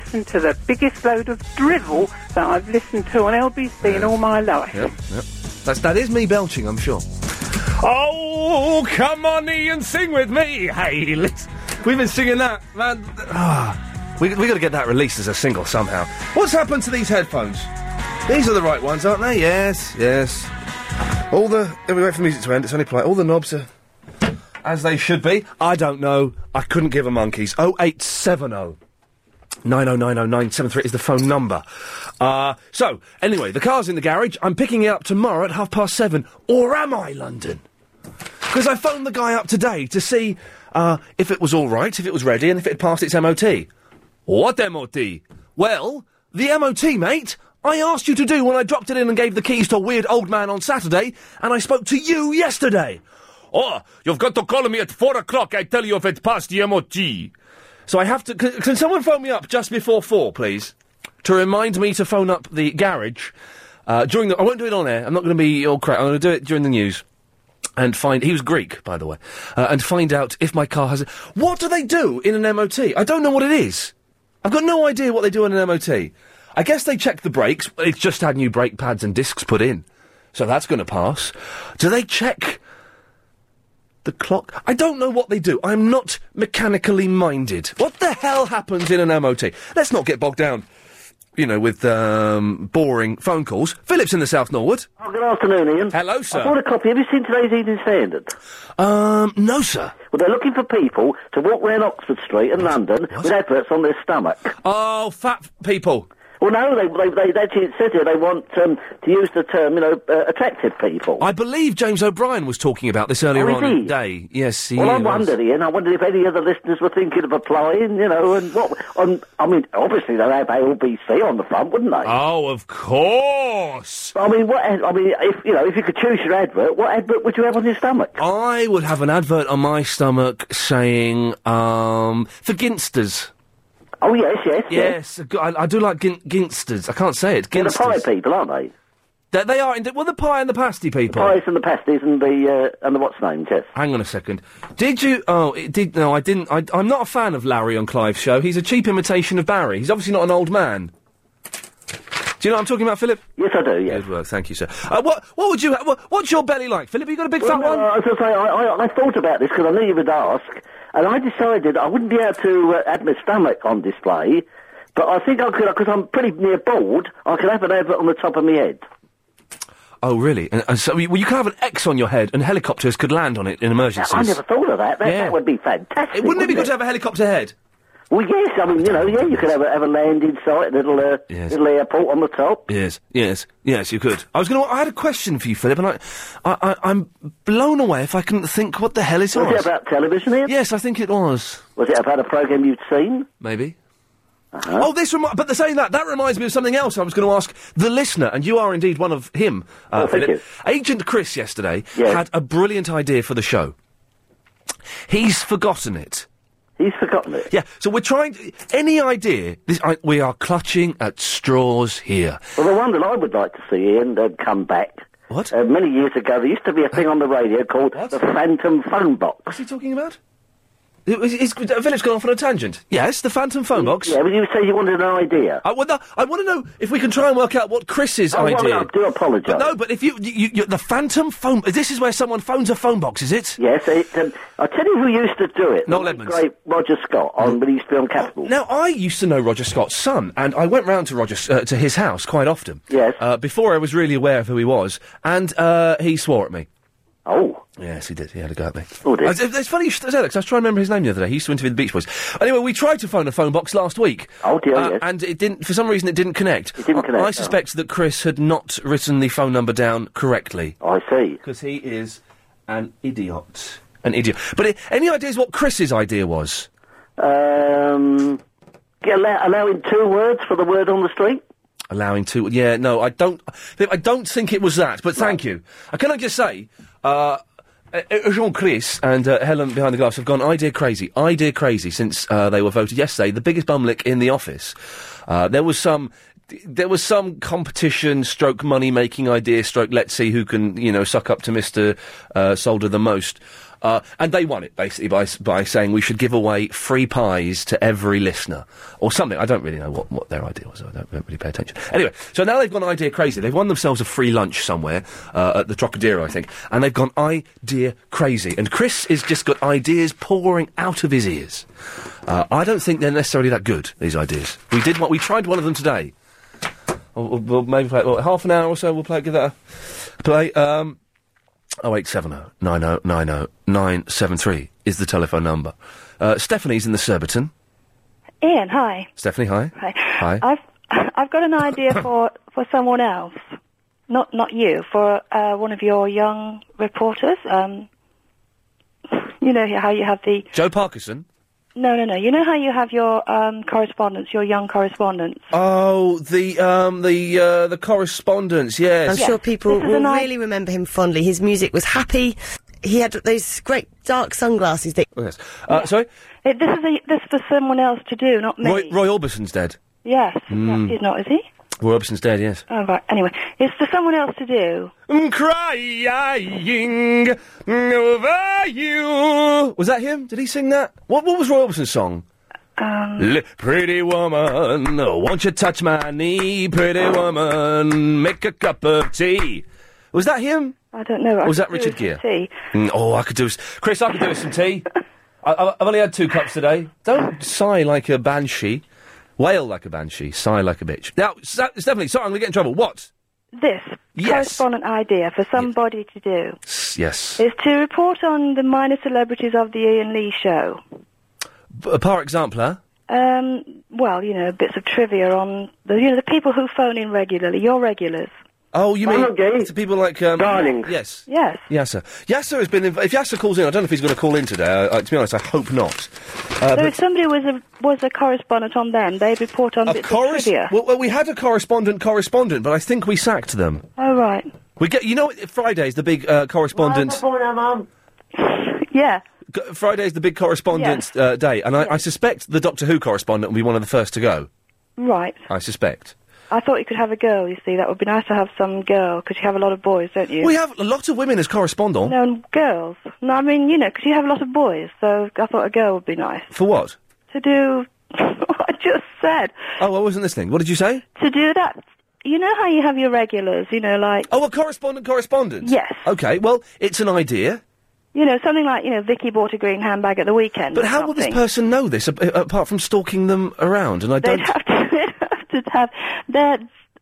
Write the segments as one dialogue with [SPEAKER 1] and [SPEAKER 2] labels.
[SPEAKER 1] listened to the biggest load of drivel that I've listened to on LBC in all my life.
[SPEAKER 2] Yep, yep. That's, that is me belching, I'm sure. Oh, come on, Ian, sing with me. Hey, let's. We've been singing that, man. Ah, we we got to get that released as a single somehow. What's happened to these headphones? These are the right ones, aren't they? Yes, yes. All the uh, we wait for music to end. It's only polite. All the knobs are as they should be. I don't know. I couldn't give a monkey's. Oh eight seven oh. 9090973 is the phone number. Uh, so, anyway, the car's in the garage. I'm picking it up tomorrow at half past seven. Or am I, London? Because I phoned the guy up today to see uh, if it was all right, if it was ready, and if it had passed its MOT. What MOT? Well, the MOT, mate, I asked you to do when I dropped it in and gave the keys to a weird old man on Saturday, and I spoke to you yesterday. Oh, you've got to call me at four o'clock. I tell you if it passed the MOT. So I have to. Can, can someone phone me up just before four, please, to remind me to phone up the garage uh, during the. I won't do it on air. I'm not going to be all crap. I'm going to do it during the news and find. He was Greek, by the way, uh, and find out if my car has. What do they do in an MOT? I don't know what it is. I've got no idea what they do in an MOT. I guess they check the brakes. It's just had new brake pads and discs put in, so that's going to pass. Do they check? the clock. I don't know what they do. I'm not mechanically minded. What the hell happens in an MOT? Let's not get bogged down, you know, with um, boring phone calls. Philip's in the South Norwood.
[SPEAKER 3] Oh, good afternoon, Ian.
[SPEAKER 2] Hello, sir.
[SPEAKER 3] I bought a copy. Have you seen today's Evening Standard?
[SPEAKER 2] Um, no, sir.
[SPEAKER 3] Well, they're looking for people to walk round Oxford Street in London with adverts on their stomach.
[SPEAKER 2] Oh, fat people.
[SPEAKER 3] Well, no, they, they, they, they actually said here they want um, to use the term, you know, uh, attractive people.
[SPEAKER 2] I believe James O'Brien was talking about this earlier
[SPEAKER 3] Oh,
[SPEAKER 2] on
[SPEAKER 3] is
[SPEAKER 2] in
[SPEAKER 3] he?
[SPEAKER 2] the day. Yes, he
[SPEAKER 3] well, I
[SPEAKER 2] was.
[SPEAKER 3] wondered, Ian. I wondered if any of the listeners were thinking of applying, you know, and what. On, I mean, obviously they'll have LBC on the front, wouldn't they?
[SPEAKER 2] Oh, of course.
[SPEAKER 3] I mean, what? ad- I mean, if you know, if you could choose your advert, what advert would you have on your stomach?
[SPEAKER 2] I would have an advert on my stomach saying, um, for Ginsters.
[SPEAKER 3] Oh yes, yes, yes.
[SPEAKER 2] Yes, I, I do like gin- Ginsters. I can't say it.
[SPEAKER 3] They're the
[SPEAKER 2] Ginsters.
[SPEAKER 3] pie people, aren't they?
[SPEAKER 2] They, they are indeed. Well, the pie and the pasty people.
[SPEAKER 3] Pies and the pasties and the uh, and the what's names, yes.
[SPEAKER 2] Hang on a second. Did you? Oh, it did. No, I didn't. I, I'm not a fan of Larry on Clive's show. He's a cheap imitation of Barry. He's obviously not an old man. Do you know what I'm talking about, Philip?
[SPEAKER 3] Yes, I do. Yes.
[SPEAKER 2] Good work, thank you, sir. Uh, what What would you? Ha- what, what's your belly like, Philip? You got a big fat
[SPEAKER 3] Well, uh,
[SPEAKER 2] one?
[SPEAKER 3] no, as I say, I, I, I thought about this because I knew you would ask, and I decided I wouldn't be able to uh, have my stomach on display, but I think I could, because I'm pretty near bald, I could have an advert on the top of my head.
[SPEAKER 2] Oh, really? And, and so, well, you could have an X on your head, and helicopters could land on it in emergencies.
[SPEAKER 3] I never thought of that. That,
[SPEAKER 2] Yeah.
[SPEAKER 3] that would be fantastic.
[SPEAKER 2] It- wouldn't it be good to have a helicopter head?
[SPEAKER 3] Well, yes. I mean, you know, yeah, you could have a, have a landing site, little uh,
[SPEAKER 2] Yes.
[SPEAKER 3] little airport on the top.
[SPEAKER 2] Yes, yes, yes. You could. I was going to. I had a question for you, Philip, and I, I, I I'm blown away if I couldn't think what the hell it
[SPEAKER 3] Was
[SPEAKER 2] was.
[SPEAKER 3] it about television? Ian?
[SPEAKER 2] Yes, I think it was.
[SPEAKER 3] Was it about a program you'd seen?
[SPEAKER 2] Maybe.
[SPEAKER 3] Uh-huh.
[SPEAKER 2] Oh, this remi- but the saying that that reminds me of something else. I was going to ask the listener, and you are indeed one of him. Uh,
[SPEAKER 3] Oh, thank
[SPEAKER 2] Philip. Agent Chris yesterday
[SPEAKER 3] Yes.
[SPEAKER 2] had a brilliant idea for the show. He's forgotten it.
[SPEAKER 3] He's forgotten it.
[SPEAKER 2] Yeah, so we're trying any idea. This, I, we are clutching at straws here.
[SPEAKER 3] Well, the one that I would like to see Ian uh, come back.
[SPEAKER 2] What?
[SPEAKER 3] Uh, many years ago, there used to be a thing on the radio called the Phantom Phone Box.
[SPEAKER 2] What's he talking about? Is, is, uh, Philip's gone off on a tangent. Yes, the Phantom phone box.
[SPEAKER 3] Yeah, but you say you wanted an idea.
[SPEAKER 2] I want. I want to know if we can try and work out what Chris's
[SPEAKER 3] Oh, well,
[SPEAKER 2] idea.
[SPEAKER 3] I do apologise.
[SPEAKER 2] But no, but if you, you, you, the phantom phone. This is where someone phones a phone box, is it?
[SPEAKER 3] Yes, it, um, I tell you who used to do it.
[SPEAKER 2] Noel
[SPEAKER 3] The
[SPEAKER 2] Edmonds.
[SPEAKER 3] Great Roger Scott on when he used to be on Capital.
[SPEAKER 2] Now I used to know Roger Scott's son, and I went round to Roger uh, to his house quite often.
[SPEAKER 3] Yes.
[SPEAKER 2] Uh, before I was really aware of who he was, and uh, he swore at me.
[SPEAKER 3] Oh,
[SPEAKER 2] Yes, he did. He had a go at me.
[SPEAKER 3] Oh, dear.
[SPEAKER 2] Uh, it's- it's funny you should say that, 'cause I was trying to remember his name the other day. He used to interview the Beach Boys. Anyway, we tried to phone a phone box last week. Uh,
[SPEAKER 3] Oh, dear, yes.
[SPEAKER 2] And it didn't. For some reason, it didn't connect.
[SPEAKER 3] It didn't
[SPEAKER 2] I-
[SPEAKER 3] connect, oh.
[SPEAKER 2] I
[SPEAKER 3] no.
[SPEAKER 2] suspect that Chris had not written the phone number down correctly.
[SPEAKER 3] I see.
[SPEAKER 2] because he is an idiot. An idiot. But i any ideas what Chris's idea was?
[SPEAKER 3] Um, yeah, allow, allowing two words for the word on the street.
[SPEAKER 2] Allowing two? Yeah, no, I don't. I don't think it was that. But thank you. Uh, Can I just say, uh, Jean Chris and uh, Helen behind the glass have gone idea crazy, idea crazy since uh, they were voted yesterday the biggest bum lick in the office. Uh, there was some there was some competition, stroke money making idea, stroke let's see who can you know suck up to Mister uh, Solder the most. Uh, and they won it basically by s- by saying we should give away free pies to every listener or something. I don't really know what, what their idea was. I don't, don't really pay attention. Anyway, so now they've gone idea crazy. They've won themselves a free lunch somewhere uh, at the Trocadero, I think, and they've gone idea crazy. And Chris has just got ideas pouring out of his ears. Uh, I don't think they're necessarily that good. These ideas. We did what we tried one of them today. We'll, we'll- we'll maybe play well, half an hour or so. We'll play. Give that a play. Um, oh eight seven oh nine oh nine oh nine seven three is the telephone number. Uh, Stephanie's in the Surbiton.
[SPEAKER 4] Ian, hi.
[SPEAKER 2] Stephanie, hi.
[SPEAKER 4] Hi. Oh.
[SPEAKER 2] Hi.
[SPEAKER 4] I've I've got an idea for for someone else, not not you, for uh, one of your young reporters. Um, you know how you have the
[SPEAKER 2] Joe Parkinson.
[SPEAKER 4] no no no. You know how you have your um, correspondence, your young correspondence.
[SPEAKER 2] Oh, the um, the uh, the correspondence. Yes,
[SPEAKER 5] I'm sure people
[SPEAKER 4] This is
[SPEAKER 5] will
[SPEAKER 4] an i-
[SPEAKER 5] really remember him fondly. His music was happy. He had those great dark sunglasses that.
[SPEAKER 2] Oh, yes. Uh, Sorry,
[SPEAKER 4] Eh, This is a, this is for someone else to do, not me.
[SPEAKER 2] Roy, Roy Orbison's dead.
[SPEAKER 4] Yes,
[SPEAKER 2] Mm.
[SPEAKER 4] he's not, is he?
[SPEAKER 2] Roy Orbison's dead. Yes.
[SPEAKER 4] Oh right. Anyway, it's for someone else to do.
[SPEAKER 2] I'm crying over you. Was that him? Did he sing that? What What was Roy Orbison's song?
[SPEAKER 4] Um,
[SPEAKER 2] Li- pretty woman, oh, won't you touch my knee? Pretty woman, make a cup of tea. Was that him?
[SPEAKER 4] I don't know. I
[SPEAKER 2] Or was Oh, that
[SPEAKER 4] could do
[SPEAKER 2] Richard
[SPEAKER 4] with
[SPEAKER 2] Gere?
[SPEAKER 4] some tea.
[SPEAKER 2] Mm, oh, I could do. s- Chris, I could do with some tea. I, I- I've only had two cups today. Don't sigh like a banshee. Wail like a banshee. Sigh like a bitch. Now, Sa- Stephanie, sorry, I'm going to get in trouble. What?
[SPEAKER 4] This
[SPEAKER 2] Yes.
[SPEAKER 4] correspondent idea for somebody to do.
[SPEAKER 2] S- Yes.
[SPEAKER 4] is to report on the minor celebrities of the Ian Lee show.
[SPEAKER 2] B- uh, par exemplar.
[SPEAKER 4] Um, well, you know, bits of trivia on the you know the people who phone in regularly, your regulars.
[SPEAKER 2] Oh, you mean
[SPEAKER 4] I'm
[SPEAKER 2] to people like um, darling? Yes.
[SPEAKER 4] Yes.
[SPEAKER 2] Yasser. Yasser has been. Inv- if Yasser calls in, I don't know if he's going to call in today. Uh, uh, to be honest, I hope not. Uh,
[SPEAKER 4] so
[SPEAKER 2] but-
[SPEAKER 4] if somebody was a was a correspondent on them, they report on
[SPEAKER 2] a
[SPEAKER 4] bits of
[SPEAKER 2] corres-
[SPEAKER 4] trivia.
[SPEAKER 2] well, well, we had a correspondent correspondent, but I think we sacked them.
[SPEAKER 4] Oh right.
[SPEAKER 2] We get, you know, Friday's the big uh, correspondent.
[SPEAKER 4] Yeah.
[SPEAKER 2] G- Friday's the big correspondence uh, day, and I, I suspect the Doctor Who correspondent will be one of the first to go.
[SPEAKER 4] Right.
[SPEAKER 2] I suspect.
[SPEAKER 4] I thought you could have a girl. You see, that would be nice to have some girl because you have a lot of boys, don't you?
[SPEAKER 2] We have a lot of women as correspondent.
[SPEAKER 4] no and girls. No, I mean you know because you have a lot of boys. So I thought a girl would be nice
[SPEAKER 2] For what?
[SPEAKER 4] to do. what I just said.
[SPEAKER 2] Oh, I wasn't listening. What did you say?
[SPEAKER 4] to do that. You know how you have your regulars, you know, like
[SPEAKER 2] Oh, a correspondent correspondent.
[SPEAKER 4] Yes.
[SPEAKER 2] Okay. Well, it's an idea.
[SPEAKER 4] you know something like you know Vicky bought a green handbag at the weekend.
[SPEAKER 2] But
[SPEAKER 4] or
[SPEAKER 2] how will this
[SPEAKER 4] something.
[SPEAKER 2] person know this ab- apart from stalking them around? And I don't.
[SPEAKER 4] to have their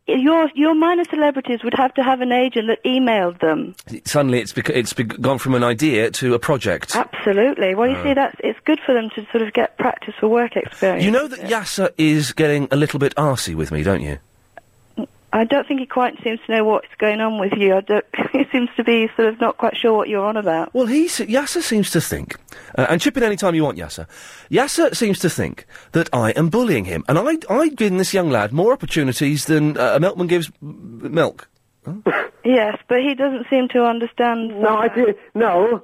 [SPEAKER 4] your your minor celebrities would have to have an agent that emailed them?
[SPEAKER 2] Suddenly, it's bec- it's be- gone from an idea to a project.
[SPEAKER 4] Absolutely. Well, you
[SPEAKER 2] Oh.
[SPEAKER 4] see, that's it's good for them to sort of get practice for work experience.
[SPEAKER 2] You know that Yasser is getting a little bit arsy with me, don't you?
[SPEAKER 4] I don't think he quite seems to know what's going on with you. I don't, he seems to be sort of not quite sure what you're on about.
[SPEAKER 2] Well, he se- Yasser seems to think, uh, and chip in any time you want, Yasser. Yasser seems to think that I am bullying him, and I I giving this young lad more opportunities than uh, a milkman gives m- m- milk.
[SPEAKER 4] Yes, but he doesn't seem to understand.
[SPEAKER 6] No, I did. No,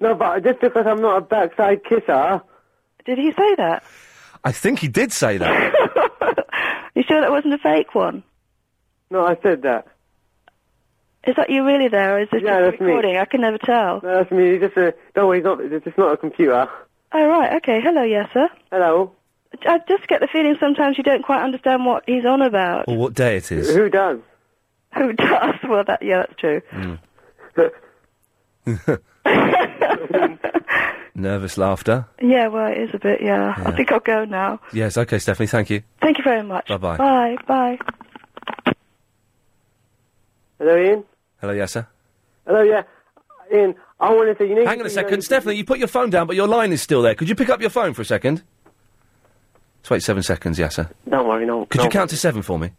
[SPEAKER 6] no. But just because I'm not a backside kisser.
[SPEAKER 4] Did he say that?
[SPEAKER 2] I think he did say that.
[SPEAKER 4] You sure that wasn't a fake one?
[SPEAKER 6] No, I said that.
[SPEAKER 4] Is that you really there, or is this
[SPEAKER 6] Yeah,
[SPEAKER 4] just
[SPEAKER 6] that's me.
[SPEAKER 4] recording? I can never tell.
[SPEAKER 6] No, that's me. It's just a. Don't worry, it's not. It's just not a computer.
[SPEAKER 4] Oh, right, okay. Hello, yes, sir.
[SPEAKER 6] Hello.
[SPEAKER 4] I just get the feeling sometimes you don't quite understand what he's on about.
[SPEAKER 2] or what day it is?
[SPEAKER 6] Who does?
[SPEAKER 4] Who does? Well, that yeah, that's true.
[SPEAKER 2] Hmm. Nervous laughter.
[SPEAKER 4] Yeah, well, it is a bit, yeah. I
[SPEAKER 2] Yeah.
[SPEAKER 4] think I'll go now.
[SPEAKER 2] Yes. Okay, Stephanie. Thank you.
[SPEAKER 4] Thank you very much.
[SPEAKER 2] Bye-bye.
[SPEAKER 4] Bye, bye.
[SPEAKER 6] Hello, Ian.
[SPEAKER 2] Hello, Yasser.
[SPEAKER 6] Hello, yeah. Ian, I want to say you need.
[SPEAKER 2] Hang on a second, Stephanie. You put your phone down, but your line is still there. Could you pick up your phone for a second? Let's wait seven seconds, Yasser.
[SPEAKER 6] Don't worry, no.
[SPEAKER 2] Could
[SPEAKER 6] no.
[SPEAKER 2] you count to seven for me?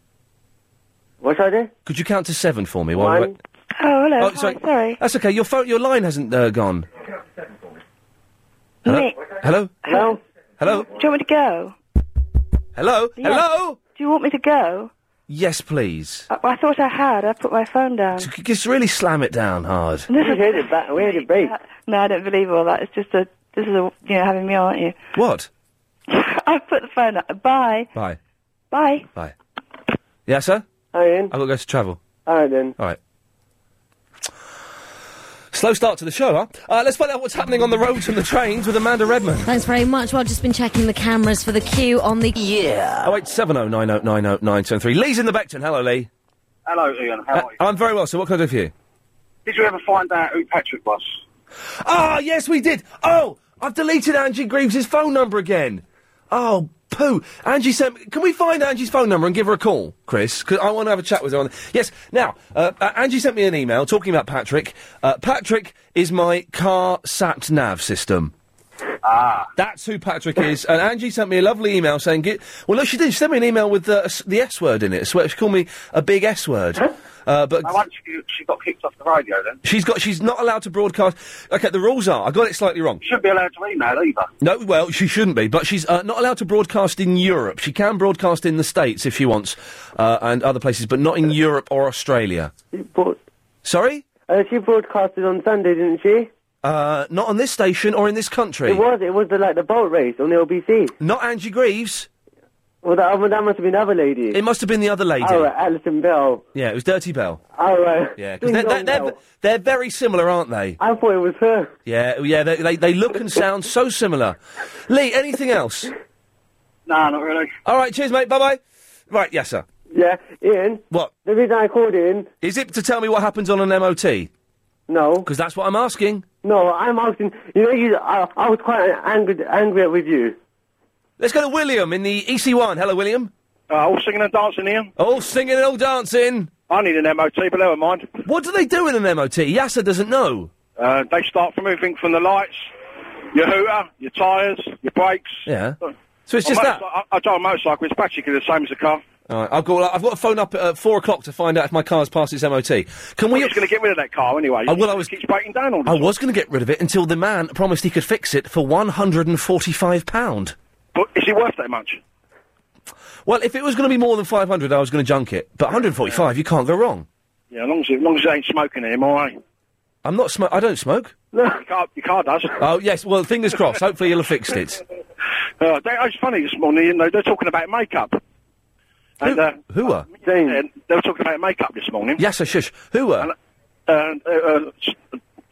[SPEAKER 6] What should I do?
[SPEAKER 2] Could you count to seven for me? While we
[SPEAKER 6] One.
[SPEAKER 2] wait-
[SPEAKER 4] Oh, hello.
[SPEAKER 2] Oh,
[SPEAKER 4] Hi,
[SPEAKER 2] sorry.
[SPEAKER 4] sorry.
[SPEAKER 2] That's okay. Your phone, your line hasn't uh, gone. Hello.
[SPEAKER 4] Nick.
[SPEAKER 2] Hello.
[SPEAKER 6] Hello.
[SPEAKER 2] Hello.
[SPEAKER 4] Do you want me to go?
[SPEAKER 2] Hello.
[SPEAKER 4] Yeah.
[SPEAKER 2] Hello.
[SPEAKER 4] Do you want me to go?
[SPEAKER 2] Yes, please.
[SPEAKER 4] I, I thought I had. I put my phone down.
[SPEAKER 2] C- Just really slam it down hard.
[SPEAKER 4] And This
[SPEAKER 6] We
[SPEAKER 4] is,
[SPEAKER 6] heard it back. We heard it break.
[SPEAKER 4] no, I don't believe all that. It's just a, this is a, you know, having me on, aren't you?
[SPEAKER 2] What?
[SPEAKER 4] I put the phone up. Bye.
[SPEAKER 2] Bye.
[SPEAKER 4] Bye.
[SPEAKER 2] Bye. Yeah, sir?
[SPEAKER 6] Hi, Ian.
[SPEAKER 2] I've got to go to travel.
[SPEAKER 6] All right, then.
[SPEAKER 2] All right. Slow start to the show, huh? Uh, let's find out what's happening on the roads and the trains with Amanda Redman.
[SPEAKER 7] Thanks very much. Well, I've just been checking the cameras for the queue on the. Yeah.
[SPEAKER 2] Oh wait, seven oh nine oh nine oh nine seven three. Lee's in the Beckton. Hello, Lee. Uh,
[SPEAKER 8] Hello, Ian. How are you?
[SPEAKER 2] I'm very well. So, what can I do for you?
[SPEAKER 8] Did you ever find out who Patrick was?
[SPEAKER 2] Ah, yes, we did. Oh, I've deleted Angie Greaves' phone number again. Oh, poo. Angie sent. Can we find Angie's phone number and give her a call, Chris? Because I want to have a chat with her. On yes. Now, uh, uh, Angie sent me an email talking about Patrick. Uh, Patrick is my car sat nav system. Ah. That's who Patrick is. And Angie sent me a lovely email saying, get, well, no, she did. She sent me an email with the, the S word in it. Swear- She called me a big S word. Uh, but
[SPEAKER 8] I once she, she got kicked off the radio then.
[SPEAKER 2] She's got. She's not allowed to broadcast. Okay, the rules are. I got it slightly wrong.
[SPEAKER 8] Shouldn't be allowed to email either.
[SPEAKER 2] No, well, she shouldn't be, but she's uh, not allowed to broadcast in Europe. She can broadcast in the States if she wants, uh, and other places, but not in Europe or Australia. Sorry?
[SPEAKER 6] Uh, she broadcasted on Sunday, didn't she?
[SPEAKER 2] Uh, not on this station or in this country.
[SPEAKER 6] It was. It was the, like the boat race on the LBC.
[SPEAKER 2] Not Angie Greaves.
[SPEAKER 6] Well, that, well, that must have been the other lady.
[SPEAKER 2] It must have been the other lady.
[SPEAKER 6] Oh, right, Alison Bell.
[SPEAKER 2] Yeah, it was Dirty Bell.
[SPEAKER 6] Oh, right.
[SPEAKER 2] Yeah, 'cause they're, they're, they're, they're very similar, aren't they?
[SPEAKER 6] I thought it was her.
[SPEAKER 2] Yeah, oh, yeah, they, they, they look and sound so similar. Lee, anything else?
[SPEAKER 8] No, not really.
[SPEAKER 2] All right, cheers, mate. Bye bye. Right, yes, sir.
[SPEAKER 6] Yeah, Ian.
[SPEAKER 2] What?
[SPEAKER 6] The reason I called in.
[SPEAKER 2] Is it to tell me what happens on an MOT?
[SPEAKER 6] No.
[SPEAKER 2] Because that's what I'm asking.
[SPEAKER 6] No, I'm asking. You know, you. I, I was quite angry, angry with you.
[SPEAKER 2] Let's go to William in the EC1. Hello, William.
[SPEAKER 9] Uh, all singing and dancing, Ian.
[SPEAKER 2] All singing and all dancing.
[SPEAKER 9] I need an MOT, but never mind.
[SPEAKER 2] What do they do in an MOT? Yasser doesn't know.
[SPEAKER 9] Uh, they start from everything from the lights, your hooter, your tyres, your brakes.
[SPEAKER 2] Yeah. So it's just that.
[SPEAKER 9] I, I told a motorcycle, it's practically the same as a car.
[SPEAKER 2] All right, I've got I've got to phone up at uh, four o'clock to find out if my car's passed its MOT. Can we?
[SPEAKER 9] He's going to get rid of that car anyway.
[SPEAKER 2] I will- I
[SPEAKER 9] It
[SPEAKER 2] was-
[SPEAKER 9] keeps breaking down all the
[SPEAKER 2] I was going to get rid of it until the man promised he could fix it for one hundred and forty-five pound.
[SPEAKER 9] But is it worth that much?
[SPEAKER 2] Well, if it was going to be more than five hundred, I was going to junk it. But one hundred and forty-five, you can't go wrong.
[SPEAKER 9] Yeah, as long as, it, as long as it ain't smoking anymore, eh?
[SPEAKER 2] I'm not smoke. I don't smoke.
[SPEAKER 9] Your car, your car does.
[SPEAKER 2] Oh yes, well, fingers crossed. Hopefully, you'll have fixed it.
[SPEAKER 9] Uh, they, it's funny this morning, you know, they're talking about makeup. And, uh,
[SPEAKER 2] Who are?
[SPEAKER 9] yeah, they were talking about makeup this morning.
[SPEAKER 2] Yes, sir, shush. Who were?
[SPEAKER 9] And, uh, uh, s-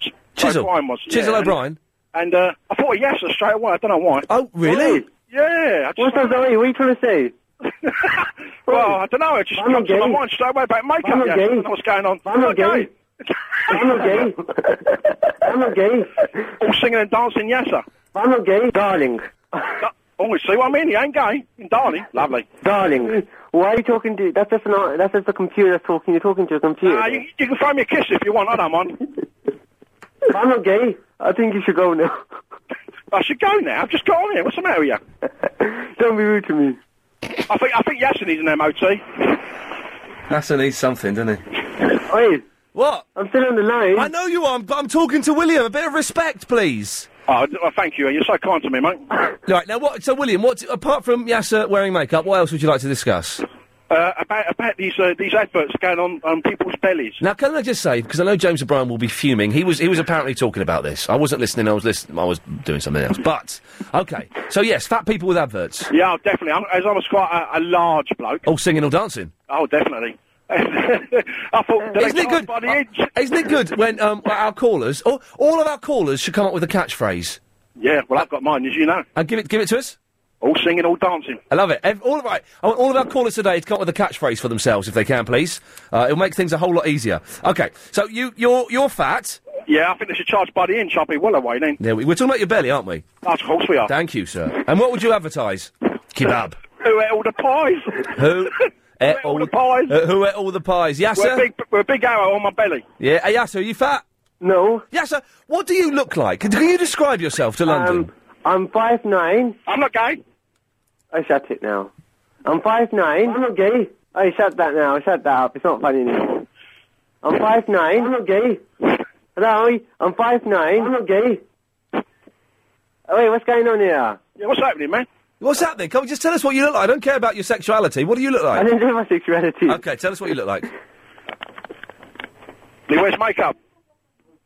[SPEAKER 9] s-
[SPEAKER 2] Chisel.
[SPEAKER 9] O'Brien was.
[SPEAKER 2] Chisel
[SPEAKER 9] yeah,
[SPEAKER 2] O'Brien.
[SPEAKER 9] And, and uh, I thought yes straight away. I don't know why.
[SPEAKER 2] Oh, really?
[SPEAKER 9] Yeah.
[SPEAKER 6] What's that, Zoe? What are you trying to say?
[SPEAKER 9] Well, I don't know. It just
[SPEAKER 6] I'm
[SPEAKER 9] comes
[SPEAKER 6] not
[SPEAKER 9] to my
[SPEAKER 6] gay.
[SPEAKER 9] mind straight away about makeup.
[SPEAKER 6] I'm not
[SPEAKER 9] yes. I
[SPEAKER 6] gay.
[SPEAKER 9] don't know what's going on.
[SPEAKER 6] I'm not gay. I'm not gay. I'm not gay.
[SPEAKER 9] All Oh, singing and dancing, yes, sir.
[SPEAKER 6] I'm not gay, darling.
[SPEAKER 9] Oh, see what I mean? He ain't gay. And darling, lovely.
[SPEAKER 6] Darling, why are you talking to? That's just not. That's just a computer talking. You're talking to a computer.
[SPEAKER 9] Ah, you, you can throw me a kiss if you want. I don't mind.
[SPEAKER 6] I'm not gay. I think you should go now.
[SPEAKER 9] I should go now. I've just got on here. What's the matter with you?
[SPEAKER 6] Don't be rude to me.
[SPEAKER 9] I think I think Yasser needs an MOT.
[SPEAKER 2] Yasser needs something, doesn't he?
[SPEAKER 6] Oi,
[SPEAKER 2] What?
[SPEAKER 6] I'm still on the line.
[SPEAKER 2] I know you are, but I'm talking to William. A bit of respect, please.
[SPEAKER 9] Oh, d- oh, thank you. You're so kind to me, mate.
[SPEAKER 2] Right now, what? So, William, what? Apart from Yasser wearing makeup, what else would you like to discuss?
[SPEAKER 9] Uh, about about these uh, these adverts going on on people's bellies.
[SPEAKER 2] Now, can I just say because I know James O'Brien will be fuming. He was he was apparently talking about this. I wasn't listening. I was listening. I was doing something else. But okay. So yes, fat people with adverts,
[SPEAKER 9] Yeah, oh, definitely. I'm, as I was quite a, a large bloke.
[SPEAKER 2] all singing, all dancing.
[SPEAKER 9] Oh, definitely. I thought.
[SPEAKER 2] Isn't it good?
[SPEAKER 9] By
[SPEAKER 2] Uh,
[SPEAKER 9] the edge.
[SPEAKER 2] Isn't it good when um, our callers, all, all of our callers, should come up with a catchphrase
[SPEAKER 9] Yeah. Well, I've got mine, as you know.
[SPEAKER 2] and give it give it to us?
[SPEAKER 9] All singing, all dancing.
[SPEAKER 2] I love it. Ev- all right. I want all of our callers today to come up with a catchphrase for themselves, if they can, please. Uh, it'll make things a whole lot easier. Okay. So you you're you're fat.
[SPEAKER 9] Yeah, I think they should charge by the inch. I'll be well away then.
[SPEAKER 2] There we, we're talking about your belly, aren't we?
[SPEAKER 9] Of course we are.
[SPEAKER 2] Thank you, sir. And what would you advertise? Kebab.
[SPEAKER 9] Who ate all the pies?
[SPEAKER 2] Who ate
[SPEAKER 9] all the pies?
[SPEAKER 2] Uh, who ate all the pies?
[SPEAKER 9] We're a
[SPEAKER 2] Yasser?
[SPEAKER 9] big, we're a big arrow on my belly.
[SPEAKER 2] Yeah, uh, Yasser, are you fat?
[SPEAKER 6] No,
[SPEAKER 2] Yasser, what do you look like? Can you describe yourself to London?
[SPEAKER 6] um, I'm five nine.
[SPEAKER 9] I'm not gay.
[SPEAKER 6] I shut it now. I'm five nine. I'm not gay. I shut that now. Shut that up. It's not funny anymore. I'm five nine. I'm not gay. Hello, I'm five nine. I'm not gay. Oh, wait, what's going on here?
[SPEAKER 9] Yeah, what's happening, man?
[SPEAKER 2] What's happening? Come on, just tell us what you look like. I don't care about your sexuality. What do you look
[SPEAKER 6] I
[SPEAKER 2] like?
[SPEAKER 6] didn't do my sexuality.
[SPEAKER 2] Okay, tell us what you look like.
[SPEAKER 9] He wears makeup.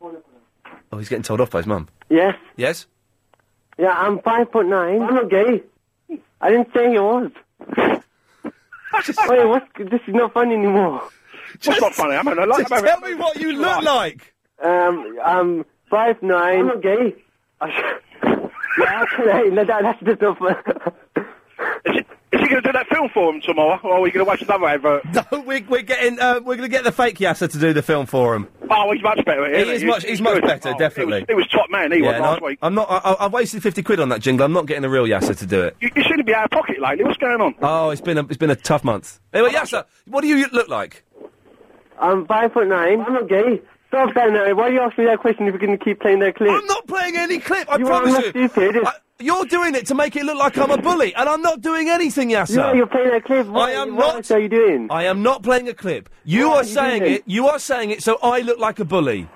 [SPEAKER 2] Oh, he's getting told off by his mum.
[SPEAKER 6] Yes.
[SPEAKER 2] Yes?
[SPEAKER 6] Yeah, I'm five foot nine. I'm not gay. I didn't say he was. Wait, what's, this is not funny anymore.
[SPEAKER 9] What's not funny? I'm having a laugh.
[SPEAKER 6] Just tell me
[SPEAKER 2] what you
[SPEAKER 6] look like. Um, um, five nine. I'm not gay. yeah, okay, no, that, that's just not fun.
[SPEAKER 9] Is he going to do that film for him tomorrow, or are we going to watch another advert?
[SPEAKER 2] No, we, we're getting. Uh, we're going to get the fake Yasser to do the film for him.
[SPEAKER 9] Oh, he's much better.
[SPEAKER 2] He
[SPEAKER 9] isn't
[SPEAKER 2] is much. He's much
[SPEAKER 9] good.
[SPEAKER 2] better,
[SPEAKER 9] Oh,
[SPEAKER 2] definitely.
[SPEAKER 9] He was, he was top man. He was
[SPEAKER 2] Yeah,
[SPEAKER 9] last
[SPEAKER 2] no,
[SPEAKER 9] week.
[SPEAKER 2] I'm not. I, I- I've wasted fifty quid on that jingle. I'm not getting the real Yasser to do it.
[SPEAKER 9] You, you seem to be out of pocket lately. What's going on?
[SPEAKER 2] Oh, it's been a, it's been a tough month. Anyway, Yasser, what do you look like?
[SPEAKER 6] I'm five foot nine. I'm not gay. Stop that now. Why are you asking me that question if you're going to keep playing that clip?
[SPEAKER 2] I'm not playing any clip. I
[SPEAKER 6] you
[SPEAKER 2] promise
[SPEAKER 6] are not
[SPEAKER 2] you.
[SPEAKER 6] stupid.
[SPEAKER 2] I- you're doing it to make it look like I'm a bully, and I'm not doing anything, Yasser.
[SPEAKER 6] No, you're playing that clip. What,
[SPEAKER 2] I am
[SPEAKER 6] what
[SPEAKER 2] not.
[SPEAKER 6] else are you doing?
[SPEAKER 2] I am not playing a clip. You
[SPEAKER 6] Why
[SPEAKER 2] are,
[SPEAKER 6] are you
[SPEAKER 2] saying
[SPEAKER 6] doing
[SPEAKER 2] it. You are saying it so I look like a bully.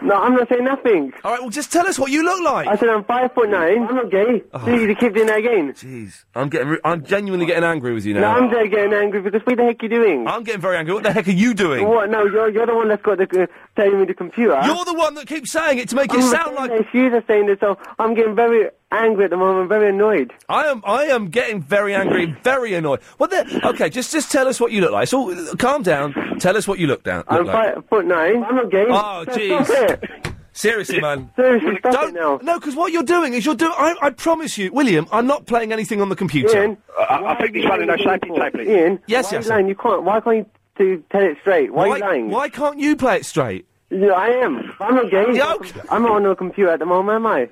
[SPEAKER 6] No, I'm not saying nothing.
[SPEAKER 2] All right, well, just tell us what you look like.
[SPEAKER 6] I said I'm five foot nine. I'm not gay.
[SPEAKER 2] Oh.
[SPEAKER 6] So you keep doing that again.
[SPEAKER 2] Jeez, I'm getting. Re- I'm genuinely getting angry with you
[SPEAKER 6] No,
[SPEAKER 2] now.
[SPEAKER 6] I'm there getting angry because what the heck are you doing?
[SPEAKER 2] I'm getting very angry. What the heck are you doing?
[SPEAKER 6] What? No, you're, you're the one that's got the uh, telling me the computer.
[SPEAKER 2] You're the one that keeps saying it to make
[SPEAKER 6] I'm
[SPEAKER 2] it
[SPEAKER 6] not
[SPEAKER 2] sound
[SPEAKER 6] saying
[SPEAKER 2] like
[SPEAKER 6] this. You are saying this, so I'm getting very angry at the moment. I'm very annoyed.
[SPEAKER 2] I am. I am getting very angry, and very annoyed. What the? Okay, just just tell us what you look like. So calm down. Tell us what you look down. Look
[SPEAKER 6] I'm
[SPEAKER 2] like.
[SPEAKER 6] five foot nine. I'm not gay.
[SPEAKER 2] Oh,
[SPEAKER 6] So
[SPEAKER 2] jeez.
[SPEAKER 6] Stop it.
[SPEAKER 2] Seriously, man.
[SPEAKER 6] Seriously, stop
[SPEAKER 2] Don't,
[SPEAKER 6] it now.
[SPEAKER 2] No, because what you're doing is you're doing. I, I promise you, William, I'm not playing anything on the computer.
[SPEAKER 6] Ian,
[SPEAKER 9] I think he's running no safety tape.
[SPEAKER 6] Ian,
[SPEAKER 2] Yes,
[SPEAKER 6] why
[SPEAKER 2] yes,
[SPEAKER 6] Are you lying? You can't. Why can't you do, tell it straight? Why, are you lying?
[SPEAKER 2] Why can't you play it straight?
[SPEAKER 6] Yeah, I am. I'm not gay.
[SPEAKER 2] Yeah, okay.
[SPEAKER 6] I'm not on a computer at the moment, am I?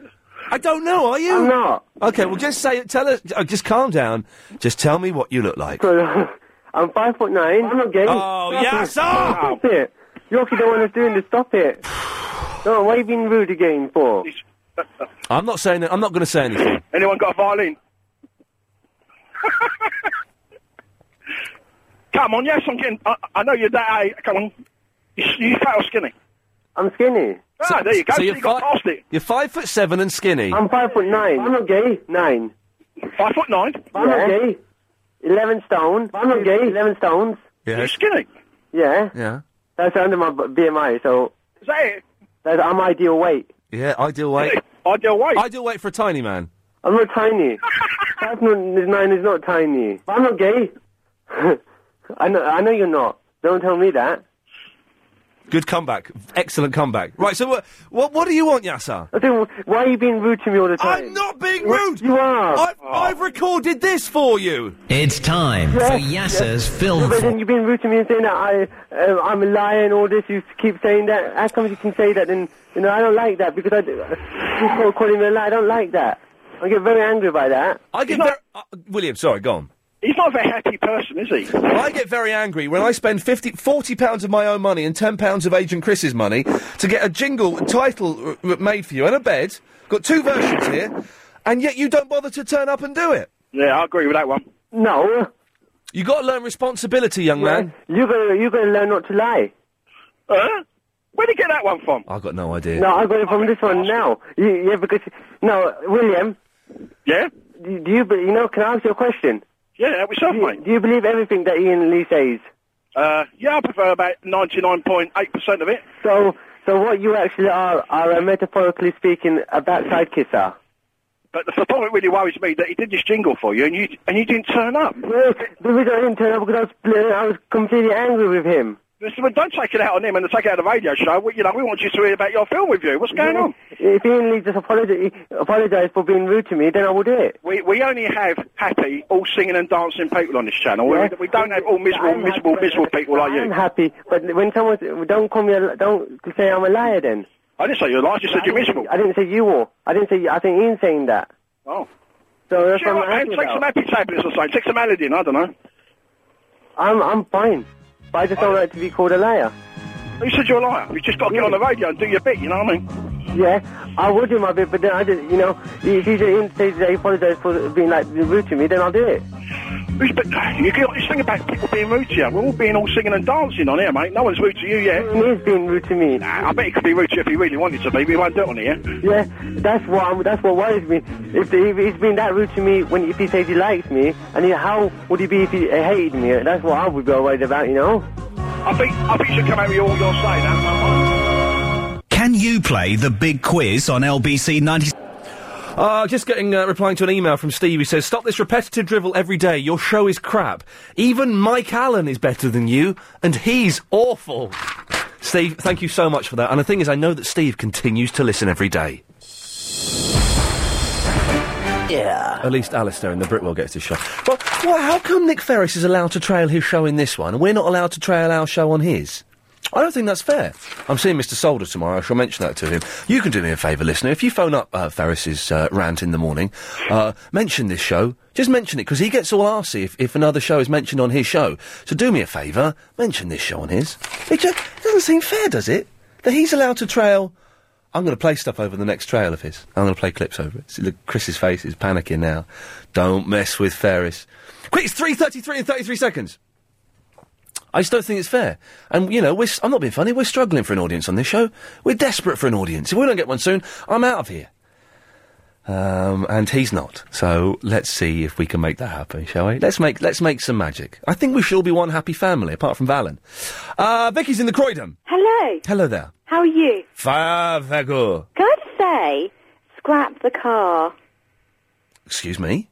[SPEAKER 2] I don't know. Are you?
[SPEAKER 6] I'm not.
[SPEAKER 2] Okay, well, just say, tell us. Uh, just calm down. Just tell me what you look like.
[SPEAKER 6] So, I'm five foot nine. I'm not gay.
[SPEAKER 2] Oh,
[SPEAKER 6] Stop
[SPEAKER 2] yeah,
[SPEAKER 6] it.
[SPEAKER 2] sir!
[SPEAKER 6] Stop it. You're the one that's doing this. Stop it. No, what are you being rude again for?
[SPEAKER 2] I'm not saying that. I'm not going to say anything.
[SPEAKER 9] Anyone got a violin? Come on, yes, I'm getting. I, I know you're that. age. Come on, you, you fat or skinny?
[SPEAKER 6] I'm skinny.
[SPEAKER 9] ah, there you go.
[SPEAKER 2] so
[SPEAKER 9] So
[SPEAKER 2] you're
[SPEAKER 9] you got
[SPEAKER 2] fi-
[SPEAKER 9] past it.
[SPEAKER 2] You're five foot seven and skinny.
[SPEAKER 6] I'm five foot nine. I'm not gay. Nine.
[SPEAKER 9] Five foot nine.
[SPEAKER 6] I'm not gay. Eleven stone. I'm not gay. Eleven stones.
[SPEAKER 2] yeah.
[SPEAKER 9] You're skinny.
[SPEAKER 6] Yeah,
[SPEAKER 2] Yeah.
[SPEAKER 6] that's under my b- BMI, so
[SPEAKER 9] Is that it?
[SPEAKER 6] that's I'm ideal weight.
[SPEAKER 2] Yeah. Ideal weight.
[SPEAKER 9] Ideal weight.
[SPEAKER 2] Ideal weight for a tiny man.
[SPEAKER 6] I'm not tiny. five foot nine is not tiny. I'm not gay. I know. I know you're not. Don't tell me that.
[SPEAKER 2] Good comeback. Excellent comeback. Right. So what? What, what do you want, Yasser?
[SPEAKER 6] I think, why are you being rude to me all the time?
[SPEAKER 2] I'm not being rude.
[SPEAKER 6] You
[SPEAKER 9] Oh.
[SPEAKER 6] are.
[SPEAKER 2] I've, I've recorded this for you.
[SPEAKER 10] It's time for Yasser's
[SPEAKER 6] Yeah,
[SPEAKER 10] film.
[SPEAKER 6] but then you've been rude to me and saying that I, um, I'm a liar and all this. You keep saying that. How come you can say that? And you know, I don't like that because I do- people calling me a liar. I don't like that. I get very angry by that.
[SPEAKER 2] I get very, uh, William. Sorry, go on.
[SPEAKER 9] He's not a very happy person, is he?
[SPEAKER 2] I get very angry when I spend 50, 40 pounds of my own money and ten pounds of Agent Chris's money to get a jingle and title uh, uh, made for you and a bed. Got two versions here, and yet you don't bother to turn up and do it.
[SPEAKER 9] Yeah, I agree with that one.
[SPEAKER 6] No,
[SPEAKER 2] You got to learn responsibility, young man.
[SPEAKER 6] you're gonna you're gonna learn not to lie.
[SPEAKER 9] Huh? Where did you get that one from?
[SPEAKER 2] I got no idea.
[SPEAKER 6] No, I got it from this one now. You, yeah, because no, William,
[SPEAKER 9] Yeah?
[SPEAKER 6] do do you be- you know? Can I ask you a question?
[SPEAKER 9] Yeah, that was yourself,
[SPEAKER 6] Do you,
[SPEAKER 9] mate.
[SPEAKER 6] do you believe everything that Ian Lee says?
[SPEAKER 9] Uh, yeah, I prefer about 99.8% of it.
[SPEAKER 6] So, so what you actually are are uh, metaphorically speaking a backside kisser.
[SPEAKER 9] But the, the point that really worries me that he did this jingle for you and you and you didn't turn up.
[SPEAKER 6] Well, the reason I didn't turn up because I was bl- I was completely angry with him.
[SPEAKER 9] Listen, well, don't take it out on him and take it out of the radio show. We, you know, we want you to hear about your film review. What's going on?
[SPEAKER 6] If Ian Lee just apologized apologised for being rude to me, then I will do it.
[SPEAKER 9] We we only have happy, all singing and dancing people on this channel. We-
[SPEAKER 6] Yeah.
[SPEAKER 9] We, don't have all miserable,
[SPEAKER 6] I'm
[SPEAKER 9] miserable,
[SPEAKER 6] happy-
[SPEAKER 9] miserable people like
[SPEAKER 6] I'm
[SPEAKER 9] you.
[SPEAKER 6] happy, but when someone s- don't call me, a, li- don't say I'm a liar. Then
[SPEAKER 9] I didn't say you're lying. I just said you're miserable.
[SPEAKER 6] I didn't say you were. I didn't say. I think Ian's saying that.
[SPEAKER 9] Oh,
[SPEAKER 6] So that's
[SPEAKER 9] Cheer
[SPEAKER 6] what
[SPEAKER 9] up,
[SPEAKER 6] I'm
[SPEAKER 9] man.
[SPEAKER 6] happy
[SPEAKER 9] Take some
[SPEAKER 6] about.
[SPEAKER 9] happy tablets or something. Take some Aladdin. I don't know.
[SPEAKER 6] I'm I'm fine, but I just don't like to be called a liar.
[SPEAKER 9] You said you're a liar. You just got to get on the radio and do your bit. You know what I mean?
[SPEAKER 6] Yeah, I would do my bit, but then I just, you know, if he didn't say that he apologised for being like rude to me, then I'll do it.
[SPEAKER 9] Who's- But you get this thing about people being rude to you. We're all being all singing and dancing on here, mate. No one's rude to you yet.
[SPEAKER 6] He is being rude to me.
[SPEAKER 9] I bet he could be rude to you if he really wanted to be. but he won't do it on here.
[SPEAKER 6] Yeah, that's what I'm, that's what worries me. If, the, if he's been that rude to me when if he says he likes me, and he, how would he be if he hated me? That's what I would be worried about, you know.
[SPEAKER 9] I think I think you should come out with all you're saying. That's my point.
[SPEAKER 10] Can you play the big quiz on LBC 90?
[SPEAKER 2] Uh, just getting uh, replying to an email from Steve who says, "Stop this repetitive drivel every day. Your show is crap. Even Mike Allen is better than you, and he's awful." Steve, thank you so much for that. And the thing is, I know that Steve continues to listen every day.
[SPEAKER 3] Yeah.
[SPEAKER 2] At least Alistair in the Brickwell gets his show. Well, well, how come Nick Ferris is allowed to trail his show in this one, and we're not allowed to trail our show on his? I don't think that's fair. I'm seeing Mr. Solder tomorrow. I shall mention that to him. You can do me a favour, listener. If you phone up uh, Ferris's uh, rant in the morning, uh, mention this show. Just mention it, because he gets all arsey if, if another show is mentioned on his show. So do me a favour, mention this show on his. It just doesn't seem fair, does it? That he's allowed to trail I'm going to play stuff over the next trail of his. I'm going to play clips over it. See, look, Chris's face is panicking now. Don't mess with Ferris. Quick, it's 3.33 in 33 seconds. I just don't think it's fair. And, you know, we're, s- I'm not being funny. We're struggling for an audience on this show. We're desperate for an audience. If we don't get one soon, I'm out of here. Um, and he's not. So let's see if we can make that happen, shall we? Let's make, let's make some magic. I think we should all be one happy family, apart from Valen. Uh, Vicky's in the Croydon.
[SPEAKER 11] Hello.
[SPEAKER 2] Hello there.
[SPEAKER 11] How are you?
[SPEAKER 2] Far,
[SPEAKER 11] Can I just say, scrap the car.
[SPEAKER 2] Excuse me.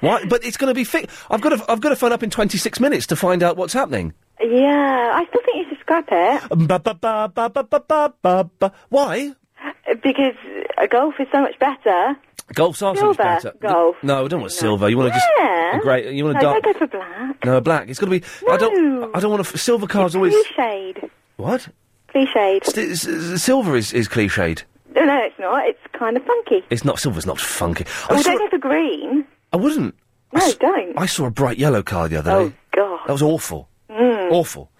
[SPEAKER 2] Why? But it's going to be fixed. I've got to. I've got to phone up in twenty six minutes to find out what's happening.
[SPEAKER 11] Yeah, I still think you should scrap it.
[SPEAKER 2] Why?
[SPEAKER 11] Because a golf is so much better.
[SPEAKER 2] Golf's are so much
[SPEAKER 11] Silver
[SPEAKER 2] better.
[SPEAKER 11] golf.
[SPEAKER 2] No, I don't want silver. You want to
[SPEAKER 11] Yeah.
[SPEAKER 2] just great. You want
[SPEAKER 11] no,
[SPEAKER 2] to dark?
[SPEAKER 11] Don't go for black.
[SPEAKER 2] No, black. It's got to be. I don't. I don't want to. Silver cards always.
[SPEAKER 11] Blue shade.
[SPEAKER 2] What?
[SPEAKER 11] Blue shade.
[SPEAKER 2] S- s- s- silver is is cliched.
[SPEAKER 11] No, no, it's not. It's kind of funky.
[SPEAKER 2] It's not silver's not funky. I,
[SPEAKER 11] Oh,
[SPEAKER 2] saw,
[SPEAKER 11] don't go for green.
[SPEAKER 2] I wouldn't.
[SPEAKER 11] No, don't.
[SPEAKER 2] I saw a bright yellow card the other
[SPEAKER 11] Oh.
[SPEAKER 2] day.
[SPEAKER 11] God.
[SPEAKER 2] That was awful.
[SPEAKER 11] Mm.
[SPEAKER 2] Awful.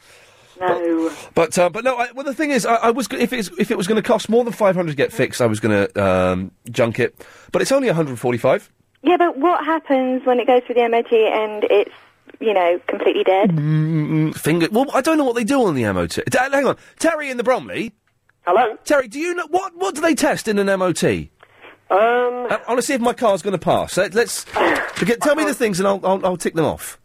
[SPEAKER 11] No.
[SPEAKER 2] But uh, but no. I, well, the thing is, I, I was g- if it's, if it was going to cost more than five hundred to get fixed, I was going to um, junk it. But it's only one hundred forty-five.
[SPEAKER 11] Yeah, but what happens when it goes through the MOT and it's, you know, completely dead?
[SPEAKER 2] Mm, finger. Well, I don't know what they do on the MOT. T- uh, hang on, Terry in the Bromley.
[SPEAKER 12] Hello,
[SPEAKER 2] Terry. Do you know what what do they test in an MOT?
[SPEAKER 12] Um,
[SPEAKER 2] I, want to Uh, see if my car's going to pass. Let, us forget, tell me the things and I'll, I'll I'll tick them off.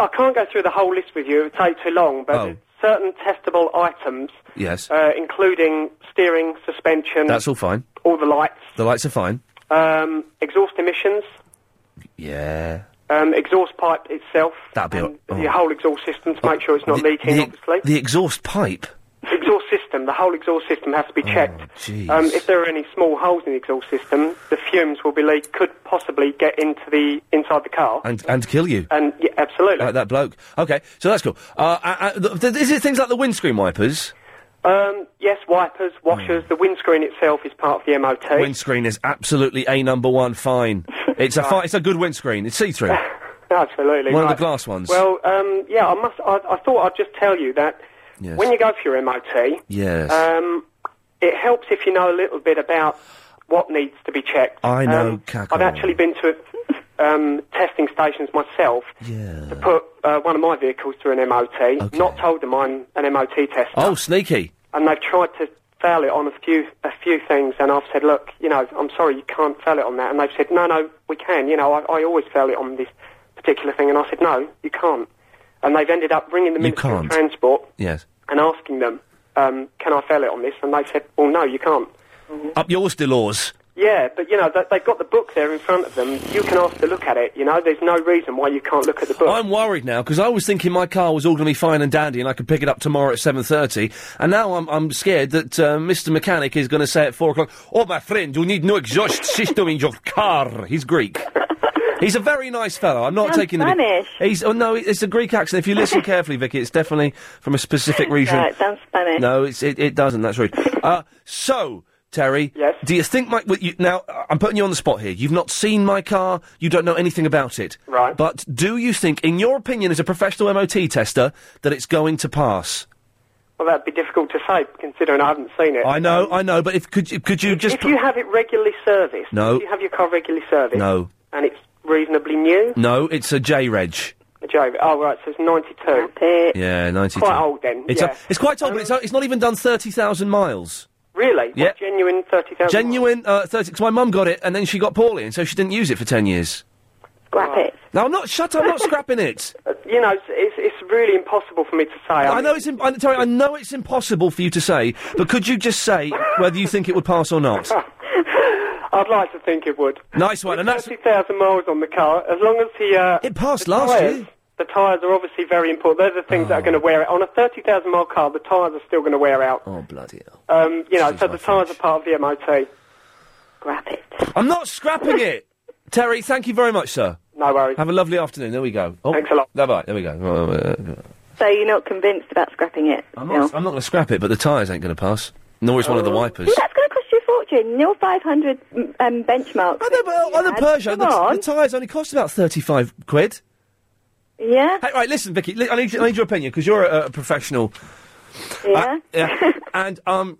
[SPEAKER 12] I can't go through the whole list with you; it would take too long. But
[SPEAKER 2] Oh.
[SPEAKER 12] certain testable items,
[SPEAKER 2] Yes,
[SPEAKER 12] uh, including steering, suspension,
[SPEAKER 2] that's all fine.
[SPEAKER 12] all the lights,
[SPEAKER 2] The lights are fine.
[SPEAKER 12] um, exhaust emissions,
[SPEAKER 2] Yeah,
[SPEAKER 12] um, exhaust pipe itself,
[SPEAKER 2] that'd be. all-
[SPEAKER 12] the whole exhaust system to make sure it's not leaking.
[SPEAKER 2] Oh. the,
[SPEAKER 12] obviously,
[SPEAKER 2] the exhaust pipe.
[SPEAKER 12] the exhaust system, the whole exhaust system has to be checked.
[SPEAKER 2] Oh, Jeez.
[SPEAKER 12] Um, if there are any small holes in the exhaust system, the fumes will be leaked, could possibly get into the inside the car.
[SPEAKER 2] and and kill you.
[SPEAKER 12] And yeah, absolutely.
[SPEAKER 2] Like that bloke. Okay, so that's cool. Uh, uh, uh, th- th- is it things like the windscreen wipers?
[SPEAKER 12] Um, yes, wipers,
[SPEAKER 2] Oh.
[SPEAKER 12] washers. The windscreen itself is part of the MOT.
[SPEAKER 2] Windscreen is absolutely a number one fine. It's a fi- it's a good windscreen. It's see through.
[SPEAKER 12] Absolutely.
[SPEAKER 2] One of
[SPEAKER 12] right.
[SPEAKER 2] the glass ones.
[SPEAKER 12] Well, um, yeah, I must. I, I thought I'd just tell you that
[SPEAKER 2] Yes.
[SPEAKER 12] when you go for your MOT,
[SPEAKER 2] Yes.
[SPEAKER 12] um, it helps if you know a little bit about what needs to be checked.
[SPEAKER 2] I know,
[SPEAKER 12] Um,
[SPEAKER 2] cack
[SPEAKER 12] I've
[SPEAKER 2] on.
[SPEAKER 12] actually been to um, testing stations myself to put uh, one of my vehicles through an MOT. Not told them I'm an MOT tester.
[SPEAKER 2] Oh, sneaky.
[SPEAKER 12] and they've tried to fail it on a few a few things, and I've said, look, you know, I'm sorry, you can't fail it on that, and they've said, no, no, we can. You know, I, I always fail it on this particular thing, and I said, no, you can't. And they've ended up bringing the
[SPEAKER 2] You
[SPEAKER 12] Ministry of
[SPEAKER 2] can't.
[SPEAKER 12] Transport
[SPEAKER 2] Yes.
[SPEAKER 12] and asking them, um, can I fail it on this? And they said, well, no, you can't.
[SPEAKER 2] Up yours, Delors.
[SPEAKER 12] Yeah, but you know, they- they've got the book there in front of them. You can ask to look at it. You know, there's no reason why you can't look at the book.
[SPEAKER 2] I'm worried now because I was thinking my car was all going to be fine and dandy and I could pick it up tomorrow at seven thirty, and now I'm I'm scared that uh, Mr. Mechanic is going to say at four o'clock, "Oh, my friend, you need no exhaust system in your car." He's Greek. He's a very nice fellow. I'm not
[SPEAKER 11] Sounds
[SPEAKER 2] taking
[SPEAKER 11] Spanish.
[SPEAKER 2] the. He's oh no, it's a Greek accent. If you listen carefully, Vicky, it's definitely from a specific region.
[SPEAKER 11] No, it sounds Spanish.
[SPEAKER 2] No, it's, it, it doesn't. That's rude. Uh, so, Terry, yes. do you think my... well, you, now, uh, I'm putting you on the spot here. You've not seen my car. You don't know anything about it. Right. But do you think, in your opinion as a professional MOT tester, that it's going to pass?
[SPEAKER 12] Well, that'd be difficult to say considering I haven't seen it.
[SPEAKER 2] I know, I know, but if could you, could you just...
[SPEAKER 12] If you have it regularly serviced,
[SPEAKER 2] No.
[SPEAKER 12] if you have your car regularly serviced,
[SPEAKER 2] No.
[SPEAKER 12] and it's reasonably new,
[SPEAKER 2] No, it's a J-Reg.
[SPEAKER 12] a J. Oh right, so it's ninety two.
[SPEAKER 2] Yeah, 92.
[SPEAKER 12] Quite old then.
[SPEAKER 2] It's,
[SPEAKER 12] yeah. Um,
[SPEAKER 2] a- it's quite old, but it's, o- it's not even done 30,000 miles.
[SPEAKER 12] really.
[SPEAKER 2] Yeah.
[SPEAKER 12] What, genuine thirty thousand.
[SPEAKER 2] Genuine uh, 30... Because my mum got it, and then she got poorly, and so she didn't use it for 10 years.
[SPEAKER 12] Scrap it. Uh,
[SPEAKER 2] No, I'm not... Shut up, I'm not scrapping it.
[SPEAKER 12] You know, it's, it's it's really impossible for me to say.
[SPEAKER 2] I know it's Im- I, Terry, I know it's impossible for you to say, but could you just say whether you think it would pass or not?
[SPEAKER 12] I I'd like to think it would.
[SPEAKER 2] Nice one, and that's
[SPEAKER 12] Thirty thousand miles on the car. As long as he uh,
[SPEAKER 2] it passed
[SPEAKER 12] tires,
[SPEAKER 2] last year. Oh.
[SPEAKER 12] The tires are obviously very important. They're the things that are going to wear out. On a thirty thousand mile car, the tires are still going to wear out.
[SPEAKER 2] Oh bloody hell!
[SPEAKER 12] Um, you know, so the tires are part of the MOT.
[SPEAKER 2] I'm not scrapping it, Terry. Thank you very much, sir.
[SPEAKER 12] No worries.
[SPEAKER 2] Have a lovely afternoon. There we go. Oh, Thanks a lot. Bye bye. There we go. uh,
[SPEAKER 13] So you're not convinced about scrapping it?
[SPEAKER 2] I'm not, I'm not going to scrap it, but the tyres ain't going to pass. Nor is one of the wipers.
[SPEAKER 13] Oh. Yeah, that's going to cost you a fortune. Your 500 mm, um, benchmark. I
[SPEAKER 2] On the Peugeot,
[SPEAKER 13] Come on.
[SPEAKER 2] Uh, the, the tyres only cost about 35 quid.
[SPEAKER 13] Yeah.
[SPEAKER 2] Hey, right, listen, Vicky, li- I need, I need your opinion because you're a, a professional. Uh,
[SPEAKER 13] Yeah.
[SPEAKER 2] Yeah. and um,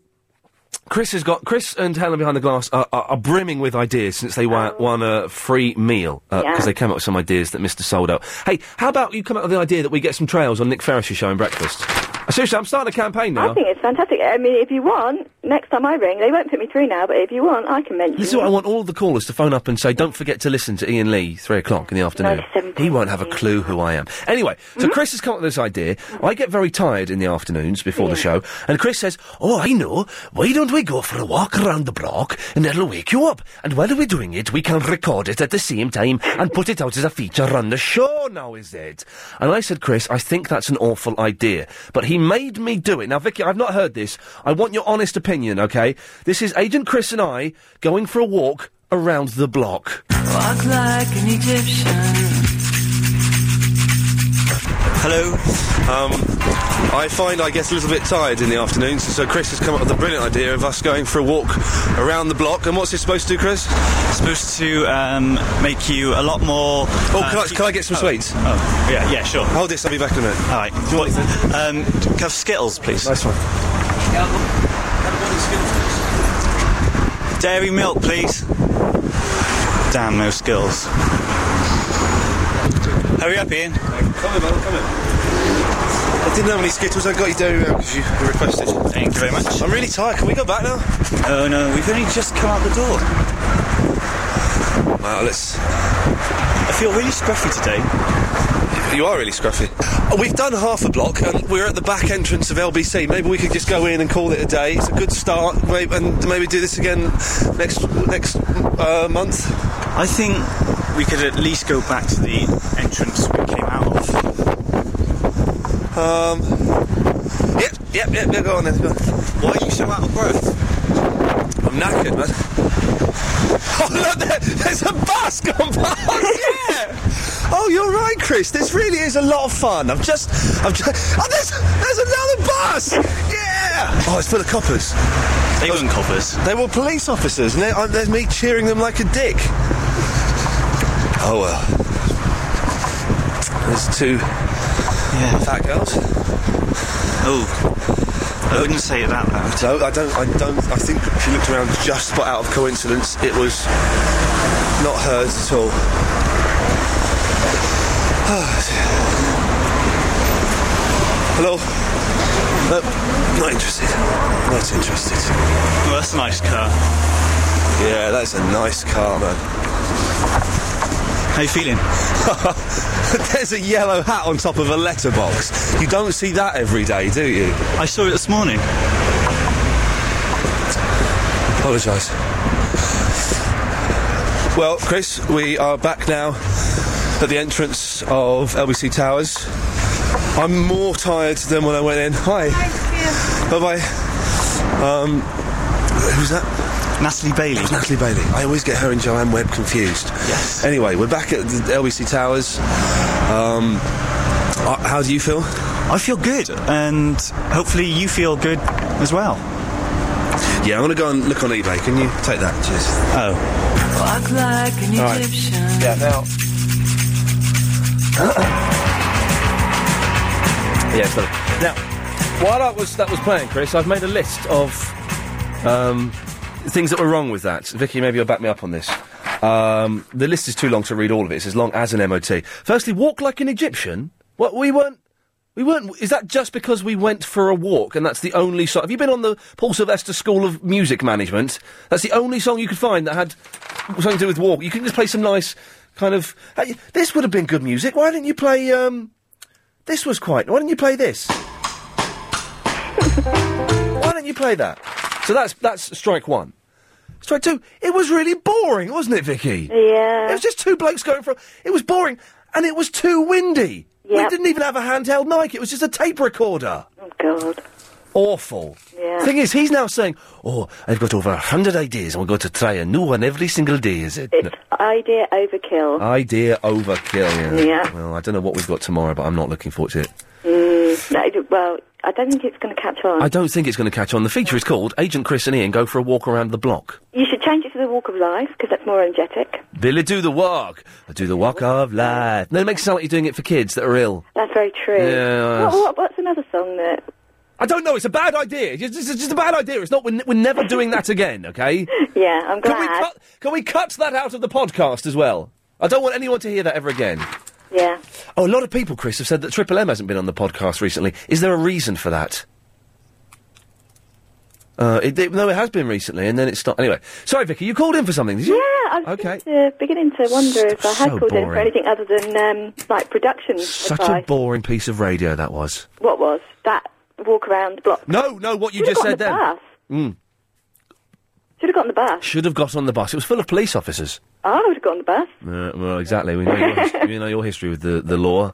[SPEAKER 2] Chris has got Chris and Helen behind the glass are, are, are brimming with ideas since they won,
[SPEAKER 13] Oh.
[SPEAKER 2] won a free meal because
[SPEAKER 14] Yeah.
[SPEAKER 2] they came up with some ideas that Mister sold out. Hey, how about you come up with the idea that we get some trails on Nick Ferris's show and breakfast? Uh, Seriously, I'm starting a campaign now.
[SPEAKER 13] I think it's fantastic. I mean, if you want, next time I ring, they won't put me through now, but if you want, I can mention
[SPEAKER 2] This is what I want all the callers to phone up and say, don't forget to listen to Ian Lee, three o'clock in the afternoon. He won't have a clue who I am. Anyway, so Chris has come up with this idea. I get very tired in the afternoons before the show, and Chris says, Oh, I know. Why don't we go for a walk around the block, and that'll wake you up? And while we're doing it, we can record it at the same time and put it out as a feature on the show, now Oh, is it? And I said, Chris, I think that's an awful idea. But he made me do it. Now, Vicky, I've not heard this. I want your honest opinion, okay? This is Agent Chris and I going for a walk around the block.
[SPEAKER 15] Walk like an Egyptian.
[SPEAKER 14] Hello. Um, I find I get a little bit tired in the afternoons, so Chris has come up with a brilliant idea of us going for a walk around the block. And what's it supposed to do, Chris?
[SPEAKER 16] supposed to um, make you a lot more.
[SPEAKER 14] Oh, can I- can I get some sweets?
[SPEAKER 16] Oh, yeah, yeah, sure.
[SPEAKER 14] Hold this, I'll be back in a minute.
[SPEAKER 16] All right. What- um, can I have Skittles, please? Nice
[SPEAKER 14] one.
[SPEAKER 16] Dairy milk, please. Damn, no Skittles. Hurry up, Ian.
[SPEAKER 14] Come in, man, come in. I didn't have any Skittles, I got you dairy milk because you requested.
[SPEAKER 16] Thank you very much.
[SPEAKER 14] I'm really tired, can we go back now?
[SPEAKER 16] Oh no, we've only just come out the door.
[SPEAKER 14] Well, Oh, let's.
[SPEAKER 16] I feel really scruffy today.
[SPEAKER 14] You are really scruffy. Oh, We've done half a block and we're at the back entrance of LBC. Maybe we could just go in and call it a day. It's a good start, maybe, and maybe do this again next next uh, month.
[SPEAKER 16] I think we could at least go back to the entrance we came out of.
[SPEAKER 14] Um. Yep, yep, yep. yep, Go on then. Go on. Why are you so out of breath? I'm knackered, man. Oh look, there, there's a bus gone past. yeah. Oh, you're right, Chris. This really is a lot of fun. I've just, I've just. Oh, there's, there's another bus. Yeah. Oh, it's full of coppers.
[SPEAKER 16] They weren't coppers.
[SPEAKER 14] They were police officers, and they- uh, there's me cheering them like a dick. Oh well. There's two fat girls.
[SPEAKER 16] Oh, I wouldn't say it that loud.
[SPEAKER 14] No, I don't. I don't. I think if you looked around just but out of coincidence, it was not hers at all. Hello. No, not interested. Not interested.
[SPEAKER 16] Well, that's a nice car.
[SPEAKER 14] Yeah, that's a nice car, man.
[SPEAKER 16] How you feeling?
[SPEAKER 14] There's a yellow hat on top of a letterbox. You don't see that every day, do you?
[SPEAKER 16] I saw it this morning.
[SPEAKER 14] Apologise. Well, Chris, we are back now at the entrance of LBC Towers. I'm more tired than when I went in. Hi. Bye bye. Um, who's that?
[SPEAKER 16] Natalie Bailey.
[SPEAKER 14] Natalie Bailey. I always get her and Joanne Webb confused. Yes. Anyway, we're back at the LBC Towers. Um, uh, how do you feel?
[SPEAKER 16] I feel good, and hopefully you feel good as well.
[SPEAKER 14] Yeah, I'm going to go and look on eBay. Can you take that? Cheers.
[SPEAKER 16] Oh.
[SPEAKER 15] Walk like an
[SPEAKER 14] All right.
[SPEAKER 15] Egyptian.
[SPEAKER 14] Yeah, now. Yeah, it's done.
[SPEAKER 2] Now, while I was that was playing, Chris, I've made a list of um, things that were wrong with that. Vicky, maybe you'll back me up on this. Um, the list is too long to read all of it. It's as long as an MOT. Firstly, walk like an Egyptian. What we weren't. We weren't. Is that just because we went for a walk and that's the only song? Have you been on the Paul Sylvester School of Music Management? That's the only song you could find that had something to do with walk. You can just play some nice kind of. Hey, This would have been good music. Why didn't you play? Um, this was quite. Why didn't you play this? Why don't you play that? So that's that's strike one. Straight two. It was really boring, wasn't it, Vicky?
[SPEAKER 11] Yeah.
[SPEAKER 2] It was just two blokes going for. It was boring, and it was too windy. We
[SPEAKER 11] Yep.
[SPEAKER 2] didn't even have a handheld mic. It was just a tape recorder. Oh
[SPEAKER 11] God.
[SPEAKER 2] Awful.
[SPEAKER 11] Yeah.
[SPEAKER 2] Thing is, he's now saying, "Oh, I've got over a hundred ideas, and we're going to try a new one every single day." Is it? No.
[SPEAKER 11] Idea overkill.
[SPEAKER 2] Uh, Idea overkill. Yeah.
[SPEAKER 11] Yeah.
[SPEAKER 2] Well, I don't know what we've got tomorrow, but I'm not looking forward to it.
[SPEAKER 11] Mm, no, it- well, I don't think it's going to catch on.
[SPEAKER 2] I don't think it's going to catch on. The feature is called Agent Chris and Ian go for a walk around the block.
[SPEAKER 11] You should change it to the walk of life because that's more energetic.
[SPEAKER 2] Billy, do the walk. Do the walk of life. No, it makes it sound like you're doing it for kids that are ill.
[SPEAKER 11] That's very true.
[SPEAKER 2] Yeah,
[SPEAKER 11] What,
[SPEAKER 2] that's-
[SPEAKER 11] what, what's another song that?
[SPEAKER 2] I don't know. It's a bad idea. It's just, it's just a bad idea. It's not. We're, n- we're never doing that again. Okay.
[SPEAKER 11] Yeah, I'm glad.
[SPEAKER 2] Can we cut? Can we cut that out of the podcast as well? I don't want anyone to hear that ever again.
[SPEAKER 11] Yeah.
[SPEAKER 2] Oh, a lot of people, Chris, have said that Triple M hasn't been on the podcast recently. Is there a reason for that? Uh, it, it, no, it has been recently, and then it's not. Anyway, sorry, Vicky, you called in for something, did you?
[SPEAKER 11] Yeah, I was
[SPEAKER 2] Okay.
[SPEAKER 11] beginning to, beginning to wonder if I had
[SPEAKER 2] so
[SPEAKER 11] called in for
[SPEAKER 2] boring.
[SPEAKER 11] anything other than um, like production
[SPEAKER 2] Such
[SPEAKER 11] advice.
[SPEAKER 2] a boring piece of radio that was.
[SPEAKER 11] What was that walk around the block?
[SPEAKER 2] No, no, what you
[SPEAKER 11] Should've
[SPEAKER 2] just
[SPEAKER 11] got
[SPEAKER 2] said then.
[SPEAKER 11] on the bus.
[SPEAKER 2] Mm.
[SPEAKER 11] Should have got on the bus.
[SPEAKER 2] Should have got on the bus. It was full of police officers.
[SPEAKER 11] I would have got on the bus.
[SPEAKER 2] Uh, well, exactly. We know, your his- we know your history with the, the law.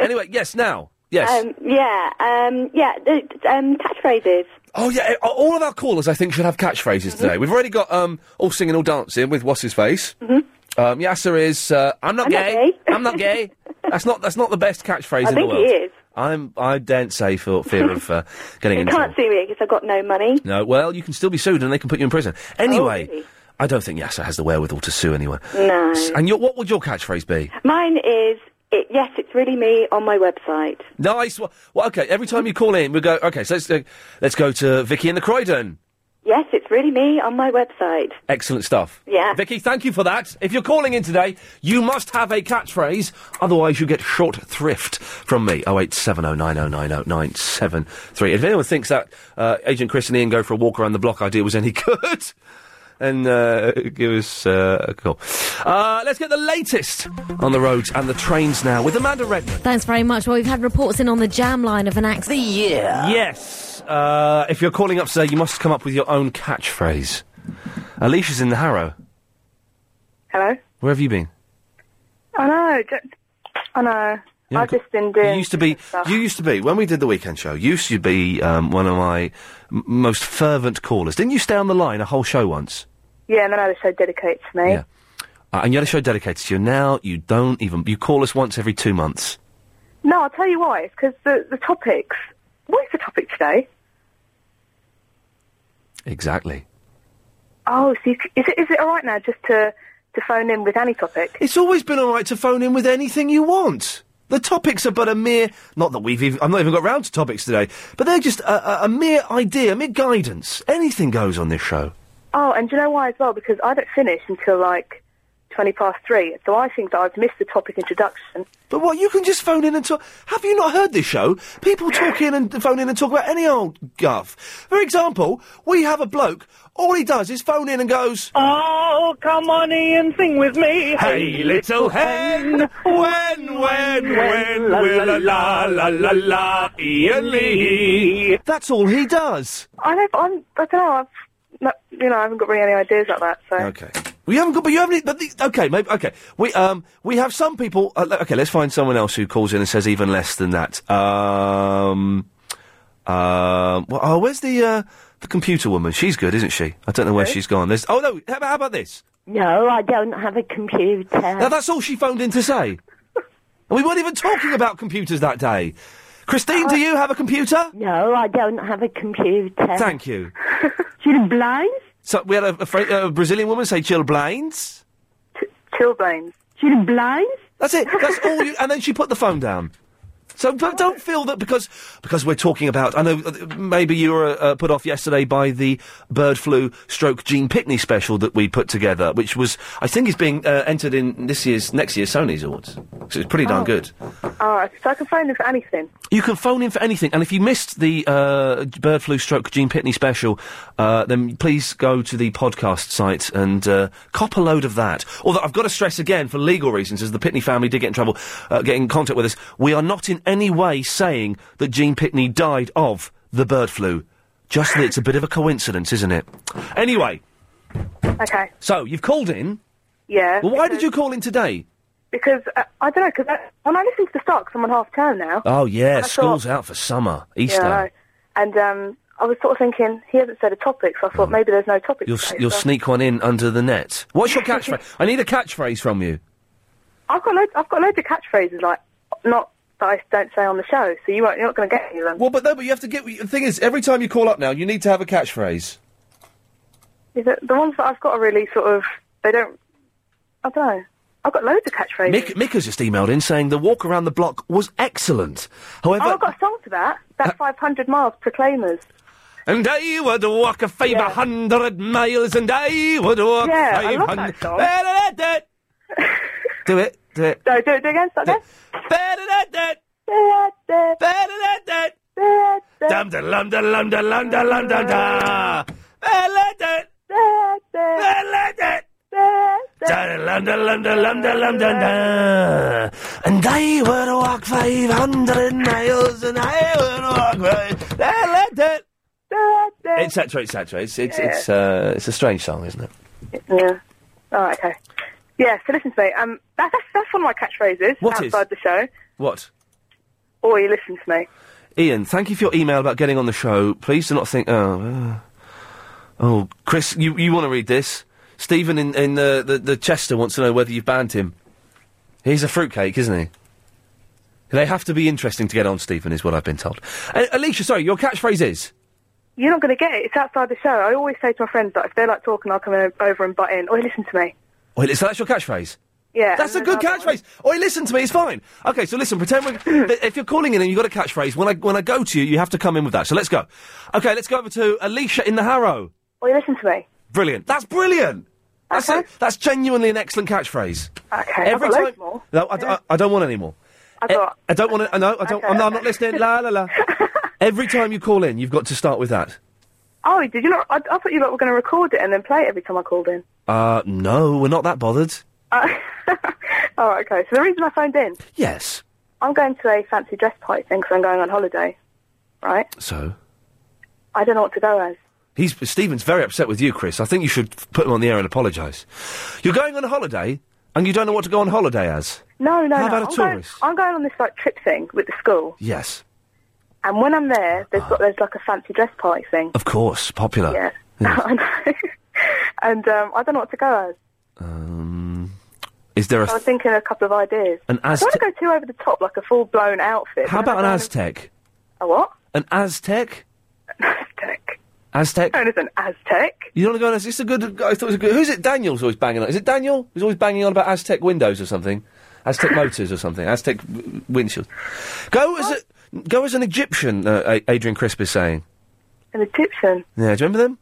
[SPEAKER 2] anyway, yes, now. Yes.
[SPEAKER 11] Um, yeah. Um, yeah. The, um, catchphrases.
[SPEAKER 2] oh, yeah. uh, All of our callers, I think, should have
[SPEAKER 11] Mhm.
[SPEAKER 2] catchphrases today. We've already got um, All Singing, All Dancing with What's His Face.
[SPEAKER 11] Mhm.
[SPEAKER 2] Um, Yasser is, uh, I'm not
[SPEAKER 11] I'm not
[SPEAKER 2] gay.
[SPEAKER 11] gay.
[SPEAKER 2] I'm not gay. That's not that's not the best catchphrase
[SPEAKER 11] I
[SPEAKER 2] in the
[SPEAKER 11] think it
[SPEAKER 2] world.
[SPEAKER 11] is.
[SPEAKER 2] I'm I daren't say for fear of uh, getting
[SPEAKER 11] You
[SPEAKER 2] into
[SPEAKER 11] can't see me because I've got no money.
[SPEAKER 2] No, well, you can still be sued and they can put you in prison. Anyway,
[SPEAKER 11] Oh, really?
[SPEAKER 2] I don't think Yasser has the wherewithal to sue anyone.
[SPEAKER 11] No.
[SPEAKER 2] S- And your, what would your catchphrase be?
[SPEAKER 11] Mine is it, yes, it's really me on my website.
[SPEAKER 2] Nice. Well, well, okay. Every time you call in, we go. Okay, so let's uh, let's go to Vicky in the Croydon.
[SPEAKER 11] Yes, it's really me on my website.
[SPEAKER 2] Excellent stuff.
[SPEAKER 11] Yeah.
[SPEAKER 2] Vicky, thank you for that. If you're calling in today, you must have a catchphrase, otherwise you get short thrift from me. Oh eight seven oh nine oh nine oh nine seven three. If anyone thinks that uh, Agent Chris and Ian go for a walk around the block idea was any good, then uh, give us uh, a call. Uh, let's get the latest on the roads and the trains now with Amanda Redman.
[SPEAKER 7] Thanks very much. Well, we've had reports in on the jam line of an accident.
[SPEAKER 2] Yes. Uh, if you're calling up today, you must come up with your own catchphrase. Alicia's in the Harrow.
[SPEAKER 17] Hello.
[SPEAKER 2] Where have you been?
[SPEAKER 17] I know. Just, I know.
[SPEAKER 2] Yeah,
[SPEAKER 17] I've just been doing.
[SPEAKER 2] You used to be. You used to be when we did the weekend show. You used to be um, one of my m- most fervent callers. Didn't you stay on the line a whole show once?
[SPEAKER 17] yeah, and then I had a show dedicated to me.
[SPEAKER 2] Yeah. Uh, and you had a show dedicated to you. Now you don't even. You call us once every two months.
[SPEAKER 17] No, I'll tell you why. It's because the the topics. What is the topic today?
[SPEAKER 2] Exactly.
[SPEAKER 17] Oh, so you, c- is it is it all right now just to to phone in with any topic?
[SPEAKER 2] It's always been all right to phone in with anything you want. The topics are but a mere. Not that we've. Even, I've not even got round to topics today, but they're just a, a, a mere idea, a mere guidance. Anything goes on this show.
[SPEAKER 17] Oh, and do you know why as well? Because I don't finish until like twenty past three, so I think that I've missed the topic introduction.
[SPEAKER 2] But what you can just phone in and talk. Have you not heard this show? People talk in and phone in and talk about any old guff. For example, we have a bloke. All he does is phone in and goes.
[SPEAKER 1] Oh, come on, Ian, sing with me.
[SPEAKER 2] Hey, little hen, when, when, when will a la la la la Ian Lee? That's all he does.
[SPEAKER 17] I don't. I'm. I don't know. I've. No, you know, I haven't got really any ideas like that. So
[SPEAKER 2] Okay. We haven't got, but you haven't. e, But the, okay, maybe okay. We um we have some people. Uh, le- okay, let's find someone else who calls in and says even less than that. Um, um. Well, oh, where's the uh the computer woman? She's good, isn't she? I don't know where she's gone. There's. Oh no. How about, how about this?
[SPEAKER 18] No, I don't have a computer.
[SPEAKER 2] Now that's all she phoned in to say. and we weren't even talking about computers that day. Christine, do you have a computer?
[SPEAKER 18] No, I don't have a computer.
[SPEAKER 2] Thank you.
[SPEAKER 18] You're blind?
[SPEAKER 2] So we had a, a, Fra- a Brazilian woman say chilblains.
[SPEAKER 17] chilblains.
[SPEAKER 18] Chilblains.
[SPEAKER 2] That's it. That's all you. And then she put the phone down. So but don't feel that because because we're talking about. I know uh, maybe you were uh, put off yesterday by the bird flu stroke Gene Pitney special that we put together, which was I think is being uh, entered in this year's next year's Sony's awards. So it's pretty darn
[SPEAKER 17] Oh.
[SPEAKER 2] good.
[SPEAKER 17] all right. So I can phone in for anything.
[SPEAKER 2] You can phone in for anything, and if you missed the uh, bird flu stroke Gene Pitney special, uh, then please go to the podcast site and uh, cop a load of that. Although I've got to stress again, for legal reasons, as the Pitney family did get in trouble, uh, get in contact with us, we are not in any way saying that Gene Pitney died of the bird flu. Just that it's a bit of a coincidence, isn't it? Anyway,
[SPEAKER 17] Okay.
[SPEAKER 2] So you've called in.
[SPEAKER 17] Yeah.
[SPEAKER 2] Well, why did you call in today?
[SPEAKER 17] Because uh, I don't know. Because when I listen to the start, because I'm on half term now.
[SPEAKER 2] Oh yeah,
[SPEAKER 17] I
[SPEAKER 2] school's
[SPEAKER 17] thought-
[SPEAKER 2] out for summer,
[SPEAKER 17] Yeah,
[SPEAKER 2] Easter.
[SPEAKER 17] I know. And um, I was sort of thinking he hasn't said a topic, so I thought maybe there's no topic.
[SPEAKER 2] Mm. You'll
[SPEAKER 17] today,
[SPEAKER 2] you'll
[SPEAKER 17] so-
[SPEAKER 2] sneak one in under the net. What's your catchphrase? I need a catchphrase from you.
[SPEAKER 17] I've got loads. I've got loads of catchphrases like not that I don't say on the show, so you won't, you're not going to get any of them.
[SPEAKER 2] Well, but no, but you have to get. The thing is, every time you call up now, you need to have a catchphrase.
[SPEAKER 17] Is it, the ones that I've got are really sort of they don't. I don't know. I've got loads of catchphrases.
[SPEAKER 2] Mick, Mick has just emailed in saying the walk around the block was excellent. However,
[SPEAKER 17] oh, I've got a song for that. That 500 miles proclaimers.
[SPEAKER 2] And I would walk a 500 miles, and I would walk
[SPEAKER 17] Yeah, I love
[SPEAKER 2] 500.
[SPEAKER 17] that song.
[SPEAKER 2] Do it, do it.
[SPEAKER 17] No, do it, do it again, start again.
[SPEAKER 2] Dum da lum da lum da lum da lum da
[SPEAKER 16] Ah.
[SPEAKER 2] da. Da da lum da lum da lum da lum da da. And I would walk 500 miles, and I would walk. Etc. Etc. It's it's it's uh, it's a strange song, isn't it?
[SPEAKER 17] Yeah. All right, okay. Yeah, so listen to me. Um, that, that's, that's one of my catchphrases
[SPEAKER 2] What is?
[SPEAKER 17] outside the show.
[SPEAKER 2] What?
[SPEAKER 17] Or you listen to me.
[SPEAKER 2] Ian, thank you for your email about getting on the show. Please do not think. Oh, uh, oh, Chris, you, you want to read this? Stephen in in the, the the Chester wants to know whether you've banned him. He's a fruitcake, isn't he? They have to be interesting to get on, Stephen, is what I've been told. Uh, Alicia, sorry, your catchphrase is
[SPEAKER 17] You're not going to get it. It's outside the show. I always say to my friends that if they like talking, I'll come o- over and butt in. Or you listen to me.
[SPEAKER 2] Well, so that's your catchphrase.
[SPEAKER 17] Yeah. Um,
[SPEAKER 2] That's a good catchphrase. Oi, listen to me. It's fine. Okay, so listen. Pretend we're, th- if you're calling in and you've got a catchphrase, when I when I go to you, you have to come in with that. So let's go. Okay, let's go over to Alicia in the Harrow.
[SPEAKER 17] Or oh, you listen to me.
[SPEAKER 2] Brilliant. That's brilliant. That's a- that's genuinely an excellent catchphrase.
[SPEAKER 17] Okay. I've
[SPEAKER 2] Every
[SPEAKER 17] got loads
[SPEAKER 2] time-
[SPEAKER 17] more.
[SPEAKER 2] No, I, d- I- I don't want any more. E,
[SPEAKER 17] I've got.
[SPEAKER 2] I don't want to. No, I don't. I'm, not- I'm not listening. La la la. Every time you call in, you've got to start with that.
[SPEAKER 17] Oh, did you not? I, I thought you lot were going to record it and then play it every time I called in.
[SPEAKER 2] Uh, no, we're not that bothered.
[SPEAKER 17] Uh, all right, okay. So the reason I phoned in,
[SPEAKER 2] Yes.
[SPEAKER 17] I'm going to a fancy dress party thing because I'm going on holiday. Right?
[SPEAKER 2] So
[SPEAKER 17] I don't know what to go as.
[SPEAKER 2] he's Stephen's very upset with you, Chris. I think you should f- put him on the air and apologise. You're going on a holiday, and you don't know what to go on holiday as.
[SPEAKER 17] No, no,
[SPEAKER 2] How
[SPEAKER 17] no.
[SPEAKER 2] about a
[SPEAKER 17] I'm, going,
[SPEAKER 2] tourist?
[SPEAKER 17] I'm going on this like trip thing with the school,
[SPEAKER 2] Yes,
[SPEAKER 17] and when I'm there, there's got there's like a fancy dress party thing.
[SPEAKER 2] of course, Ah. popular.
[SPEAKER 17] Yeah, I know. and um, I don't know what to go as.
[SPEAKER 2] Um, is there a
[SPEAKER 17] I was thinking a couple of ideas.
[SPEAKER 2] An
[SPEAKER 17] I don't want to go too over the top, like a full blown outfit.
[SPEAKER 2] How
[SPEAKER 17] but
[SPEAKER 2] about an
[SPEAKER 17] I don't-
[SPEAKER 2] Aztec?
[SPEAKER 17] A what?
[SPEAKER 2] An Aztec? Aztec.
[SPEAKER 17] Known as an Aztec.
[SPEAKER 2] You don't want to go on. It's a good. I thought it was a good. Who's it? Daniel's always banging on. Is it Daniel? He's always banging on about Aztec windows or something, Aztec motors or something, Aztec w- windshields. Go as a go as an Egyptian. Uh, A- Adrian Crisp is saying.
[SPEAKER 17] An Egyptian.
[SPEAKER 2] Yeah, do you remember them?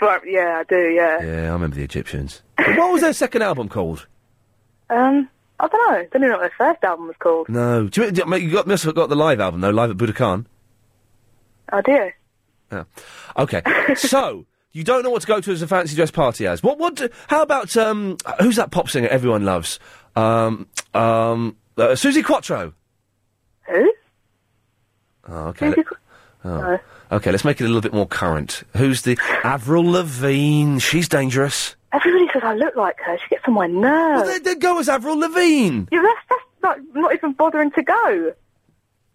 [SPEAKER 17] Right, yeah, I do, yeah.
[SPEAKER 2] Yeah, I remember the Egyptians. what was their second album called?
[SPEAKER 17] Um, I don't know. I don't even know what their first album was called.
[SPEAKER 2] No, do you, do you, you got must have got the live album though, live at Budokan.
[SPEAKER 17] Oh, dear.
[SPEAKER 2] Yeah. Okay, so you don't know what to go to as a fancy dress party as. What? What? do- How about um? Who's that pop singer everyone loves? Um, um, uh, Susie Quattro.
[SPEAKER 17] Who?
[SPEAKER 2] Oh, okay. Let- oh.
[SPEAKER 17] No.
[SPEAKER 2] Okay, let's make it a little bit more current. Who's the Avril Lavigne? She's dangerous.
[SPEAKER 17] Everybody says I look like her. She gets on my nerves.
[SPEAKER 2] Well, then go as Avril Lavigne.
[SPEAKER 17] Yeah, that's, that's not, not even bothering to go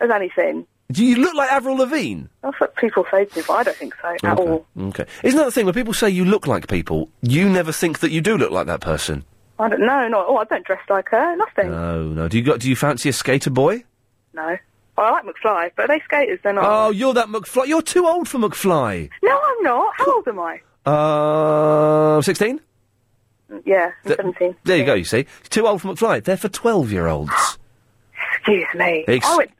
[SPEAKER 17] as anything.
[SPEAKER 2] Do you look like Avril Lavigne?
[SPEAKER 17] That's what people say to me, but I don't think so at
[SPEAKER 2] okay.
[SPEAKER 17] all.
[SPEAKER 2] Okay. Isn't that the thing when people say you look like people, you never think that you do look like that person?
[SPEAKER 17] I don't know, not at all. I don't dress like her, nothing.
[SPEAKER 2] No, no. Do you got? Do you fancy a skater boy?
[SPEAKER 17] No. Well, I like McFly, but are they skaters? They're not.
[SPEAKER 2] Oh, you're that McFly. You're too old for McFly.
[SPEAKER 17] No, I'm not. How old am I?
[SPEAKER 2] Uh, sixteen.
[SPEAKER 17] Yeah, I'm 17.
[SPEAKER 2] There you go. You see, You're too old for McFly. They're for twelve-year-olds.
[SPEAKER 17] Excuse me.
[SPEAKER 2] Ex-
[SPEAKER 4] Oh,
[SPEAKER 17] I went,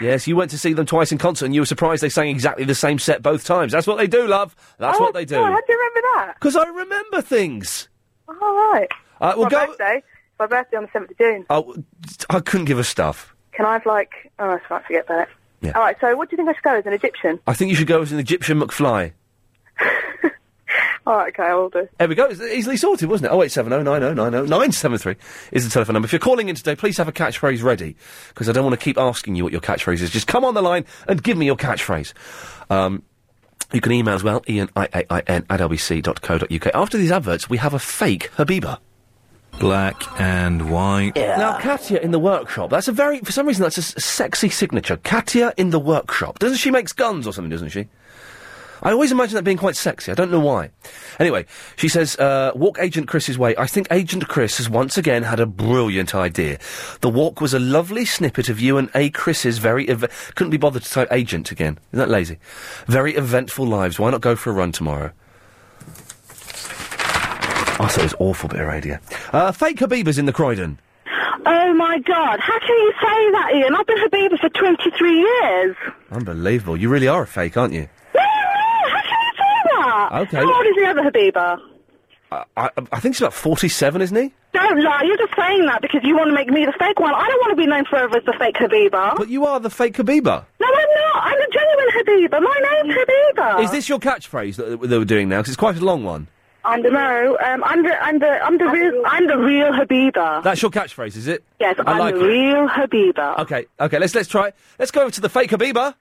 [SPEAKER 2] yes, you went to see them twice in concert, and you were surprised they sang exactly the same set both times. That's what they do, love. That's
[SPEAKER 17] oh,
[SPEAKER 2] what they do.
[SPEAKER 17] God, how do you remember that?
[SPEAKER 2] Because I remember things.
[SPEAKER 17] All oh, right.
[SPEAKER 2] Uh, well,
[SPEAKER 17] my
[SPEAKER 2] go-
[SPEAKER 17] birthday. It's my birthday on the 7th of June.
[SPEAKER 2] Oh, I couldn't give a stuff.
[SPEAKER 17] Can I have, like... Oh, I can't forget that.
[SPEAKER 2] Yeah.
[SPEAKER 17] All right, so what do you think I should go as an Egyptian?
[SPEAKER 2] I think you should go as an Egyptian McFly.
[SPEAKER 17] All right, okay, I will do.
[SPEAKER 2] There we go. It's easily sorted, wasn't it? Oh eight seven oh nine oh nine oh nine seven three is the telephone number. If you're calling in today, please have a catchphrase ready because I don't want to keep asking you what your catchphrase is. Just come on the line and give me your catchphrase. Um, You can email as well, ian, I-A-I-N, at lbc.co.uk. After these adverts, we have a fake Habiba. Black and white. Now, Katia in the workshop. That's a very, for some reason, that's a s- sexy signature. Katia in the workshop. Doesn't she makes guns or something, doesn't she? I always imagine that being quite sexy. I don't know why. Anyway, she says, uh, walk Agent Chris's way. I think Agent Chris has once again had a brilliant idea. The walk was a lovely snippet of you and A. Chris's very. Ev- couldn't be bothered to type agent again. Isn't that lazy? Very eventful lives. Why not go for a run tomorrow? I thought it was awful bit of radio. Uh, fake Habiba's in the Croydon.
[SPEAKER 13] Oh my God! How can you say that, Ian? I've been Habiba for 23 years.
[SPEAKER 2] Unbelievable. You really are a fake, aren't you?
[SPEAKER 13] How can you say that?
[SPEAKER 2] Okay.
[SPEAKER 13] How old is the other Habiba?
[SPEAKER 2] I, I, I think he's about 47, isn't he?
[SPEAKER 13] Don't lie. You're just saying that because you want to make me the fake one. I don't want to be known forever as the fake Habiba.
[SPEAKER 2] But you are the fake Habiba.
[SPEAKER 13] No, I'm not. I'm the genuine Habiba. My name's Habiba.
[SPEAKER 2] Is this your catchphrase that, that we're doing now? Because it's quite a long one.
[SPEAKER 13] I'm the no. Um, I'm the I'm the I'm the real I'm the real Habiba.
[SPEAKER 2] That's your catchphrase, is it?
[SPEAKER 13] Yes,
[SPEAKER 2] I
[SPEAKER 13] I'm
[SPEAKER 2] like
[SPEAKER 13] the
[SPEAKER 2] it.
[SPEAKER 13] real Habiba.
[SPEAKER 2] Okay, okay. Let's let's try. it. Let's go over to the fake Habiba.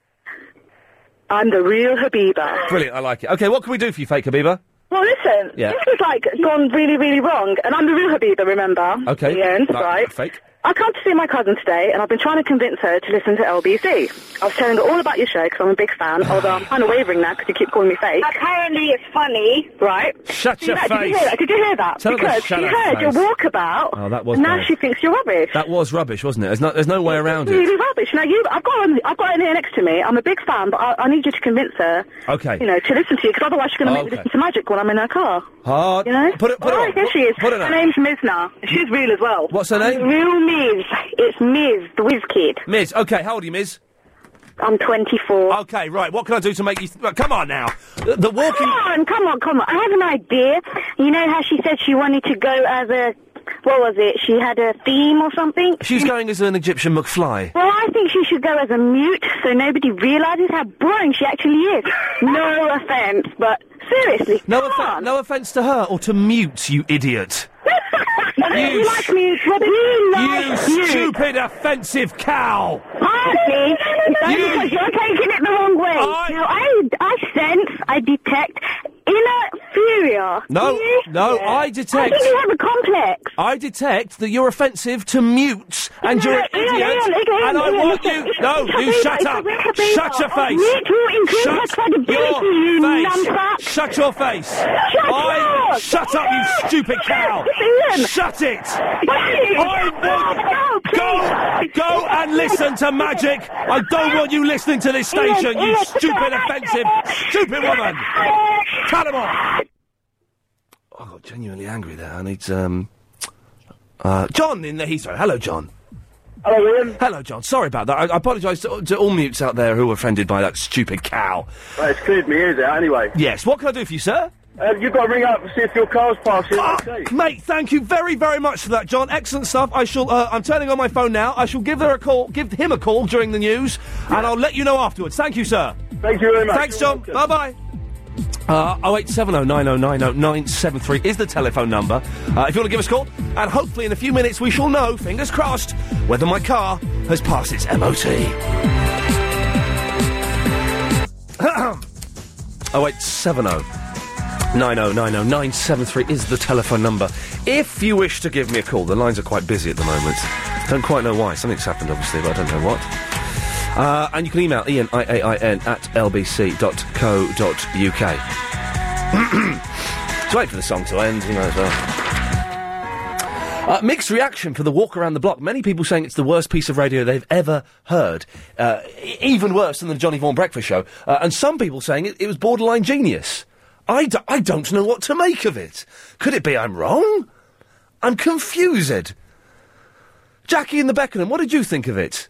[SPEAKER 13] I'm the real Habiba.
[SPEAKER 2] Brilliant. I like it. Okay, what can we do for you, fake Habiba?
[SPEAKER 13] Well, listen.
[SPEAKER 2] Yeah.
[SPEAKER 13] This was like gone really, really wrong, and I'm the real Habiba. Remember?
[SPEAKER 2] Okay.
[SPEAKER 13] Ian,
[SPEAKER 2] Like,
[SPEAKER 13] right?
[SPEAKER 2] Fake.
[SPEAKER 13] I come to see my cousin today, and I've been trying to convince her to listen to LBC. I was telling her all about your show because I'm a big fan, although I'm kind of wavering now because you keep calling me fake. Apparently, it's funny, right?
[SPEAKER 2] Shut
[SPEAKER 13] Did
[SPEAKER 2] your
[SPEAKER 13] you hear that? Did you
[SPEAKER 2] face.
[SPEAKER 13] hear that? Did you hear that?
[SPEAKER 2] Tell her to
[SPEAKER 13] because
[SPEAKER 2] shut
[SPEAKER 13] she
[SPEAKER 2] her
[SPEAKER 13] heard your
[SPEAKER 2] face.
[SPEAKER 13] walkabout.
[SPEAKER 2] Oh, that was
[SPEAKER 13] and now
[SPEAKER 2] bad.
[SPEAKER 13] she thinks you're rubbish.
[SPEAKER 2] That was rubbish, wasn't it? There's no there's no way around it.
[SPEAKER 13] Really rubbish. Now you, I've got, one- I've got in here next to me. I'm a big fan, but I, I need you to convince her,
[SPEAKER 2] Okay.
[SPEAKER 13] you know, to listen to you because otherwise she's going to make
[SPEAKER 2] Okay.
[SPEAKER 13] me listen to Magic when I'm in her car.
[SPEAKER 2] Hard.
[SPEAKER 13] You know?
[SPEAKER 2] Put it. Put
[SPEAKER 13] All
[SPEAKER 2] it on.
[SPEAKER 13] right, here she is.
[SPEAKER 2] Put it
[SPEAKER 13] her
[SPEAKER 2] on.
[SPEAKER 13] name's Mizna. She's real as well.
[SPEAKER 2] What's her name?
[SPEAKER 13] Real Miz. It's Miz, the whiz kid.
[SPEAKER 2] Miz. Okay, how old are you, Miz?
[SPEAKER 13] I'm 24.
[SPEAKER 2] Okay, right. What can I do to make you? Th- well, come on now. The, the walking.
[SPEAKER 5] Come on, come on, come on. I have an idea. You know how she said she wanted to go as a, what was it? She had a theme or something?
[SPEAKER 2] She's going as an Egyptian McFly.
[SPEAKER 5] Well, I think she should go as a mute so nobody realises how boring she actually is. no offence, but seriously,
[SPEAKER 2] No, offe- no offense to her or to mute, you idiot.
[SPEAKER 5] you
[SPEAKER 2] You
[SPEAKER 5] like me, Robin. You
[SPEAKER 2] You
[SPEAKER 5] like me.
[SPEAKER 2] stupid, offensive cow!
[SPEAKER 5] Partly, it's only
[SPEAKER 2] You-
[SPEAKER 5] because you're taking it the wrong way.
[SPEAKER 2] I-
[SPEAKER 5] Now, I, I sense, I detect inner fury.
[SPEAKER 2] No, no, I
[SPEAKER 5] I
[SPEAKER 2] detect.
[SPEAKER 5] think you have a complex.
[SPEAKER 2] I detect that you're offensive to mutes and you're an
[SPEAKER 5] Ian,
[SPEAKER 2] idiot.
[SPEAKER 5] Ian, Ian,
[SPEAKER 2] and I
[SPEAKER 5] Ian,
[SPEAKER 2] want
[SPEAKER 5] it's a-
[SPEAKER 2] you.
[SPEAKER 5] it's a
[SPEAKER 2] No, you
[SPEAKER 5] Habiba,
[SPEAKER 2] shut
[SPEAKER 5] it's a
[SPEAKER 2] up.
[SPEAKER 5] real Habiba.
[SPEAKER 2] Shut your face.
[SPEAKER 5] You two increase
[SPEAKER 2] shut
[SPEAKER 5] her credibility,
[SPEAKER 2] your
[SPEAKER 5] you
[SPEAKER 2] face.
[SPEAKER 5] numbskull.
[SPEAKER 2] Shut your face. I, Shut up, you stupid cow. Shut it. I want. Go, go and listen to magic. I don't want you listening to this station, you stupid, offensive, stupid woman. Cut him off. I got Oh, genuinely angry there. I need um, uh, John in the Heathrow. Hello, John. Hello, Ian. Hello, John. Sorry about that. I, I apologise to, to all mutes out there who were offended by that stupid cow.
[SPEAKER 16] Well, it's cleared me ears out anyway.
[SPEAKER 2] Yes. What can I do for you, sir? Ah,
[SPEAKER 16] Um, you've got to ring up and see if your car's passing.
[SPEAKER 2] Mate, thank you very, very much for that, John. Excellent stuff. I shall. Uh, I'm turning on my phone now. I shall give her a call, give him a call during the news, and I'll let you know afterwards. Thank you, sir.
[SPEAKER 16] Thank you very much.
[SPEAKER 2] Thanks, John. Bye bye. Uh, 08709090973 is the telephone number. Uh, if you want to give us a call, and hopefully in a few minutes we shall know, fingers crossed, whether my car has passed its MOT. 08709090973 is the telephone number. If you wish to give me a call, the lines are quite busy at the moment. Don't quite know why. Something's happened, obviously, but I don't know what. Uh, and you can email ian, I-A-I-N, at lbc.co.uk. Just wait for the song to end, you know, as well. Uh, mixed reaction for the walk around the block. Many people saying it's the worst piece of radio they've ever heard. Uh, e- even worse than the Johnny Vaughan Breakfast Show. Uh, and some people saying it, it was borderline genius. I, d- I don't know what to make of it. Could it be I'm wrong? I'm confused. Jackie in the Beckenham, what did you think of it?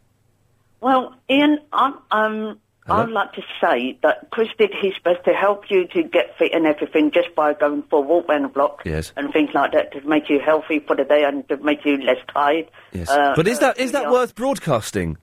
[SPEAKER 19] Well, Ian, I'm, um,
[SPEAKER 2] Hello?
[SPEAKER 19] I'd like to say that Chris did his best to help you to get fit and everything just by going for a walk around the block
[SPEAKER 2] Yes.
[SPEAKER 19] and things like that to make you healthy for the day and to make you less tired.
[SPEAKER 2] Yes.
[SPEAKER 19] Uh,
[SPEAKER 2] but is
[SPEAKER 19] uh,
[SPEAKER 2] that is that
[SPEAKER 19] yeah.
[SPEAKER 2] worth broadcasting?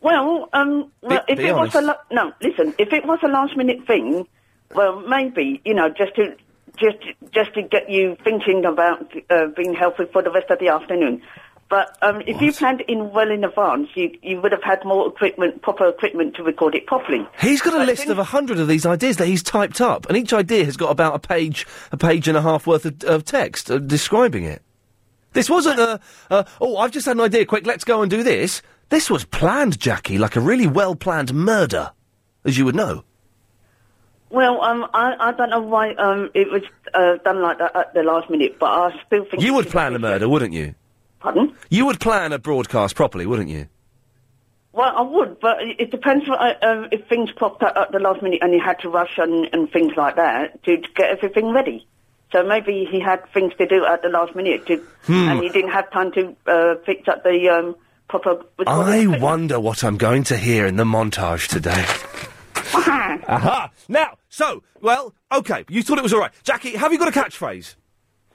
[SPEAKER 19] Well, um, well, if
[SPEAKER 2] be
[SPEAKER 19] it
[SPEAKER 2] honest.
[SPEAKER 19] was a la- no, listen, if it was a last minute thing, well, maybe you know just to just just to get you thinking about uh, being healthy for the rest of the afternoon. But um, if you planned in well in advance, you, you would have had more equipment, proper equipment to record it properly.
[SPEAKER 2] He's got a list of a hundred of these ideas that he's typed up, and each idea has got about a page, a page and a half worth of, of text uh, describing it. This wasn't a, a, oh, I've just had an idea, quick, let's go and do this. This was planned, Jackie, like a really well planned murder, as you would know.
[SPEAKER 19] Well, um, I, I don't know why um, it was uh, done like that at the last minute, but I still think.
[SPEAKER 2] You would plan a murder, wouldn't you?
[SPEAKER 19] Pardon?
[SPEAKER 2] You would plan a broadcast properly, wouldn't you?
[SPEAKER 19] Well, I would, but it it depends what, I- um, if things cropped up at the last minute and he had to rush and, and things like that to, to get everything ready. So maybe he had things to do at the last minute to,
[SPEAKER 2] Hmm.
[SPEAKER 19] and he didn't have time to uh, fix up the um, proper.
[SPEAKER 2] I wonder what I'm going to hear in the montage today. Aha! Now, so, well, okay, you thought it was all right. Jackie, have you got a catchphrase?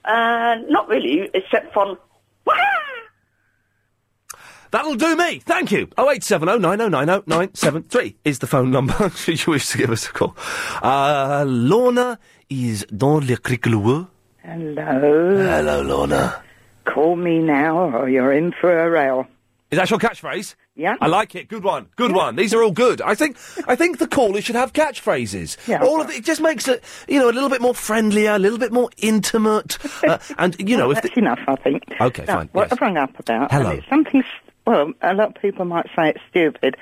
[SPEAKER 19] Uh, not really, except for
[SPEAKER 2] That'll do me. Thank you. 0870 9090 973 is the phone number should you wish to give us a call. Uh, Lorna is dans le cricklewood.
[SPEAKER 20] Hello.
[SPEAKER 2] Hello, Lorna.
[SPEAKER 20] Call me now or you're in for a rail.
[SPEAKER 2] Is that your catchphrase?
[SPEAKER 20] Yeah.
[SPEAKER 2] I like it. Good one. Good one. These are all good. I think I think the callers should have catchphrases.
[SPEAKER 20] Yeah.
[SPEAKER 2] All of it, it just makes it, you know, a little bit more friendlier, a little bit more intimate. uh, and, you know,
[SPEAKER 20] Well,
[SPEAKER 2] if.
[SPEAKER 20] that's enough, I think.
[SPEAKER 2] Okay,
[SPEAKER 20] Now,
[SPEAKER 2] fine.
[SPEAKER 20] What
[SPEAKER 2] yes.
[SPEAKER 20] I've rung up about. and
[SPEAKER 2] Hello.
[SPEAKER 20] it's Something, s- well, a lot of people might say it's stupid.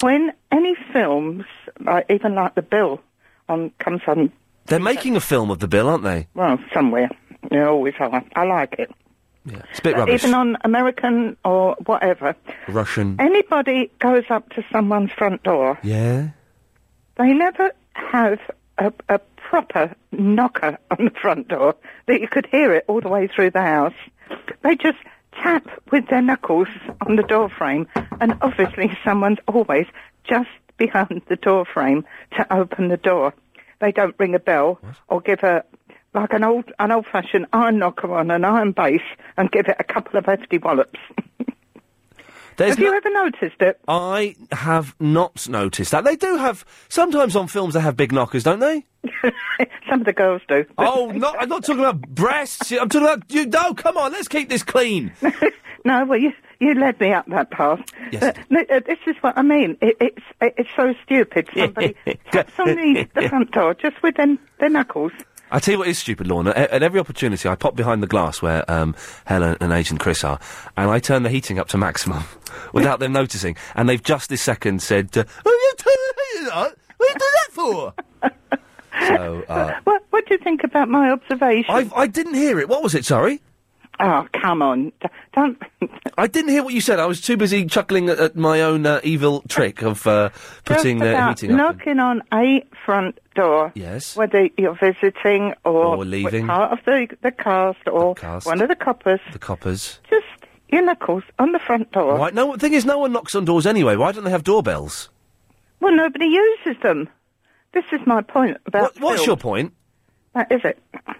[SPEAKER 20] When any films, like, even like The Bill, on comes on,
[SPEAKER 2] They're making a film of the bill, aren't they?
[SPEAKER 20] well, somewhere, they always are. I like it.
[SPEAKER 2] It's a bit
[SPEAKER 20] But
[SPEAKER 2] rubbish.
[SPEAKER 20] Even on American or whatever,
[SPEAKER 2] Russian.
[SPEAKER 20] anybody goes up to someone's front door,
[SPEAKER 2] Yeah.
[SPEAKER 20] they never have a, a proper knocker on the front door that you could hear it all the way through the house. They just tap with their knuckles on the door frame, and obviously someone's always just behind the door frame to open the door. They don't ring a bell or give a like an old an old fashioned iron knocker on an iron base and give it a couple of hefty wallops.
[SPEAKER 2] There's
[SPEAKER 20] have you ever noticed it?
[SPEAKER 2] I have not noticed that. They do have sometimes on films they have big knockers, don't they?
[SPEAKER 20] Some of the girls do.
[SPEAKER 2] Oh, not, I'm not talking about breasts. I'm talking about you. No, come on, let's keep this clean.
[SPEAKER 20] No, well, you you led me up that path.
[SPEAKER 2] Yes.
[SPEAKER 20] Uh, no, uh, this is what I mean. It, it's it, it's so stupid. Somebody taps on the, the front door just with them, their knuckles.
[SPEAKER 2] I tell you what is stupid, Lorna. At, at every opportunity, I pop behind the glass where um, Helen and Agent Chris are, and I turn the heating up to maximum without them noticing. And they've just this second said, uh, "Oh, you turn the heating up? What do you do that for?" So uh,
[SPEAKER 20] What what do you think about my observation?
[SPEAKER 2] I've, I didn't hear it. What was it? Sorry.
[SPEAKER 20] Oh, come on! D- don't.
[SPEAKER 2] I didn't hear what you said. I was too busy chuckling at, at my own uh, evil trick of uh, putting
[SPEAKER 20] just
[SPEAKER 2] the
[SPEAKER 20] about
[SPEAKER 2] heating up.
[SPEAKER 20] knocking on a front door.
[SPEAKER 2] Yes.
[SPEAKER 20] Whether you're visiting or,
[SPEAKER 2] Or leaving.
[SPEAKER 20] part of the the cast or
[SPEAKER 2] cast.
[SPEAKER 20] one of the coppers,
[SPEAKER 2] The coppers.
[SPEAKER 20] your knuckles on the front door.
[SPEAKER 2] Right. No. The thing is, no one knocks on doors anyway. Why don't they have doorbells?
[SPEAKER 20] Well, nobody uses them. This is my point about.
[SPEAKER 2] What's
[SPEAKER 20] films.
[SPEAKER 2] your point?
[SPEAKER 20] That is it.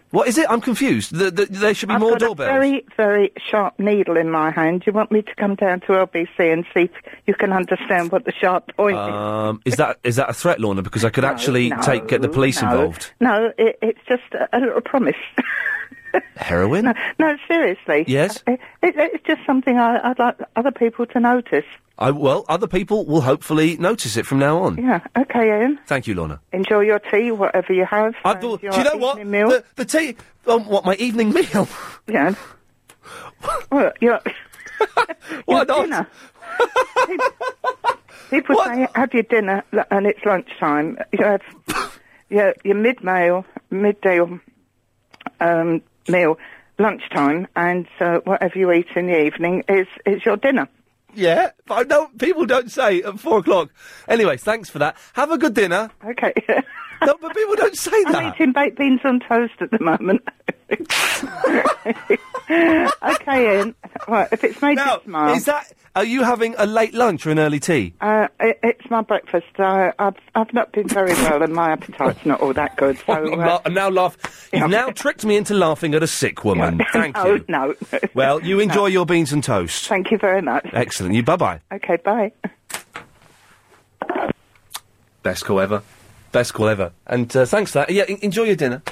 [SPEAKER 2] What is it? I'm confused. The, the, there should be more
[SPEAKER 20] I've got
[SPEAKER 2] doorbells.
[SPEAKER 20] a very, very sharp needle in my hand. Do you want me to come down to LBC and see if you can understand what the sharp point is?
[SPEAKER 2] Um, is that is that a threat, Lorna? Because I could actually
[SPEAKER 20] no,
[SPEAKER 2] take get the police
[SPEAKER 20] no.
[SPEAKER 2] involved.
[SPEAKER 20] No, it, it's just a, a little promise.
[SPEAKER 2] Heroin.
[SPEAKER 20] no, seriously.
[SPEAKER 2] Yes?
[SPEAKER 20] It, it, it's just something I, I'd like other people to notice.
[SPEAKER 2] I, well, other people will hopefully notice it from now on.
[SPEAKER 20] Yeah. Okay, Ian.
[SPEAKER 2] Thank you, Lorna.
[SPEAKER 20] Enjoy your tea, whatever you have. I do.
[SPEAKER 2] Do you know what? The, the tea. Um, what my evening meal?
[SPEAKER 20] Yeah. well, you're.
[SPEAKER 2] Why not?
[SPEAKER 20] Dinner. People say, "Have your dinner l- and it's lunchtime." You have your your mid meal, midday um, meal, lunchtime, and uh, whatever you eat in the evening is is your dinner.
[SPEAKER 2] Yeah, but I don't. People don't say at four o'clock. Anyway, thanks for that. Have a good dinner.
[SPEAKER 20] Okay.
[SPEAKER 2] no, but people don't say that.
[SPEAKER 20] I'm eating baked beans on toast at the moment. okay, Ian. Right, if it's made you smile,
[SPEAKER 2] Is that? Are you having a late lunch or an early tea?
[SPEAKER 20] Uh, it, it's my breakfast. Uh, I've I've not been very well, and my appetite's not all that good. So
[SPEAKER 2] I'm,
[SPEAKER 20] uh,
[SPEAKER 2] la- I'm now laugh. You've now tricked me into laughing at a sick woman. Thank
[SPEAKER 20] no,
[SPEAKER 2] you.
[SPEAKER 20] no.
[SPEAKER 2] Well, you enjoy
[SPEAKER 20] No.
[SPEAKER 2] your beans and toast.
[SPEAKER 20] Thank you very much.
[SPEAKER 2] Excellent. You bye bye.
[SPEAKER 20] uh, Okay, bye.
[SPEAKER 2] Best call ever. Best call ever. And uh, thanks for that. Yeah, en- enjoy your dinner.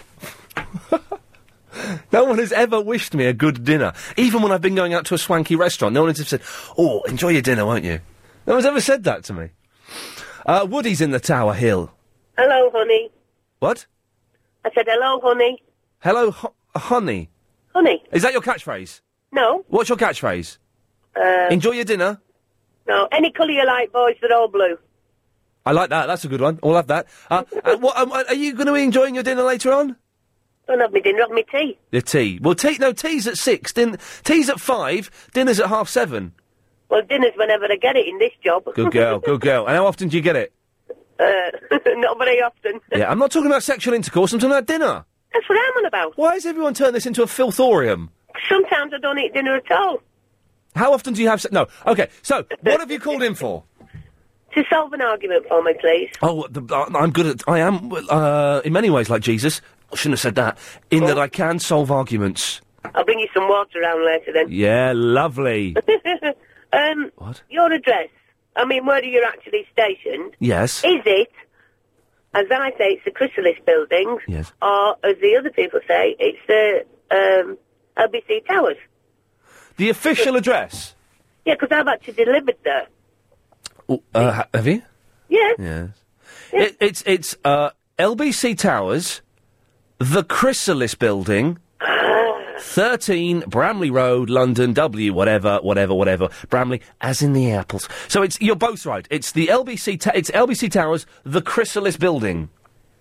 [SPEAKER 2] no, No one has ever wished me a good dinner. Even when I've been going out to a swanky restaurant, no one has ever said, Oh, enjoy your dinner, won't you? No one's ever said that to me. Uh, Woody's in the Tower Hill.
[SPEAKER 4] Hello, honey.
[SPEAKER 2] What?
[SPEAKER 4] I said, hello, honey.
[SPEAKER 2] Hello, ho- honey.
[SPEAKER 4] Honey.
[SPEAKER 2] Is that your catchphrase?
[SPEAKER 4] No.
[SPEAKER 2] What's your catchphrase?
[SPEAKER 4] Uh,
[SPEAKER 2] Enjoy your dinner.
[SPEAKER 4] no. Any colour you like, boys, they're all blue.
[SPEAKER 2] I like that. That's a good one. I'll have that. Uh, uh, what, um, are you going to be enjoying your dinner later on?
[SPEAKER 4] Don't have me dinner, have me tea.
[SPEAKER 2] The tea. Well, tea. No, tea's at six. Din- tea's at five. Dinner's at half seven.
[SPEAKER 4] Well, dinner's whenever I get it in this job.
[SPEAKER 2] Good girl. good girl. And how often do you get it?
[SPEAKER 4] Uh, not very often.
[SPEAKER 2] Yeah, I'm not talking about sexual intercourse. I'm talking about dinner.
[SPEAKER 4] That's what I'm on about.
[SPEAKER 2] Why has everyone turned this into a filthorium?
[SPEAKER 4] Sometimes I don't eat dinner at all.
[SPEAKER 2] How often do you have? Se- no. Okay. So, what have you called in for?
[SPEAKER 4] To solve an argument for me, please.
[SPEAKER 2] Oh, the, uh, I'm good at. I am uh, in many ways like Jesus. I shouldn't have said that. In
[SPEAKER 4] Oh.
[SPEAKER 2] that I can solve arguments.
[SPEAKER 4] I'll bring you some water around later then.
[SPEAKER 2] Yeah, lovely.
[SPEAKER 4] um,
[SPEAKER 2] What?
[SPEAKER 4] Your address. I mean, where you're actually stationed.
[SPEAKER 2] Yes.
[SPEAKER 4] Is it, as I say, it's the Chrysalis building,
[SPEAKER 2] Yes.
[SPEAKER 4] or as the other people say, it's the um, LBC Towers?
[SPEAKER 2] The official address.
[SPEAKER 4] Yeah, because I've actually delivered there.
[SPEAKER 2] Oh, uh, ha- have you?
[SPEAKER 4] Yeah.
[SPEAKER 2] Yes. It, it's it's uh, LBC Towers, the Chrysalis Building, thirteen Bramley Road, London, W whatever whatever whatever Bramley, as in the apples. So it's you're both right. It's the LBC ta- it's LBC Towers, the Chrysalis Building.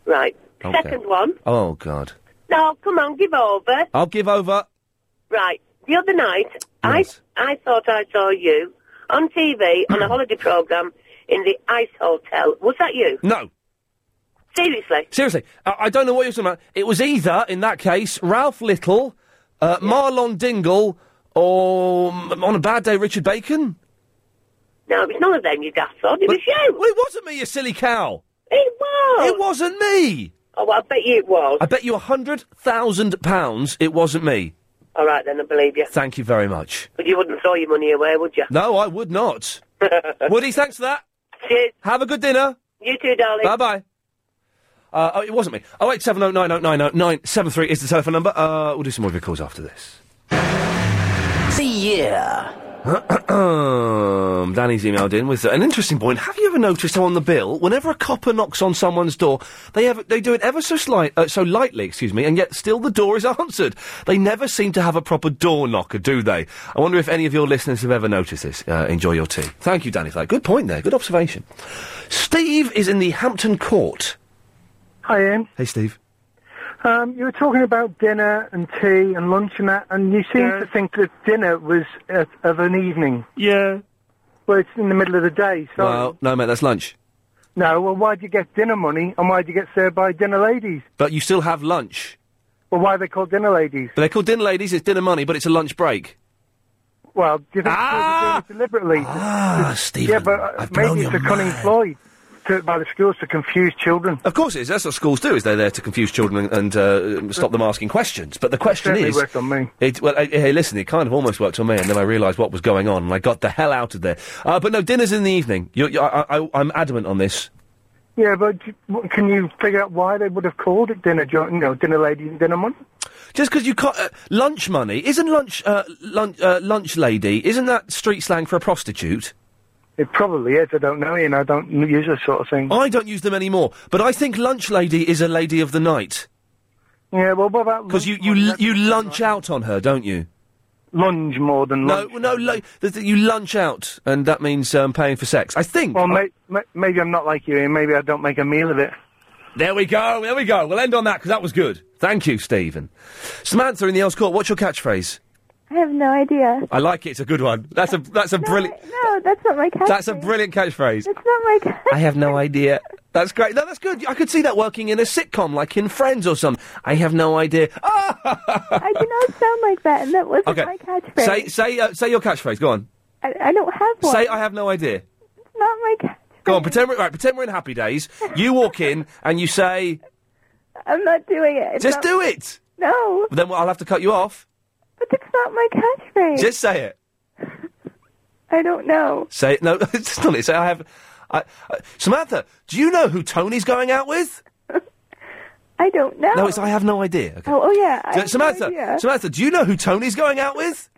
[SPEAKER 4] Right.
[SPEAKER 2] Okay.
[SPEAKER 4] Second one.
[SPEAKER 2] Oh God,
[SPEAKER 4] No, come on, give over.
[SPEAKER 2] I'll give over.
[SPEAKER 4] Right. The other night, I I thought I saw you on TV on a holiday program in the Ice Hotel. Was that you?
[SPEAKER 2] No.
[SPEAKER 4] Seriously.
[SPEAKER 2] Seriously, I, I don't know what you're talking about. It was either, in that case, Ralph Little, uh, Marlon Dingle, or mm, on a bad day, Richard Bacon.
[SPEAKER 4] No, it was none of them, you daft sod. It was you.
[SPEAKER 2] Well, it wasn't me, you silly cow.
[SPEAKER 4] It was.
[SPEAKER 2] It wasn't me.
[SPEAKER 4] Oh, well, I bet you it was.
[SPEAKER 2] I bet you a hundred thousand pounds it wasn't me.
[SPEAKER 4] All right, then, I believe you.
[SPEAKER 2] Thank you very much.
[SPEAKER 4] But you wouldn't throw your money away, would you?
[SPEAKER 2] No, I would not. Woody, thanks for that.
[SPEAKER 4] Cheers.
[SPEAKER 2] Have a good dinner.
[SPEAKER 4] You too, darling.
[SPEAKER 2] Bye bye. Uh, oh, it wasn't me. Oh eight seven oh nine oh nine oh nine seven three is the telephone number. Uh, we'll do some more of your calls after this.
[SPEAKER 16] The year.
[SPEAKER 2] Danny's emailed in with an interesting point. Have you ever noticed how on the bill, whenever a copper knocks on someone's door, they ever, they do it ever so slight, uh, so lightly, excuse me, and yet still the door is answered. They never seem to have a proper door knocker, do they? I wonder if any of your listeners have ever noticed this. Uh, enjoy your tea. Thank you, Danny, for that. Good point there. Good observation. Steve is in the Hampton Court.
[SPEAKER 21] Hi, Ian.
[SPEAKER 2] Hey, Steve.
[SPEAKER 21] Um, you were talking about dinner and tea and lunch and that, and you seemed to think that dinner was uh, of an evening.
[SPEAKER 2] Yeah.
[SPEAKER 21] Well, it's in the middle of the day, so.
[SPEAKER 2] Well, no, mate, that's lunch.
[SPEAKER 21] No, well, why'd you get dinner money and why'd you get served by dinner ladies?
[SPEAKER 2] But you still have lunch.
[SPEAKER 21] Well, why are they called dinner ladies?
[SPEAKER 2] But they're called dinner ladies. It's dinner money, but it's a lunch break.
[SPEAKER 21] Well, do you think ah! they were doing it deliberately?
[SPEAKER 2] Ah, Stephen,
[SPEAKER 21] Yeah, but uh, maybe it's a cunning ploy to, by the schools to confuse children.
[SPEAKER 2] Of course it is. That's what schools do, is they're there to confuse children and, and uh, stop them asking questions. But the question
[SPEAKER 21] certainly
[SPEAKER 2] is...
[SPEAKER 21] worked on me.
[SPEAKER 2] It, well, uh, hey, listen, it kind of almost worked on me, and then I realised what was going on, and I got the hell out of there. Uh, but no, dinner's in the evening. you you I, I, I'm adamant on this.
[SPEAKER 21] Yeah, but d- what- can you figure out why they would have called it dinner, jo- you know, dinner ladies and dinner money?
[SPEAKER 2] Just because you can't... Uh, lunch money, isn't lunch, uh, lunch, uh, lunch lady, isn't that street slang for a prostitute?
[SPEAKER 21] It probably is. I don't know, Ian. I don't n- use this sort of thing.
[SPEAKER 2] I don't use them anymore, but I think lunch lady is a lady of the night.
[SPEAKER 21] Yeah, well, what about
[SPEAKER 2] Because you, you, you lunch out on her, don't you?
[SPEAKER 21] lunge more than
[SPEAKER 2] No,
[SPEAKER 21] lunch?
[SPEAKER 2] no, lo- th- th- you lunch out, and that means um, paying for sex. I think.
[SPEAKER 21] Well, may, may, maybe I'm not like you, Ian. Maybe I don't make a meal of it.
[SPEAKER 2] Oh, There we go, there we go. We'll end on that because that was good. Thank you, Stephen. Samantha in the Earls Court, what's your catchphrase?
[SPEAKER 22] I have no idea.
[SPEAKER 2] I like it. It's a good one. That's a that's a brilliant
[SPEAKER 22] No, that's not my catchphrase.
[SPEAKER 2] that's a brilliant catchphrase.
[SPEAKER 22] That's not my catchphrase.
[SPEAKER 2] I have no idea. That's great. No, that's good. I could see that working in a sitcom, like in Friends or something. I have no idea. Oh,
[SPEAKER 22] I do not sound like that, and that wasn't
[SPEAKER 2] okay.
[SPEAKER 22] my catchphrase.
[SPEAKER 2] Say say uh, say your catchphrase. Go on.
[SPEAKER 22] I, I don't have one.
[SPEAKER 2] Say I have no idea.
[SPEAKER 22] It's not my catchphrase.
[SPEAKER 2] Go on. Pretend we're right. Pretend we're in Happy Days. You walk in and you say,
[SPEAKER 22] I'm not doing it. It's
[SPEAKER 2] "Just
[SPEAKER 22] not-
[SPEAKER 2] do it."
[SPEAKER 22] No,
[SPEAKER 2] Then I'll have to cut you off.
[SPEAKER 22] it's not my catchphrase.
[SPEAKER 2] Just say it.
[SPEAKER 22] I don't know.
[SPEAKER 2] Say it. No, it's not it. Say I uh, have. I, I, Samantha, do you know who Tony's going out with?
[SPEAKER 22] I don't know.
[SPEAKER 2] No, it's I have no idea. Okay.
[SPEAKER 22] Oh, oh yeah. I have no
[SPEAKER 2] Samantha,
[SPEAKER 22] idea.
[SPEAKER 2] Samantha, do you know who Tony's going out with?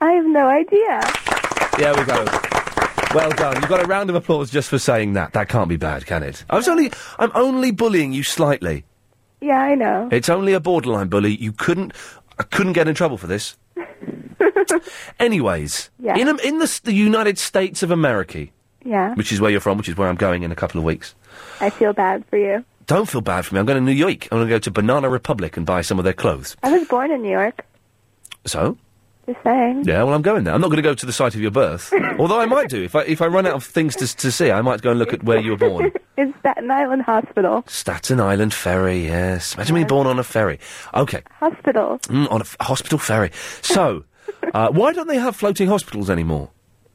[SPEAKER 22] I have no idea.
[SPEAKER 2] Yeah, we go. Well done. You got a round of applause just for saying that. That can't be bad, can it? I was only, I'm only bullying you slightly.
[SPEAKER 22] Yeah, I know.
[SPEAKER 2] It's only a borderline bully. You couldn't, I couldn't get in trouble for this. Anyways,
[SPEAKER 22] Yeah.
[SPEAKER 2] in, Am- in the, s- the United States of America,
[SPEAKER 22] Yeah.
[SPEAKER 2] which is where you're from, which is where I'm going in a couple of weeks.
[SPEAKER 22] I feel bad for you.
[SPEAKER 2] Don't feel bad for me. I'm going to New York. I'm going to go to Banana Republic and buy some of their clothes.
[SPEAKER 22] I was born in New York.
[SPEAKER 2] So,
[SPEAKER 22] Just saying.
[SPEAKER 2] yeah, well, I'm going there. I'm not going to go to the site of your birth, although I might do if I if I run out of things to to see. I might go and look at where you were born.
[SPEAKER 22] It's Staten Island Hospital.
[SPEAKER 2] Staten Island ferry. Yes, imagine being born on a ferry. Okay,
[SPEAKER 22] Hospital.
[SPEAKER 2] mm, on a f- hospital ferry. So, uh, why don't they have floating hospitals anymore?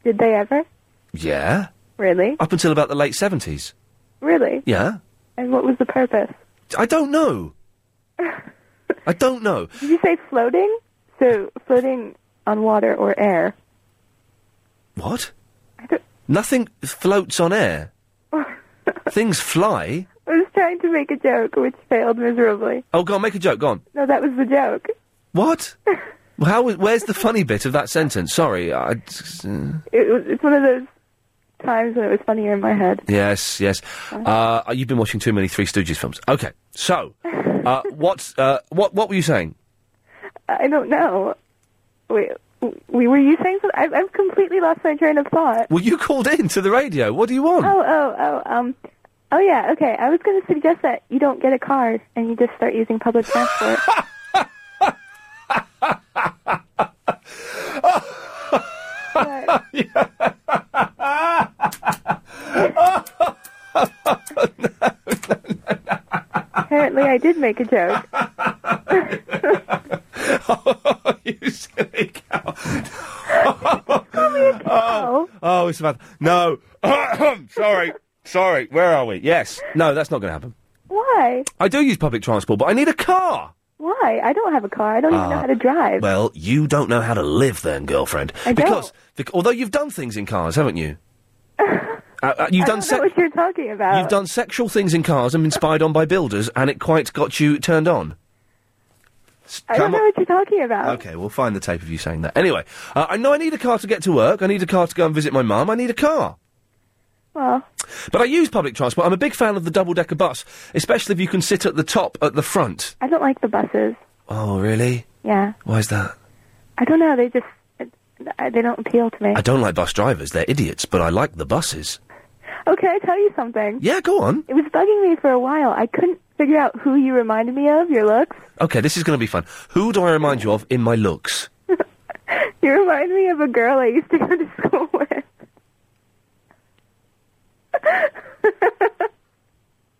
[SPEAKER 22] Did they ever?
[SPEAKER 2] Yeah,
[SPEAKER 22] Really?
[SPEAKER 2] up until about the late seventies.
[SPEAKER 22] Really?
[SPEAKER 2] Yeah,
[SPEAKER 22] And what was the purpose?
[SPEAKER 2] I don't know. I don't know.
[SPEAKER 22] Did you say floating? So floating on water or air?
[SPEAKER 2] What? Nothing floats on air. Things fly.
[SPEAKER 22] I was trying to make a joke, which failed miserably.
[SPEAKER 2] Oh, go on, make a joke. Go on.
[SPEAKER 22] No, that was the joke.
[SPEAKER 2] What? How? Where's the funny bit of that sentence? Sorry. I, uh,
[SPEAKER 22] It was. It's one of those times when it was funnier in my head.
[SPEAKER 2] yes, yes.
[SPEAKER 22] Uh-huh.
[SPEAKER 2] Uh, you've been watching too many Three Stooges films. Okay, so uh, what? Uh, what? What were you saying?
[SPEAKER 22] I don't know. Wait, we were you saying something? I've, I've completely lost my train of thought.
[SPEAKER 2] Well, you called in to the radio. What do you want?
[SPEAKER 22] Oh, oh, oh, um, oh yeah, okay. I was going to suggest that you don't get a car and you just start using public transport. Apparently, I did make a joke.
[SPEAKER 2] oh, you silly cow! oh, oh, it's about no. sorry, sorry. Where are we? Yes. No, that's not going to happen.
[SPEAKER 22] Why?
[SPEAKER 2] I do use public transport, but I need a car.
[SPEAKER 22] Why? I don't have a car. I don't even know
[SPEAKER 2] Ah.
[SPEAKER 22] how to drive.
[SPEAKER 2] Well, you don't know how to live, then, girlfriend.
[SPEAKER 22] I don't.
[SPEAKER 2] because, bec- although you've done things in cars, haven't you? Uh, uh, you've
[SPEAKER 22] I
[SPEAKER 2] done
[SPEAKER 22] don't know what you're talking about.
[SPEAKER 2] You've done sexual things in cars and been spied on by builders, and it quite got you turned on. S-
[SPEAKER 22] I don't
[SPEAKER 2] come
[SPEAKER 22] know
[SPEAKER 2] on-
[SPEAKER 22] what you're talking about.
[SPEAKER 2] Okay, we'll find the tape of you saying that. Anyway, uh, I know I need a car to get to work. I need a car to go and visit my mum. I need a car.
[SPEAKER 22] Well,
[SPEAKER 2] But I use public transport. I'm a big fan of the double decker bus, especially if you can sit at the top at the front.
[SPEAKER 22] I don't like the buses.
[SPEAKER 2] Oh, really?
[SPEAKER 22] Yeah,
[SPEAKER 2] Why is that?
[SPEAKER 22] I don't know. They just I- they don't appeal to me.
[SPEAKER 2] I don't like bus drivers. They're idiots, but I like the buses.
[SPEAKER 22] Oh, can I tell you something?
[SPEAKER 2] Yeah, go on.
[SPEAKER 22] It was bugging me for a while. I couldn't figure out who you reminded me of. Your looks.
[SPEAKER 2] Okay, this is going to be fun. Who do I remind you of in my looks?
[SPEAKER 22] You remind me of a girl I used to go to school with.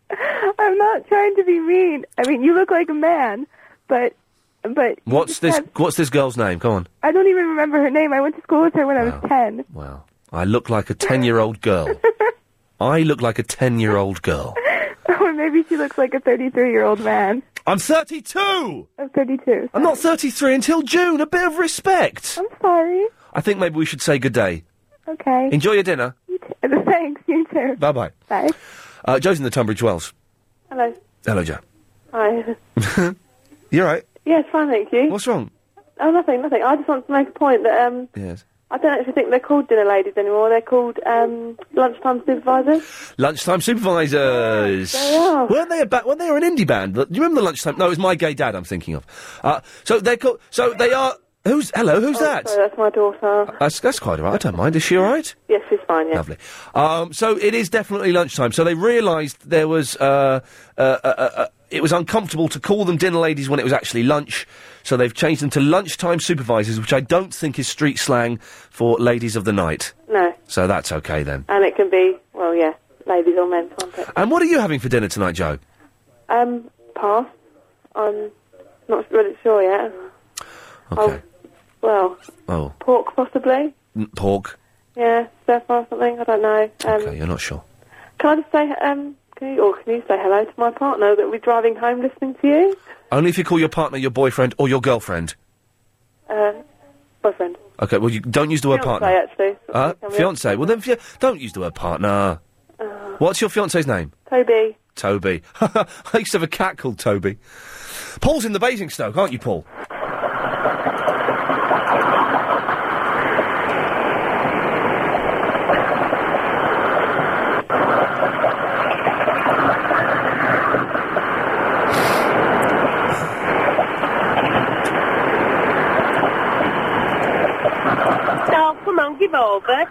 [SPEAKER 22] I'm not trying to be mean. I mean, you look like a man, but but you
[SPEAKER 2] What's
[SPEAKER 22] just
[SPEAKER 2] this?
[SPEAKER 22] have-
[SPEAKER 2] What's this girl's name? Come on.
[SPEAKER 22] I don't even remember her name. I went to school with her when I was ten.
[SPEAKER 2] Wow. I look like a ten-year-old girl. I look like a ten-year-old girl.
[SPEAKER 22] or maybe she looks like a 33 year old man.
[SPEAKER 2] I'm thirty-two.
[SPEAKER 22] I'm 32.
[SPEAKER 2] I'm not thirty-three until June. A bit of respect.
[SPEAKER 22] I'm sorry.
[SPEAKER 2] I think maybe we should say good day.
[SPEAKER 22] Okay.
[SPEAKER 2] Enjoy your dinner.
[SPEAKER 22] Thanks. You too.
[SPEAKER 2] Bye bye.
[SPEAKER 22] Bye.
[SPEAKER 2] Uh, Joe's in the Tunbridge Wells.
[SPEAKER 6] Hello.
[SPEAKER 2] Hello, Joe.
[SPEAKER 6] Hi.
[SPEAKER 2] You're right.
[SPEAKER 6] Yes, fine, thank you.
[SPEAKER 2] What's wrong?
[SPEAKER 6] Oh, nothing, nothing. I just want to make a point that um,
[SPEAKER 2] Yes.
[SPEAKER 6] I don't actually think they're called dinner ladies anymore. They're called um, lunchtime supervisors.
[SPEAKER 2] Lunchtime supervisors.
[SPEAKER 6] They are.
[SPEAKER 2] Weren't they a ba- weren't they an indie band? Do you remember the lunchtime? No, it was my gay dad. I'm thinking of. Uh, so they're called. So they are. Who's hello? Oh,
[SPEAKER 17] Oh,
[SPEAKER 2] Who's that?
[SPEAKER 6] So Oh, that's my daughter.
[SPEAKER 2] That's that's quite all right. I don't mind. Is she all right?
[SPEAKER 6] Yes, she's fine. Yeah.
[SPEAKER 2] Lovely. Um, so it is definitely lunchtime. So they realised there was uh, uh, uh, uh, it was uncomfortable to call them dinner ladies when it was actually lunch. So they've changed them to lunchtime supervisors, which I don't think is street slang for ladies of the night.
[SPEAKER 6] No,
[SPEAKER 2] So that's okay then.
[SPEAKER 6] and it can be well, yeah, ladies or men, can't it?
[SPEAKER 2] And what are you having for dinner tonight, Joe?
[SPEAKER 6] Um, pass. I'm not really sure yet. Oh,
[SPEAKER 2] Okay.
[SPEAKER 6] Well,
[SPEAKER 2] Oh,
[SPEAKER 6] pork possibly.
[SPEAKER 2] n- pork.
[SPEAKER 6] Yeah, stir fry or something. I don't know. Um,
[SPEAKER 2] Okay, you're not sure.
[SPEAKER 6] Can I just say um, can you or can you say hello to my partner that will be driving home listening to you?
[SPEAKER 2] Only if you call your partner your boyfriend or your girlfriend.
[SPEAKER 6] Uh, boyfriend.
[SPEAKER 2] Okay, well, you don't use the word
[SPEAKER 6] Fiance,
[SPEAKER 2] partner.
[SPEAKER 6] actually.
[SPEAKER 2] Uh,
[SPEAKER 6] Coming up.
[SPEAKER 2] fiance. Well, then, fia- don't use the word partner. What's your fiance's name?
[SPEAKER 6] Toby.
[SPEAKER 2] Toby. I used to have a cat called Toby. Paul's in the Basingstoke, aren't you, Paul?
[SPEAKER 8] Oh, come on, give over.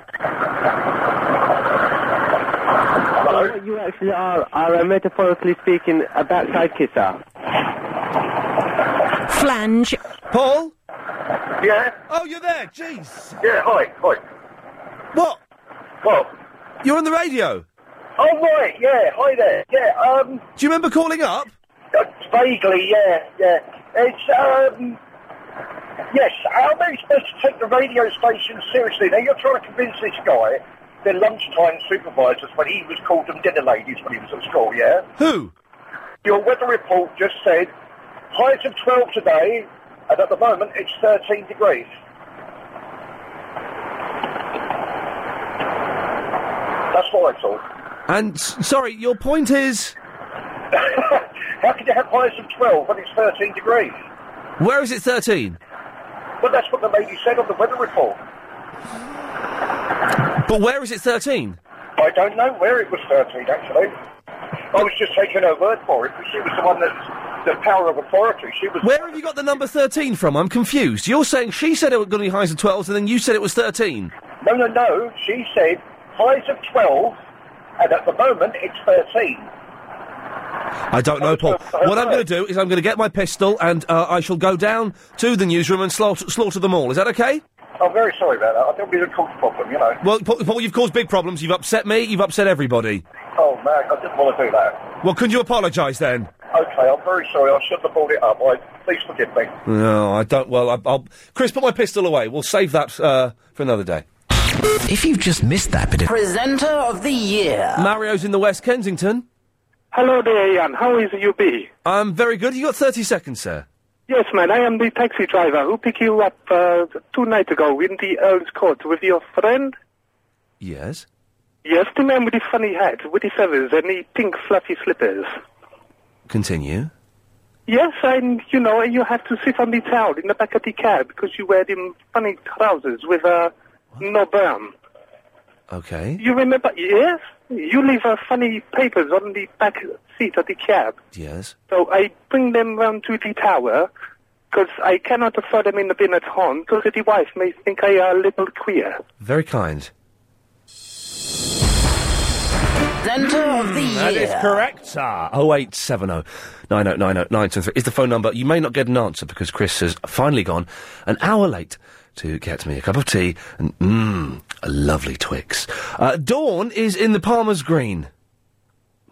[SPEAKER 6] Hello. You actually are, are uh, metaphorically speaking, a backside kisser.
[SPEAKER 2] Flange. Paul?
[SPEAKER 9] Yeah?
[SPEAKER 2] Oh, you're there, jeez.
[SPEAKER 9] Yeah, hi, hi.
[SPEAKER 2] What?
[SPEAKER 9] What?
[SPEAKER 2] You're on the radio.
[SPEAKER 9] Oh, right, yeah, hi there. Yeah, um...
[SPEAKER 2] Do you remember calling up?
[SPEAKER 9] Uh, vaguely, yeah, yeah. It's, um... Yes, how are we supposed to take the radio station seriously? Now, you're trying to convince this guy, their lunchtime supervisors, when he was called them dinner ladies when he was at school, yeah?
[SPEAKER 2] Who?
[SPEAKER 9] Your weather report just said highs of 12 today, and at the moment it's 13 degrees. That's what I thought.
[SPEAKER 2] And, s- sorry, your point is,
[SPEAKER 9] How can you have highs of 12 when it's 13 degrees?
[SPEAKER 2] where is it 13?
[SPEAKER 9] Well, that's what the lady said on the weather report.
[SPEAKER 2] But where is it 13?
[SPEAKER 9] I don't know where it was 13, actually. I was just taking her word for it, because she was the one that's the power of authority. She was...
[SPEAKER 2] Where have you got the number 13 from? I'm confused. You're saying she said it was going to be highs of 12s, and then you said it was 13.
[SPEAKER 9] No, no, no. She said highs of 12, and at the moment it's 13.
[SPEAKER 2] I don't know, Paul. What I'm going to do is I'm going to get my pistol and uh, I shall go down to the newsroom and slaughter, slaughter them all. Is that okay?
[SPEAKER 9] I'm very sorry about that. I think we had a cause problem, you know.
[SPEAKER 2] Well, Paul, Paul, you've caused big problems. You've upset me. You've upset everybody.
[SPEAKER 9] Oh, man, I didn't want to do that.
[SPEAKER 2] Well, couldn't you apologise then?
[SPEAKER 9] Okay, I'm very sorry. I shouldn't have brought it up. I... Please forgive me.
[SPEAKER 2] No, I don't. Well, I, I'll. Chris, put my pistol away. We'll save that uh, for another day. If you've just missed that bit
[SPEAKER 23] Presenter of the Year.
[SPEAKER 2] Mario's in the West Kensington.
[SPEAKER 5] Hello there, Ian. How is you be?
[SPEAKER 2] I'm very good. You got 30 seconds, sir.
[SPEAKER 5] Yes, man. I am the taxi driver who picked you up uh, two nights ago in the Earl's Court with your friend.
[SPEAKER 2] Yes.
[SPEAKER 5] Yes, the man with the funny hat, with the feathers, and the pink fluffy slippers.
[SPEAKER 2] Continue.
[SPEAKER 5] Yes, and you know, and you have to sit on the towel in the back of the cab because you wear them funny trousers with uh, no berm.
[SPEAKER 2] Okay.
[SPEAKER 5] You remember? Yes. You leave uh, funny papers on the back seat of the cab.
[SPEAKER 2] Yes.
[SPEAKER 5] So I bring them round to the tower because I cannot throw them in the bin at home because the wife may think I am a little queer.
[SPEAKER 2] Very kind.
[SPEAKER 23] Presenter of the Year.
[SPEAKER 2] That is correct, sir. 0870 oh, 9090973 is the phone number. You may not get an answer because Chris has finally gone an hour late to get me a cup of tea and, mmm, a lovely Twix. Uh, Dawn is in the Palmer's Green.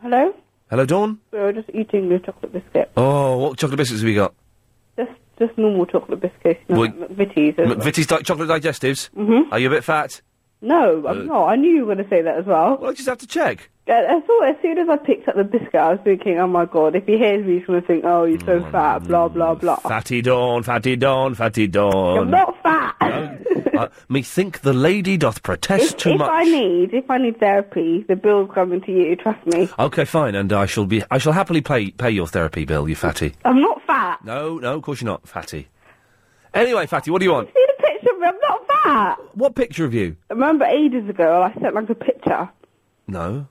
[SPEAKER 10] Hello?
[SPEAKER 2] Hello, Dawn.
[SPEAKER 10] We were just eating the chocolate biscuit.
[SPEAKER 2] Oh, what chocolate biscuits have we got?
[SPEAKER 10] Just just normal chocolate biscuits, no,
[SPEAKER 2] Well,
[SPEAKER 10] McVitie's.
[SPEAKER 2] McVitie's di- chocolate digestives?
[SPEAKER 10] Mhm.
[SPEAKER 2] Are you a bit fat?
[SPEAKER 10] No,
[SPEAKER 2] Uh,
[SPEAKER 10] I'm not. I knew you were going to say that as well.
[SPEAKER 2] Well, I just have to check.
[SPEAKER 10] I, I thought as soon as I picked up the biscuit, I was thinking, oh my god, if he hears me, he's going to think, oh, you're
[SPEAKER 2] Mm,
[SPEAKER 10] so fat, blah, blah, blah.
[SPEAKER 2] Fatty Dawn, fatty Dawn, fatty Dawn.
[SPEAKER 10] I'm not fat.
[SPEAKER 2] Uh, Methink the lady doth protest
[SPEAKER 10] if
[SPEAKER 2] too
[SPEAKER 10] if
[SPEAKER 2] much.
[SPEAKER 10] I need, if I need therapy, the bill's coming to you, trust me.
[SPEAKER 2] Okay, fine, and I shall be. I shall happily pay pay your therapy bill, you fatty.
[SPEAKER 10] I'm not fat.
[SPEAKER 2] No, no, of course you're not, fatty. Anyway, fatty, what do you want?
[SPEAKER 10] See the picture of me, I'm not fat.
[SPEAKER 2] What picture of you?
[SPEAKER 10] I remember ages ago, I sent like a picture.
[SPEAKER 2] No.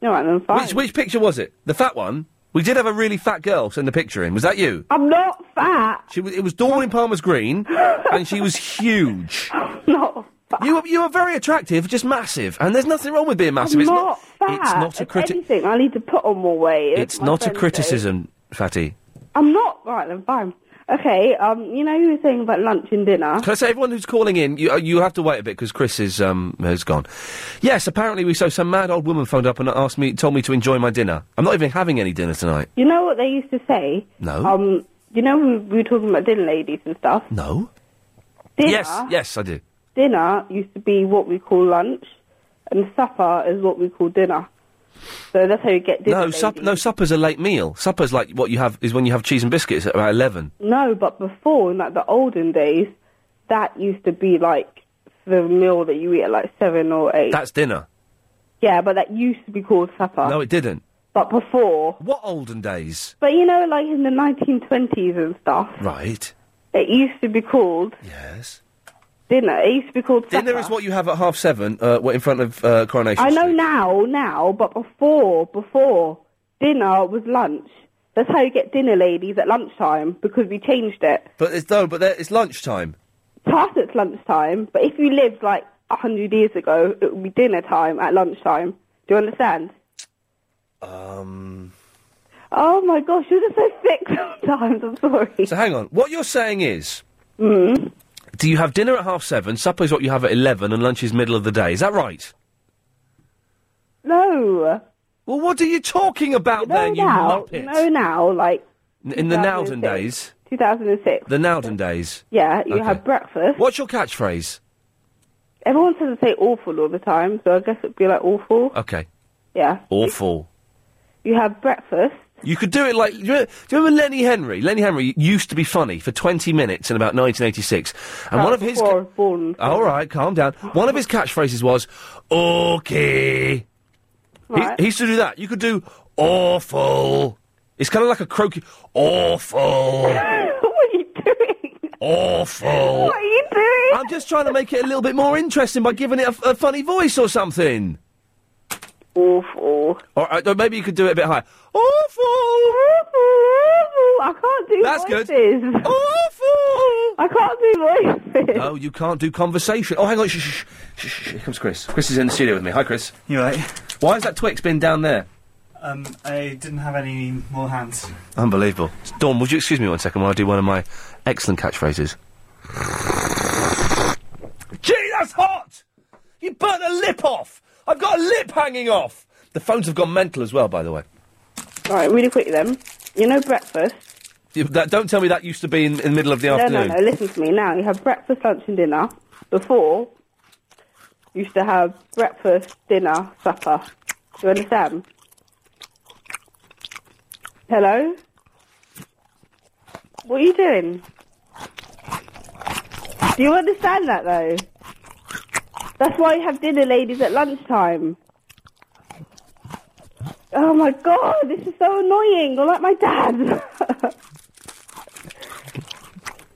[SPEAKER 10] No, right, I'm fine.
[SPEAKER 2] Which which picture was it? The fat one. We did have a really fat girl send the picture in. Was that you?
[SPEAKER 10] I'm not fat.
[SPEAKER 2] She was. It was Dawn in Palmer's Green, and she was huge.
[SPEAKER 10] No.
[SPEAKER 2] You were- you are very attractive, just massive, and there's nothing wrong with being massive.
[SPEAKER 10] I'm
[SPEAKER 2] it's
[SPEAKER 10] not, fat.
[SPEAKER 2] It's not a
[SPEAKER 10] If
[SPEAKER 2] criti-
[SPEAKER 10] anything, I need to put on more weight.
[SPEAKER 2] It's
[SPEAKER 10] my
[SPEAKER 2] not a
[SPEAKER 10] friend says.
[SPEAKER 2] criticism, fatty.
[SPEAKER 10] I'm not. Right, then, fine. Okay, um, you know you were saying about lunch and dinner.
[SPEAKER 2] Can I say everyone who's calling in, you, uh, you have to wait a bit because Chris is um has gone. Yes, apparently we so some mad old woman phoned up and asked me, told me to enjoy my dinner. I'm not even having any dinner tonight.
[SPEAKER 10] You know what they used to say?
[SPEAKER 2] No.
[SPEAKER 10] Um, you know we, we were talking about dinner ladies and stuff.
[SPEAKER 2] No.
[SPEAKER 10] Dinner,
[SPEAKER 2] Yes, yes, I do.
[SPEAKER 10] dinner used to be what we call lunch, and supper is what we call dinner. So that's how you get dinner.
[SPEAKER 2] no, sup- no, supper's a late meal. Supper's like what you have is when you have cheese and biscuits at about eleven.
[SPEAKER 10] No, but before, in like the olden days, that used to be like the meal that you eat at like seven or eight.
[SPEAKER 2] That's dinner.
[SPEAKER 10] yeah, but that used to be called supper.
[SPEAKER 2] No, it didn't.
[SPEAKER 10] Uh, but before.
[SPEAKER 2] What olden days?
[SPEAKER 10] But you know, like in the 1920s and stuff,
[SPEAKER 2] Right.
[SPEAKER 10] it used to be called
[SPEAKER 2] Yes.
[SPEAKER 10] dinner. It used to be called supper.
[SPEAKER 2] Dinner is what you have at half seven uh, what- in front of uh, Coronation
[SPEAKER 10] I
[SPEAKER 2] Street.
[SPEAKER 10] know now, now, but before, before dinner was lunch. That's how you get dinner, ladies, at lunchtime because we changed it.
[SPEAKER 2] But it's, no, but there, it's lunchtime.
[SPEAKER 10] Past it's lunchtime, but if you lived like a hundred years ago, it would be dinner time at lunchtime. Do you understand?
[SPEAKER 2] Um.
[SPEAKER 10] Oh my gosh, you're just so sick sometimes. I'm sorry.
[SPEAKER 2] So hang on. What you're saying is,
[SPEAKER 12] Mm.
[SPEAKER 2] do you have dinner at half seven? Supper is what you have at eleven, and lunch is middle of the day. Is that right?
[SPEAKER 10] No.
[SPEAKER 2] Well, what are you talking about
[SPEAKER 10] you know
[SPEAKER 2] then, you
[SPEAKER 10] now,
[SPEAKER 2] muppet?
[SPEAKER 10] know now, like
[SPEAKER 2] N- In the
[SPEAKER 10] 2006.
[SPEAKER 2] Nowden days.
[SPEAKER 10] 2006.
[SPEAKER 2] The Nowden days.
[SPEAKER 10] Yeah, you
[SPEAKER 2] Okay.
[SPEAKER 10] have breakfast.
[SPEAKER 2] What's your catchphrase?
[SPEAKER 10] Everyone says to say awful all the time, so I guess it'd be like awful.
[SPEAKER 2] Okay.
[SPEAKER 10] Yeah.
[SPEAKER 2] Awful.
[SPEAKER 10] You have breakfast.
[SPEAKER 2] You could do it like. Do you, remember, do you remember Lenny Henry? Lenny Henry used to be funny for 20 minutes in about 1986. And one of his.
[SPEAKER 10] Before I was born.
[SPEAKER 2] All right, calm down. One of his catchphrases was, okay.
[SPEAKER 10] Right.
[SPEAKER 2] He, he used to do that. You could do awful. It's kind of like a croaky. Awful.
[SPEAKER 10] what are you doing?
[SPEAKER 2] Awful.
[SPEAKER 10] What are you doing?
[SPEAKER 2] I'm just trying to make it a little bit more interesting by giving it a, a funny voice or something.
[SPEAKER 10] Awful.
[SPEAKER 2] Or, uh, or maybe you could do it a bit higher.
[SPEAKER 10] Awful. I can't do
[SPEAKER 2] That's good.
[SPEAKER 10] voices.
[SPEAKER 2] Awful.
[SPEAKER 10] I can't do voices.
[SPEAKER 2] No, you can't do conversation. Oh, hang on. Shh, shh, shh, shh, shh. Here comes Chris. Chris is in the studio with me. Hi, Chris. You right? Why has that Twix been down there?
[SPEAKER 3] Um, I didn't have any more hands.
[SPEAKER 2] Unbelievable. Dawn, would you excuse me one second while I do one of my excellent catchphrases? Gee, that's hot! You burnt a lip off! I've got a lip hanging off! The phones have gone mental as well, by the way.
[SPEAKER 10] Right, really quick then. You know breakfast.
[SPEAKER 2] You- that- don't tell me that used to be in, in the middle of the
[SPEAKER 10] no,
[SPEAKER 2] afternoon.
[SPEAKER 10] no, no. Listen to me now. You have breakfast, lunch, and dinner. Before, you used to have breakfast, dinner, supper. Do you understand? Hello. What are you doing? Do you understand that though? That's why you have dinner, ladies, at lunchtime. Oh my god, this is so annoying. You're like my dad.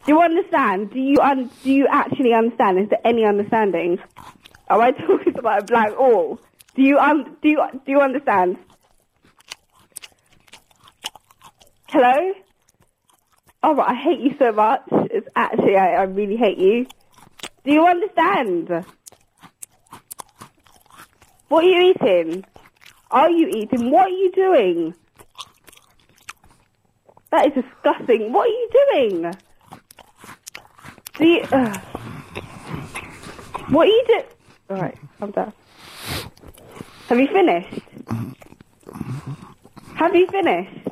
[SPEAKER 10] Do you understand? Do you un- do you actually understand? Is there any understanding? Am I talking about a blank wall? Do you un- do you do you understand? Hello? Oh, but I hate you so much. It's actually I, I really hate you. Do you understand? What are you eating? Are you eating? What are you doing? That is disgusting. What are you doing? Do you, uh, what are you doing? All right, I'm done. Have you finished? Have you finished?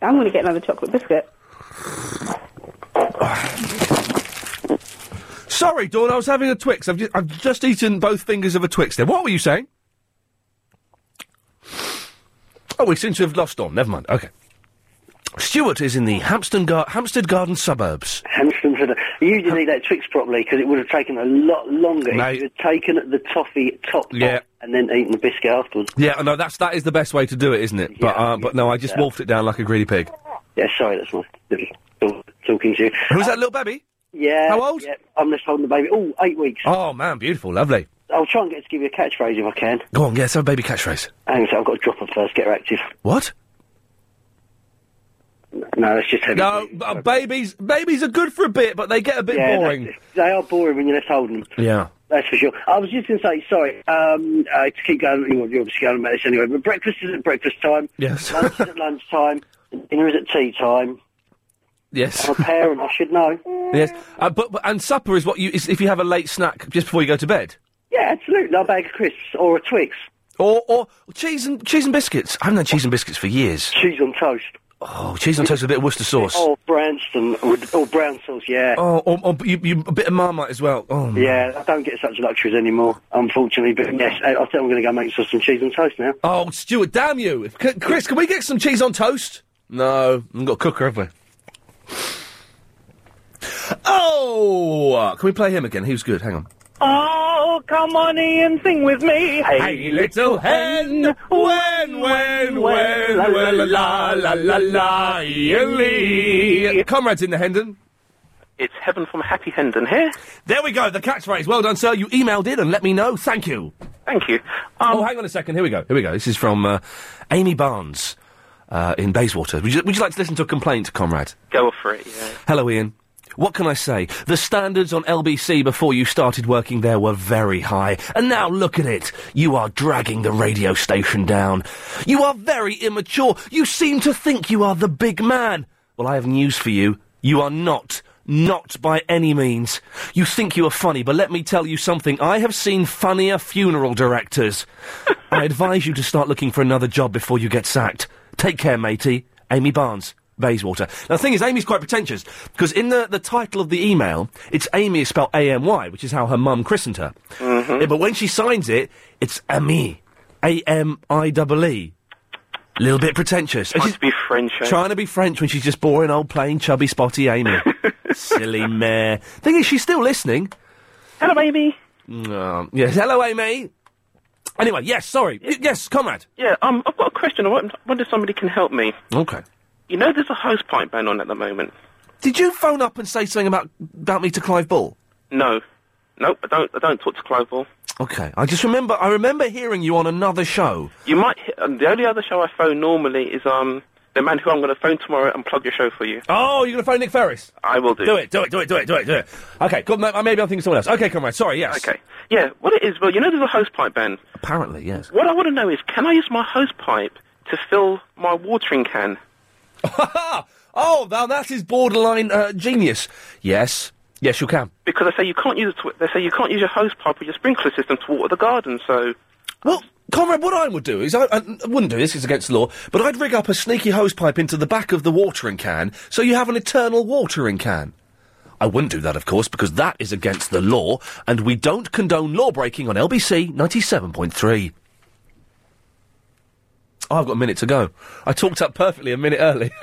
[SPEAKER 10] I'm going to get another chocolate biscuit.
[SPEAKER 2] Sorry, Dawn, I was having a Twix. I've just, I've just eaten both fingers of a Twix there. What were you saying? Oh, we seem to have lost Dawn. Never mind. Okay. Stuart is in the Hampstead, Gar- Hampstead Garden suburbs.
[SPEAKER 12] Hampstead Center. You didn't eat that Twix properly because it would have taken a lot longer if you had taken the toffee top
[SPEAKER 2] Yeah.
[SPEAKER 12] off and then eaten the biscuit afterwards.
[SPEAKER 2] Yeah, I know that's that is the best way to do it, isn't it? but uh, but no, I just
[SPEAKER 12] yeah.
[SPEAKER 2] wolfed it down like a greedy pig.
[SPEAKER 12] Yeah, sorry, that's my little dog talking to you.
[SPEAKER 2] Who's that little baby?
[SPEAKER 12] Yeah.
[SPEAKER 2] How old?
[SPEAKER 12] Yeah, I'm just holding the baby. Oh, eight weeks.
[SPEAKER 2] Oh man, beautiful, lovely.
[SPEAKER 12] I'll try and get to give you a catchphrase if I can.
[SPEAKER 2] Go on, yes, have a baby catchphrase.
[SPEAKER 12] Hang on, a sec, I've got to drop her first. Uh, Get her active.
[SPEAKER 2] What?
[SPEAKER 12] No, that's just heavy.
[SPEAKER 2] No, b- uh, babies babies are good for a bit, but they get a bit
[SPEAKER 12] Yeah,
[SPEAKER 2] boring.
[SPEAKER 12] that's- They are boring when you're left holding them.
[SPEAKER 2] Yeah.
[SPEAKER 12] That's for sure. I was just going to say, sorry, um, uh, to keep going, you're you're obviously going about this anyway, but breakfast is at breakfast time.
[SPEAKER 2] Yes.
[SPEAKER 12] Lunch is at lunchtime. and Dinner is at tea time.
[SPEAKER 2] Yes.
[SPEAKER 12] I'm a parent, I should know.
[SPEAKER 2] Yes. Uh, but, but and supper is what you is if you have a late snack just before you go to bed.
[SPEAKER 12] Yeah, absolutely. No bag of crisps or a Twix.
[SPEAKER 2] Or or cheese and cheese and biscuits. I haven't had cheese and biscuits for years.
[SPEAKER 12] Cheese on toast. Oh.
[SPEAKER 2] Oh, cheese on toast with a bit of Worcester sauce.
[SPEAKER 12] Or Branston, or, or brown sauce, yeah.
[SPEAKER 2] Oh, or, or you, you, a bit of Marmite as well. Oh, man.
[SPEAKER 12] Yeah, I don't get such luxuries anymore, unfortunately. But yes, I, I think I'm going to go make myself some cheese and toast now.
[SPEAKER 2] Oh, Stuart, damn you. C- Chris, can we get some cheese on toast? No, we haven't got a cooker, have we? Oh! Can we play him again? He was good. Hang on.
[SPEAKER 1] Oh, come on and sing with me.
[SPEAKER 2] Hey, little hen, when, when, when, la la la la la la, Lee. Comrades in the Hendon.
[SPEAKER 9] It's Heaven from Happy Hendon here.
[SPEAKER 2] There we go, the catchphrase. Well done, sir. You emailed in and let me know. Thank you.
[SPEAKER 9] Thank you. Um,
[SPEAKER 2] oh, hang on a second. Here we go. Here we go. This is from uh, Amy Barnes uh, in Bayswater. Would you, would you like to listen to a complaint, comrade?
[SPEAKER 9] Go for it, yeah.
[SPEAKER 2] Hello, Ian. What can I say? The standards on LBC before you started working there were very high. And now look at it. You are dragging the radio station down. You are very immature. You seem to think you are the big man. Well, I have news for you. You are not. Not by any means. You think you are funny, but let me tell you something. I have seen funnier funeral directors. I advise you to start looking for another job before you get sacked. Take care, matey. Amy Barnes. Bayswater. Now, the thing is, Amy's quite pretentious because in the, the title of the email, it's Amy is spelled A M Y, which is how her mum christened her. Yeah, but when she signs it, it's Ami, A M I double E. Little bit pretentious. And she's
[SPEAKER 9] Be French. eh?
[SPEAKER 2] trying to be French when she's just boring, old, plain, chubby, spotty Amy. Silly mare. Thing is, she's still listening.
[SPEAKER 9] Hello, Amy.
[SPEAKER 2] Mm, yes, hello, Amy. Anyway, yes, sorry. Y- yes, comrade.
[SPEAKER 9] Yeah, um, I've got a question. I won- wonder if somebody can help me.
[SPEAKER 2] Okay.
[SPEAKER 9] You know, there's a hose pipe ban on at the moment.
[SPEAKER 2] Did you phone up and say something about about me to Clive Ball?
[SPEAKER 9] No, nope. I don't. I don't talk to Clive Ball.
[SPEAKER 2] Okay, I just remember. I remember hearing you on another show.
[SPEAKER 9] You might. he- Um, the only other show I phone normally is um the man who I'm going to phone tomorrow and plug your show for you.
[SPEAKER 2] Oh, you're going to phone Nick Ferris?
[SPEAKER 9] I will do.
[SPEAKER 2] Do it, do it, do it, do it, do it, do it. Okay, good. ma- Maybe I'm thinking someone else. Oh, Okay, comrade. Sorry. Yes.
[SPEAKER 9] Okay. Yeah. What it is? Well, you know, there's a hose pipe ban.
[SPEAKER 2] Apparently, yes.
[SPEAKER 9] What I want to know is, can I use my hose pipe to fill my watering can?
[SPEAKER 2] Oh, now that is borderline uh, genius. Yes. Yes, you can.
[SPEAKER 9] Because they say you can't use it to, they say you can't use your hose pipe or your sprinkler system to water the garden. So
[SPEAKER 2] Well, comrade, what I would do is I, I wouldn't do this; it's against the law. But I'd rig up a sneaky hose pipe into the back of the watering can, so you have an eternal watering can. I wouldn't do that, of course, because that is against the law, and we don't condone law breaking on LBC ninety-seven point three. Oh, I've got a minute to go. I talked up perfectly a minute early.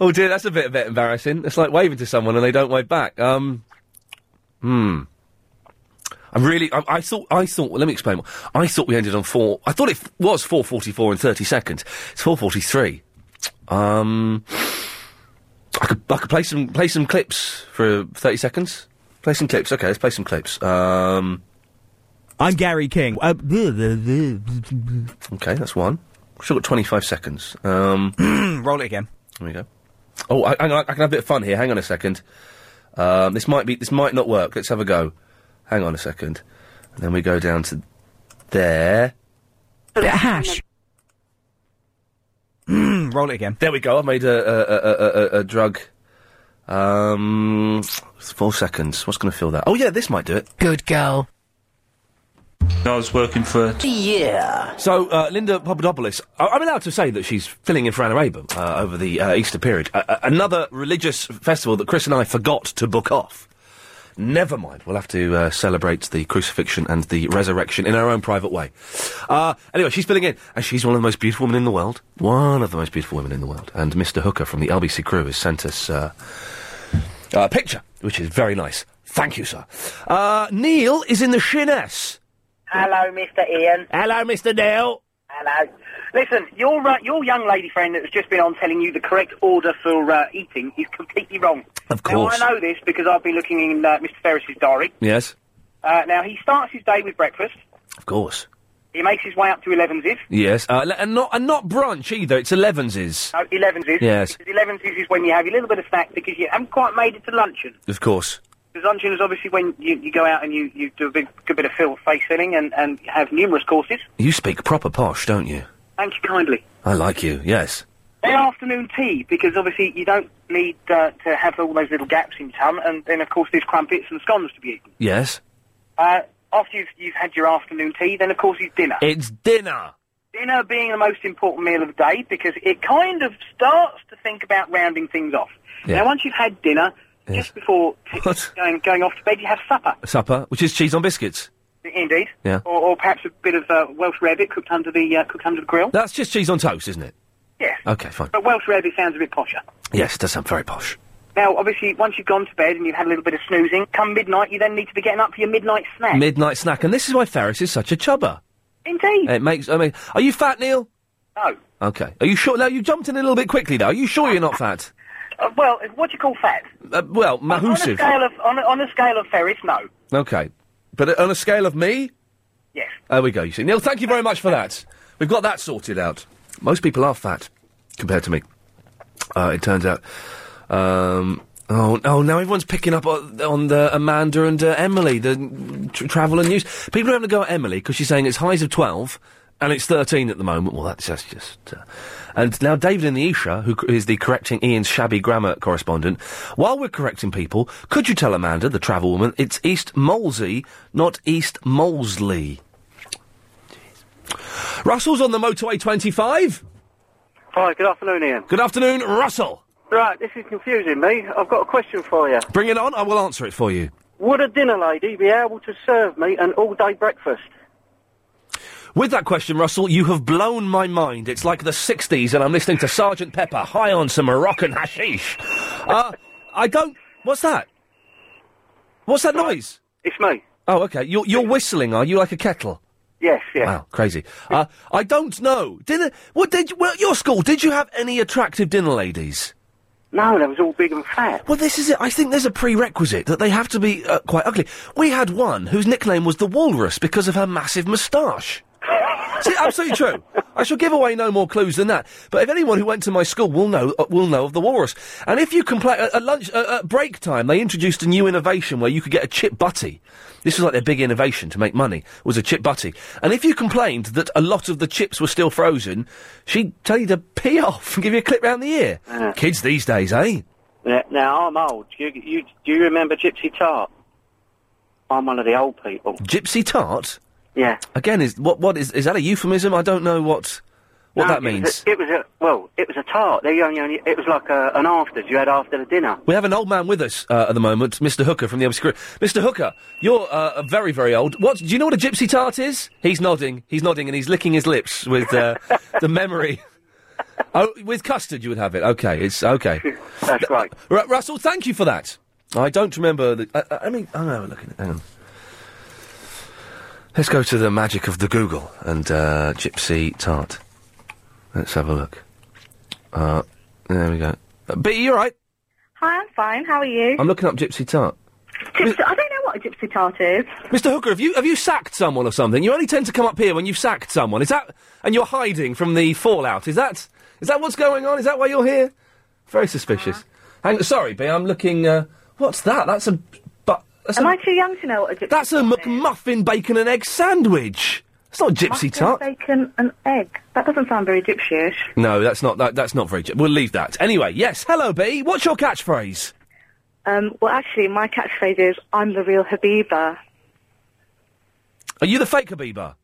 [SPEAKER 2] oh dear, that's a bit a bit embarrassing. It's like waving to someone and they don't wave back. Um, hmm. I really, I, I thought, I thought. Well, let me explain. I thought we ended on four. I thought it f- was four forty-four and thirty seconds. It's four forty-three. Um, I could, I could play some, play some clips for thirty seconds. Play some clips. Okay, let's play some clips. Um,
[SPEAKER 11] I'm Gary King. Uh,
[SPEAKER 2] okay, that's one. Still got twenty-five seconds. Um,
[SPEAKER 11] roll it again.
[SPEAKER 2] There we go. Oh, I, hang on, I can have a bit of fun here. Hang on a second. Um, this might be, this might not work. Let's have a go. Hang on a second. And then we go down to there.
[SPEAKER 11] Bit of hash. Hmm, roll it again.
[SPEAKER 2] There we go. I made a a, a, a, a, a drug. Um, four seconds. What's going to fill that? Oh yeah, this might do it. Good girl. I was working for.
[SPEAKER 16] Yeah.
[SPEAKER 2] So uh, Linda Papadopoulos, I- I'm allowed to say that she's filling in for Anna Rayburn uh, over the uh, Easter period. Uh, uh, another religious festival that Chris and I forgot to book off. Never mind. We'll have to uh, celebrate the crucifixion and the resurrection in our own private way. Uh, anyway, she's filling in, and she's one of the most beautiful women in the world. One of the most beautiful women in the world. And Mr. Hooker from the LBC crew has sent us uh, a picture, which is very nice. Thank you, sir. Uh, Neil is in the Shiness.
[SPEAKER 23] Hello, Mr. Ian.
[SPEAKER 2] Hello, Mr. Dale.
[SPEAKER 23] Hello. Listen, your uh, your young lady friend that's just been on telling you the correct order for uh, eating is completely wrong.
[SPEAKER 2] Of course.
[SPEAKER 23] Now, I know this because I've been looking in uh, Mr. Ferris's diary.
[SPEAKER 2] Yes,
[SPEAKER 23] Uh, now, he starts his day with breakfast.
[SPEAKER 2] of course.
[SPEAKER 23] He makes his way up to 11's if.
[SPEAKER 2] Yes, uh, le- and not and not brunch either. It's elevenses,
[SPEAKER 23] No, 11's is.
[SPEAKER 2] Yes.
[SPEAKER 23] Because 11's is, is when you have a little bit of snack because you haven't quite made it to luncheon.
[SPEAKER 2] of course.
[SPEAKER 23] Because luncheon is obviously when you, you go out and you, you do a big, good bit of fill, face filling and, and have numerous courses.
[SPEAKER 2] You speak proper posh, don't you?
[SPEAKER 23] Thank you kindly.
[SPEAKER 2] I like you. Yes.
[SPEAKER 23] Then afternoon tea, because obviously you don't need uh, to have all those little gaps in your tongue, and then of course there's crumpets and scones to be eaten.
[SPEAKER 2] Yes.
[SPEAKER 23] Uh, after you've, you've had your afternoon tea, then of course is dinner.
[SPEAKER 2] It's dinner.
[SPEAKER 23] dinner being the most important meal of the day, because it kind of starts to think about rounding things off.
[SPEAKER 2] Yeah.
[SPEAKER 23] Now, once you've had dinner, just before t- going, going off to bed, you have supper.
[SPEAKER 2] Supper, which is cheese on biscuits.
[SPEAKER 23] Indeed.
[SPEAKER 2] Yeah.
[SPEAKER 23] Or, or perhaps a bit of uh, Welsh rarebit cooked under the uh, cooked under the grill.
[SPEAKER 2] That's just cheese on toast, isn't it?
[SPEAKER 23] Yes.
[SPEAKER 2] Okay, fine.
[SPEAKER 23] But Welsh rarebit sounds a bit posher.
[SPEAKER 2] Yes, it does sound very posh.
[SPEAKER 23] Now, obviously, once you've gone to bed and you've had a little bit of snoozing, come midnight, you then need to be getting up for your midnight snack.
[SPEAKER 2] Midnight snack, and this is why Ferris is such a chubber.
[SPEAKER 23] Indeed.
[SPEAKER 2] It makes. I mean, are you fat, Neil?
[SPEAKER 23] No.
[SPEAKER 2] Okay. Are you sure? Now you jumped in a little bit quickly, though. Are you sure you're not fat?
[SPEAKER 23] Uh, well, what do you call fat?
[SPEAKER 2] Uh, well,
[SPEAKER 23] On a
[SPEAKER 2] mahoosive.
[SPEAKER 23] scale of on a, on a scale of Ferris, no.
[SPEAKER 2] Okay, but on a scale of me,
[SPEAKER 23] Yes.
[SPEAKER 2] there we go. You see, Neil, thank you very much for that. We've got that sorted out. Most people are fat compared to me. Uh, it turns out. Um, oh, oh, now everyone's picking up on, on the Amanda and uh, Emily, the tr- travel and news. People are having a go at Emily because she's saying it's highs of 12 and it's 13 at the moment. Well, that's, that's just. Uh, and now David in the Isha, who c- is the correcting Ian's shabby grammar correspondent, while we're correcting people, could you tell Amanda, the travel woman, it's East Molesey, not East Molesley? Russell's on the motorway 25.
[SPEAKER 7] Hi, good afternoon, Ian.
[SPEAKER 2] Good afternoon, Russell.
[SPEAKER 7] Right, this is confusing me. I've got a question for you.
[SPEAKER 2] Bring it on, I will answer it for you.
[SPEAKER 7] Would a dinner lady be able to serve me an all-day breakfast?
[SPEAKER 2] With that question, Russell, you have blown my mind. It's like the 60s and I'm listening to Sergeant Pepper high on some Moroccan hashish. Uh, I don't. What's that? What's that noise?
[SPEAKER 7] It's me.
[SPEAKER 2] Oh, okay. You're, you're whistling, are you, like a kettle?
[SPEAKER 7] Yes, yes.
[SPEAKER 2] Wow, crazy. Uh, I don't know. Did what did you, well, at your school? Did you have any attractive dinner ladies?
[SPEAKER 7] No, they was all big and fat.
[SPEAKER 2] Well, this is it. I think there's a prerequisite that they have to be uh, quite ugly. We had one whose nickname was the Walrus because of her massive moustache. See, absolutely true. I shall give away no more clues than that. But if anyone who went to my school will know, uh, will know of the walrus. And if you complain at, at lunch, uh, at break time, they introduced a new innovation where you could get a chip butty. This was like their big innovation to make money was a chip butty. And if you complained that a lot of the chips were still frozen, she'd tell you to pee off and give you a clip round the ear.
[SPEAKER 7] Ah.
[SPEAKER 2] Kids these days, eh?
[SPEAKER 7] Yeah, now, I'm old. You, you, do you remember Gypsy Tart? I'm one of the old people.
[SPEAKER 2] Gypsy tart.
[SPEAKER 7] Yeah.
[SPEAKER 2] Again, is what what is is that a euphemism? I don't know what what
[SPEAKER 7] No,
[SPEAKER 2] that
[SPEAKER 7] it
[SPEAKER 2] means.
[SPEAKER 7] was a- It was a, well, it was a tart. They only, only, it was like a, an afters you had after the dinner.
[SPEAKER 2] We have an old man with us uh, at the moment, Mr. Hooker from the Obscure. Mr. Hooker, you're uh, very, very old. What do you know what a gypsy tart is? He's nodding. He's nodding, and he's licking his lips with uh, the memory. Oh, with custard, you would have it. Okay, it's okay.
[SPEAKER 7] That's right.
[SPEAKER 2] Ru- Russell, thank you for that. I don't remember. The, uh, I- I, I mean, I'm have a oh, look at it. Hang on. Let's go to the magic of the Google and uh, gypsy tart. Let's have a look. Uh, there we go. Uh, B, you're right.
[SPEAKER 13] Hi, I'm fine. How are you?
[SPEAKER 2] I'm looking up gypsy tart.
[SPEAKER 13] Gypsy, I don't know what a gypsy tart is.
[SPEAKER 2] Mr. Hooker, have you have you sacked someone or something? You only tend to come up here when you've sacked someone. Is that and you're hiding from the fallout? Is that is that what's going on? Is that why you're here? Very suspicious.
[SPEAKER 13] Uh-huh.
[SPEAKER 2] Hang, sorry, B. I'm looking. Uh, what's that? That's a. But that's
[SPEAKER 13] Am
[SPEAKER 2] a,
[SPEAKER 13] I too young to know what a gypsy
[SPEAKER 2] That's a McMuffin bacon and egg sandwich. It's not a gypsy
[SPEAKER 13] Muffin,
[SPEAKER 2] tart.
[SPEAKER 13] bacon and egg. That doesn't sound very gypsyish.
[SPEAKER 2] No, that's not that, that's not very. Gy- we'll leave that anyway. Yes. Hello, B. What's your catchphrase?
[SPEAKER 13] Um, well, actually, my catchphrase is "I'm the real Habiba."
[SPEAKER 2] Are you the fake Habiba?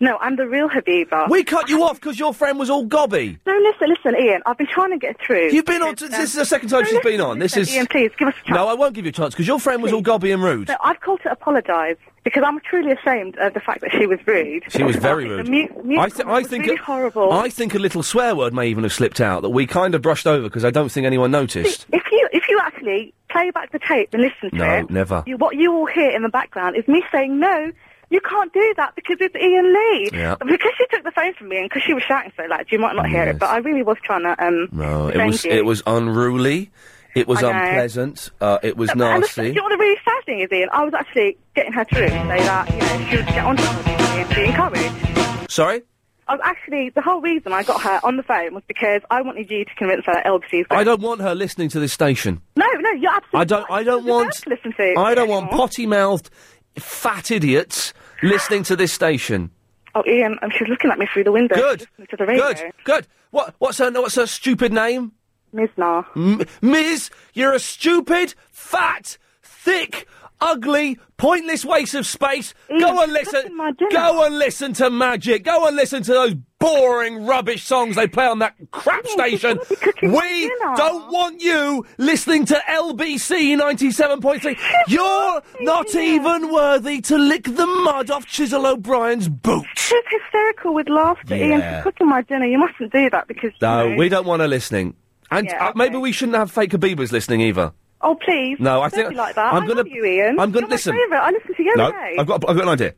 [SPEAKER 13] No, I'm the real Habiba.
[SPEAKER 2] We cut you off because your friend was all gobby.
[SPEAKER 13] No, listen, listen, Ian. I've been trying to get through. Um,
[SPEAKER 2] You've been on. This is the second time
[SPEAKER 13] No,
[SPEAKER 2] she's been
[SPEAKER 13] listen,
[SPEAKER 2] on. This
[SPEAKER 13] listen,
[SPEAKER 2] is.
[SPEAKER 13] Ian, please E give us a chance.
[SPEAKER 2] No, I won't give you a chance because your friend was all gobby and rude.
[SPEAKER 13] No, I've called to apologise because I'm truly ashamed of the fact that she was rude.
[SPEAKER 2] She was very
[SPEAKER 13] The
[SPEAKER 2] rude.
[SPEAKER 13] mu- music
[SPEAKER 2] I, th- I
[SPEAKER 13] was
[SPEAKER 2] think
[SPEAKER 13] really
[SPEAKER 2] a,
[SPEAKER 13] horrible.
[SPEAKER 2] I think a little swear word may even have slipped out that we kind of brushed over because I don't think anyone noticed.
[SPEAKER 13] If you if you actually play back the tape and listen to
[SPEAKER 2] No,
[SPEAKER 13] it,
[SPEAKER 2] never.
[SPEAKER 13] You, what you will hear in the background is me saying no. You can't do that because it's Ian Lee.
[SPEAKER 2] Yeah.
[SPEAKER 13] But Because she took the phone from me and because she was shouting so loud, you might not hear
[SPEAKER 2] Yes.
[SPEAKER 13] it. But I really was trying to. Um,
[SPEAKER 2] No, it
[SPEAKER 13] defend
[SPEAKER 2] was
[SPEAKER 13] you.
[SPEAKER 2] it was unruly. It
[SPEAKER 13] I
[SPEAKER 2] was
[SPEAKER 13] know.
[SPEAKER 2] unpleasant. Uh, it was
[SPEAKER 13] And listen, do
[SPEAKER 2] nasty.
[SPEAKER 13] you know what the really sad thing is, Ian? I was actually getting her through so that you know she would get on to me and be encouraged.
[SPEAKER 2] Sorry,
[SPEAKER 13] I was actually the whole reason I got her on the phone was because I wanted you to convince her that LBC is.
[SPEAKER 2] I don't want her listening to this station.
[SPEAKER 13] No, no, you're absolutely.
[SPEAKER 2] I don't. I don't want.
[SPEAKER 13] to listen to.
[SPEAKER 2] I don't want
[SPEAKER 13] anymore.
[SPEAKER 2] potty mouthed, fat idiots listening to this station.
[SPEAKER 13] Oh, Ian, um, she's looking at me through the window.
[SPEAKER 2] Good.
[SPEAKER 13] She's listening To the radio.
[SPEAKER 2] Good. Good. What? What's her? What's her stupid name?
[SPEAKER 13] Ms. Nah.
[SPEAKER 2] M- Ms. You're a stupid, fat, thick, ugly, pointless waste of space. Go and listen. Go and listen to Magic. Go and listen to those boring rubbish songs they play on that crap station. We don't want you listening to LBC 97.3. You're not even worthy to lick the mud off Chisel O'Brien's boot.
[SPEAKER 13] She's hysterical with laughter, Ian.
[SPEAKER 2] Yeah.
[SPEAKER 13] She's cooking my dinner. You mustn't do that because.
[SPEAKER 2] No,
[SPEAKER 13] you know,
[SPEAKER 2] we don't want her listening. And
[SPEAKER 13] Yeah,
[SPEAKER 2] uh, maybe we shouldn't have fake Abibas listening either.
[SPEAKER 13] Oh, please.
[SPEAKER 2] No, I
[SPEAKER 13] don't
[SPEAKER 2] think
[SPEAKER 13] be like that.
[SPEAKER 2] I'm
[SPEAKER 13] I
[SPEAKER 2] gonna-
[SPEAKER 13] love you, Ian.
[SPEAKER 2] I'm gonna-
[SPEAKER 13] You're
[SPEAKER 2] listen.
[SPEAKER 13] My favourite. I listen to you
[SPEAKER 2] no,
[SPEAKER 13] every day.
[SPEAKER 2] I've got I've got an idea.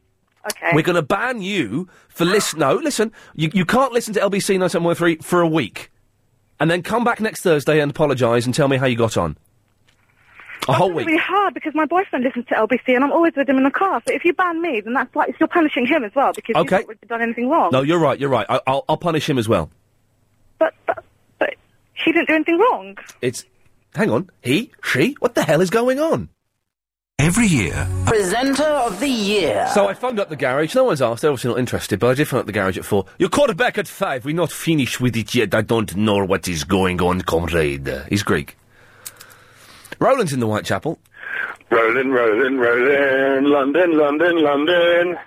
[SPEAKER 13] Okay.
[SPEAKER 2] We're going to ban you for listen. No, listen. You you can't listen to LBC 97.3 for a week, and then come back next Thursday and apologise and tell me how you got on. A whole
[SPEAKER 13] It's
[SPEAKER 2] week.
[SPEAKER 13] really hard because my boyfriend listens to LBC and I'm always with him in the car. So if you ban me, then that's like you're punishing him as well because you've
[SPEAKER 2] Okay.
[SPEAKER 13] not really done anything wrong.
[SPEAKER 2] No, you're right. You're right. I, I'll I'll punish him as well.
[SPEAKER 13] She didn't do anything wrong.
[SPEAKER 2] It's. Hang on. He, she. What the hell is going on? Every year.
[SPEAKER 16] Presenter of the year.
[SPEAKER 2] So I phoned up the garage. No one's asked. They're obviously not interested. But I did phone up the garage at four. Your quarterback at five. We're not finished with it yet. I don't know what is going on, comrade. He's Greek. Roland's in the Whitechapel.
[SPEAKER 17] Rolling, rolling, rolling. London, London, London.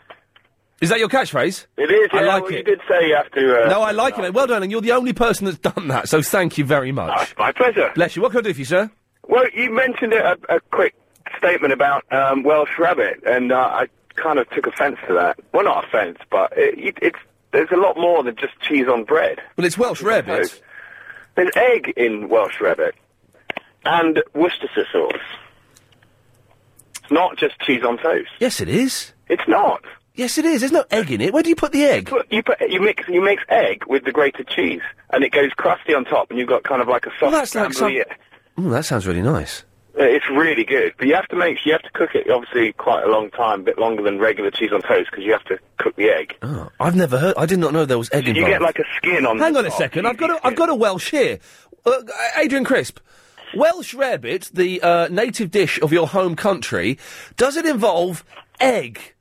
[SPEAKER 2] Is that your catchphrase?
[SPEAKER 17] It is.
[SPEAKER 2] I
[SPEAKER 17] yeah,
[SPEAKER 2] like
[SPEAKER 17] well,
[SPEAKER 2] it.
[SPEAKER 17] You did say you have to. Uh,
[SPEAKER 2] no, I like it. mate. Well done, and you're the only person that's done that. So thank you very much.
[SPEAKER 17] my pleasure.
[SPEAKER 2] Bless you. What can I do for you, sir?
[SPEAKER 17] Well, you mentioned a, a quick statement about um, Welsh rabbit, and uh, I kind of took offence to that. Well, not offence, but it, it, it's there's a lot more than just cheese on bread.
[SPEAKER 2] Well, it's Welsh rabbit.
[SPEAKER 17] There's egg in Welsh rabbit, and Worcestershire sauce. It's not just cheese on toast.
[SPEAKER 2] Yes, it is.
[SPEAKER 17] It's not.
[SPEAKER 2] Yes, it is. There's no egg in it. Where do you put the egg?
[SPEAKER 17] Put, you put you mix you mix egg with the grated cheese, and it goes crusty on top, and you've got kind of like a soft.
[SPEAKER 2] that's like
[SPEAKER 17] crumbly-
[SPEAKER 2] some- Mm, that sounds really nice.
[SPEAKER 17] Uh, It's really good, but you have to make you have to cook it obviously quite a long time, a bit longer than regular cheese on toast because you have to cook the egg.
[SPEAKER 2] Oh, I've never heard. I did not know there was egg
[SPEAKER 17] You
[SPEAKER 2] involved.
[SPEAKER 17] get like a skin on.
[SPEAKER 2] Hang
[SPEAKER 17] the
[SPEAKER 2] on a
[SPEAKER 17] top.
[SPEAKER 2] second. I've got a, I've got a Welsh here. Uh, Adrian Crisp. Welsh rarebit, the uh, native dish of your home country, does it involve egg?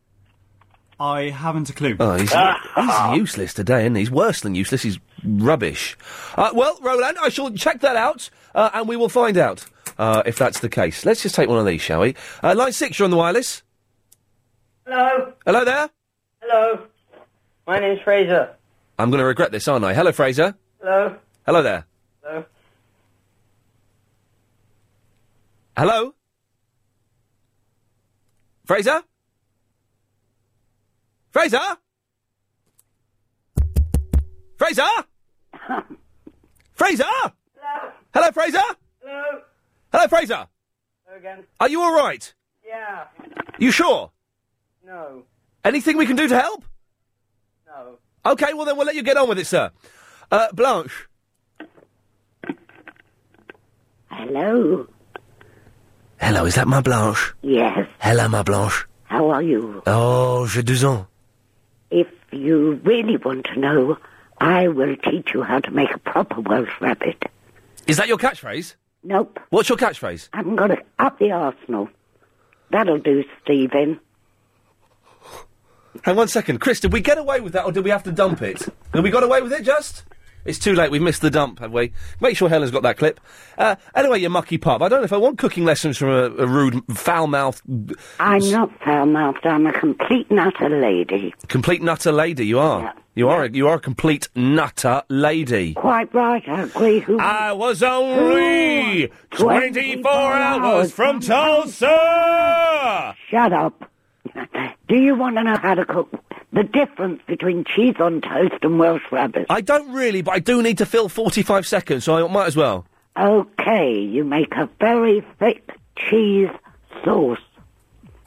[SPEAKER 3] I haven't a clue.
[SPEAKER 2] Oh, he's, he's useless today, isn't he? He's worse than useless. He's rubbish. Uh, well, Roland, I shall check that out, uh, and we will find out uh, if that's the case. Let's just take one of these, shall we? Uh, line six, you're on the wireless.
[SPEAKER 18] Hello.
[SPEAKER 2] Hello there.
[SPEAKER 18] Hello. My name's Fraser.
[SPEAKER 2] I'm going to regret this, aren't I? Hello, Fraser.
[SPEAKER 18] Hello.
[SPEAKER 2] Hello there.
[SPEAKER 18] Hello.
[SPEAKER 2] Hello? Fraser? Fraser? Fraser? Fraser?
[SPEAKER 18] Hello.
[SPEAKER 2] Hello, Fraser?
[SPEAKER 18] Hello.
[SPEAKER 2] Hello, Fraser?
[SPEAKER 18] Hello again.
[SPEAKER 2] Are you alright?
[SPEAKER 18] Yeah.
[SPEAKER 2] You sure?
[SPEAKER 18] No.
[SPEAKER 2] Anything we can do to help?
[SPEAKER 18] No.
[SPEAKER 2] Okay, well then we'll let you get on with it, sir. Uh, Blanche.
[SPEAKER 24] Hello.
[SPEAKER 2] Hello, is that my Blanche?
[SPEAKER 24] Yes.
[SPEAKER 2] Hello, my Blanche.
[SPEAKER 24] How are you?
[SPEAKER 2] Oh, j'ai deux ans.
[SPEAKER 24] If you really want to know, I will teach you how to make a proper Welsh rabbit.
[SPEAKER 2] Is that your catchphrase?
[SPEAKER 24] Nope.
[SPEAKER 2] What's your catchphrase?
[SPEAKER 24] I'm going to up the arsenal. That'll do, Stephen.
[SPEAKER 2] Hang one second, Chris. Did we get away with that, or did we have to dump it? Have we got away with it? Just? It's too late. We've missed the dump, have we? Make sure Helen's got that clip. Uh, anyway, you mucky pup. I don't know if I want cooking lessons from a, a rude, foul-mouthed,
[SPEAKER 24] I'm not foul-mouthed. I'm a complete and utter lady.
[SPEAKER 2] complete nutter lady. You are. You are. A, you are a complete nutter lady.
[SPEAKER 24] Quite right. I agree. Who?
[SPEAKER 2] I was only
[SPEAKER 24] 24 hours
[SPEAKER 2] from Tulsa!
[SPEAKER 24] Shut up. Do you want to know how to cook the difference between cheese on toast and Welsh rabbit?
[SPEAKER 2] I don't really, but I do need to fill forty-five seconds, so I might as well.
[SPEAKER 24] Okay, you make a very thick cheese sauce,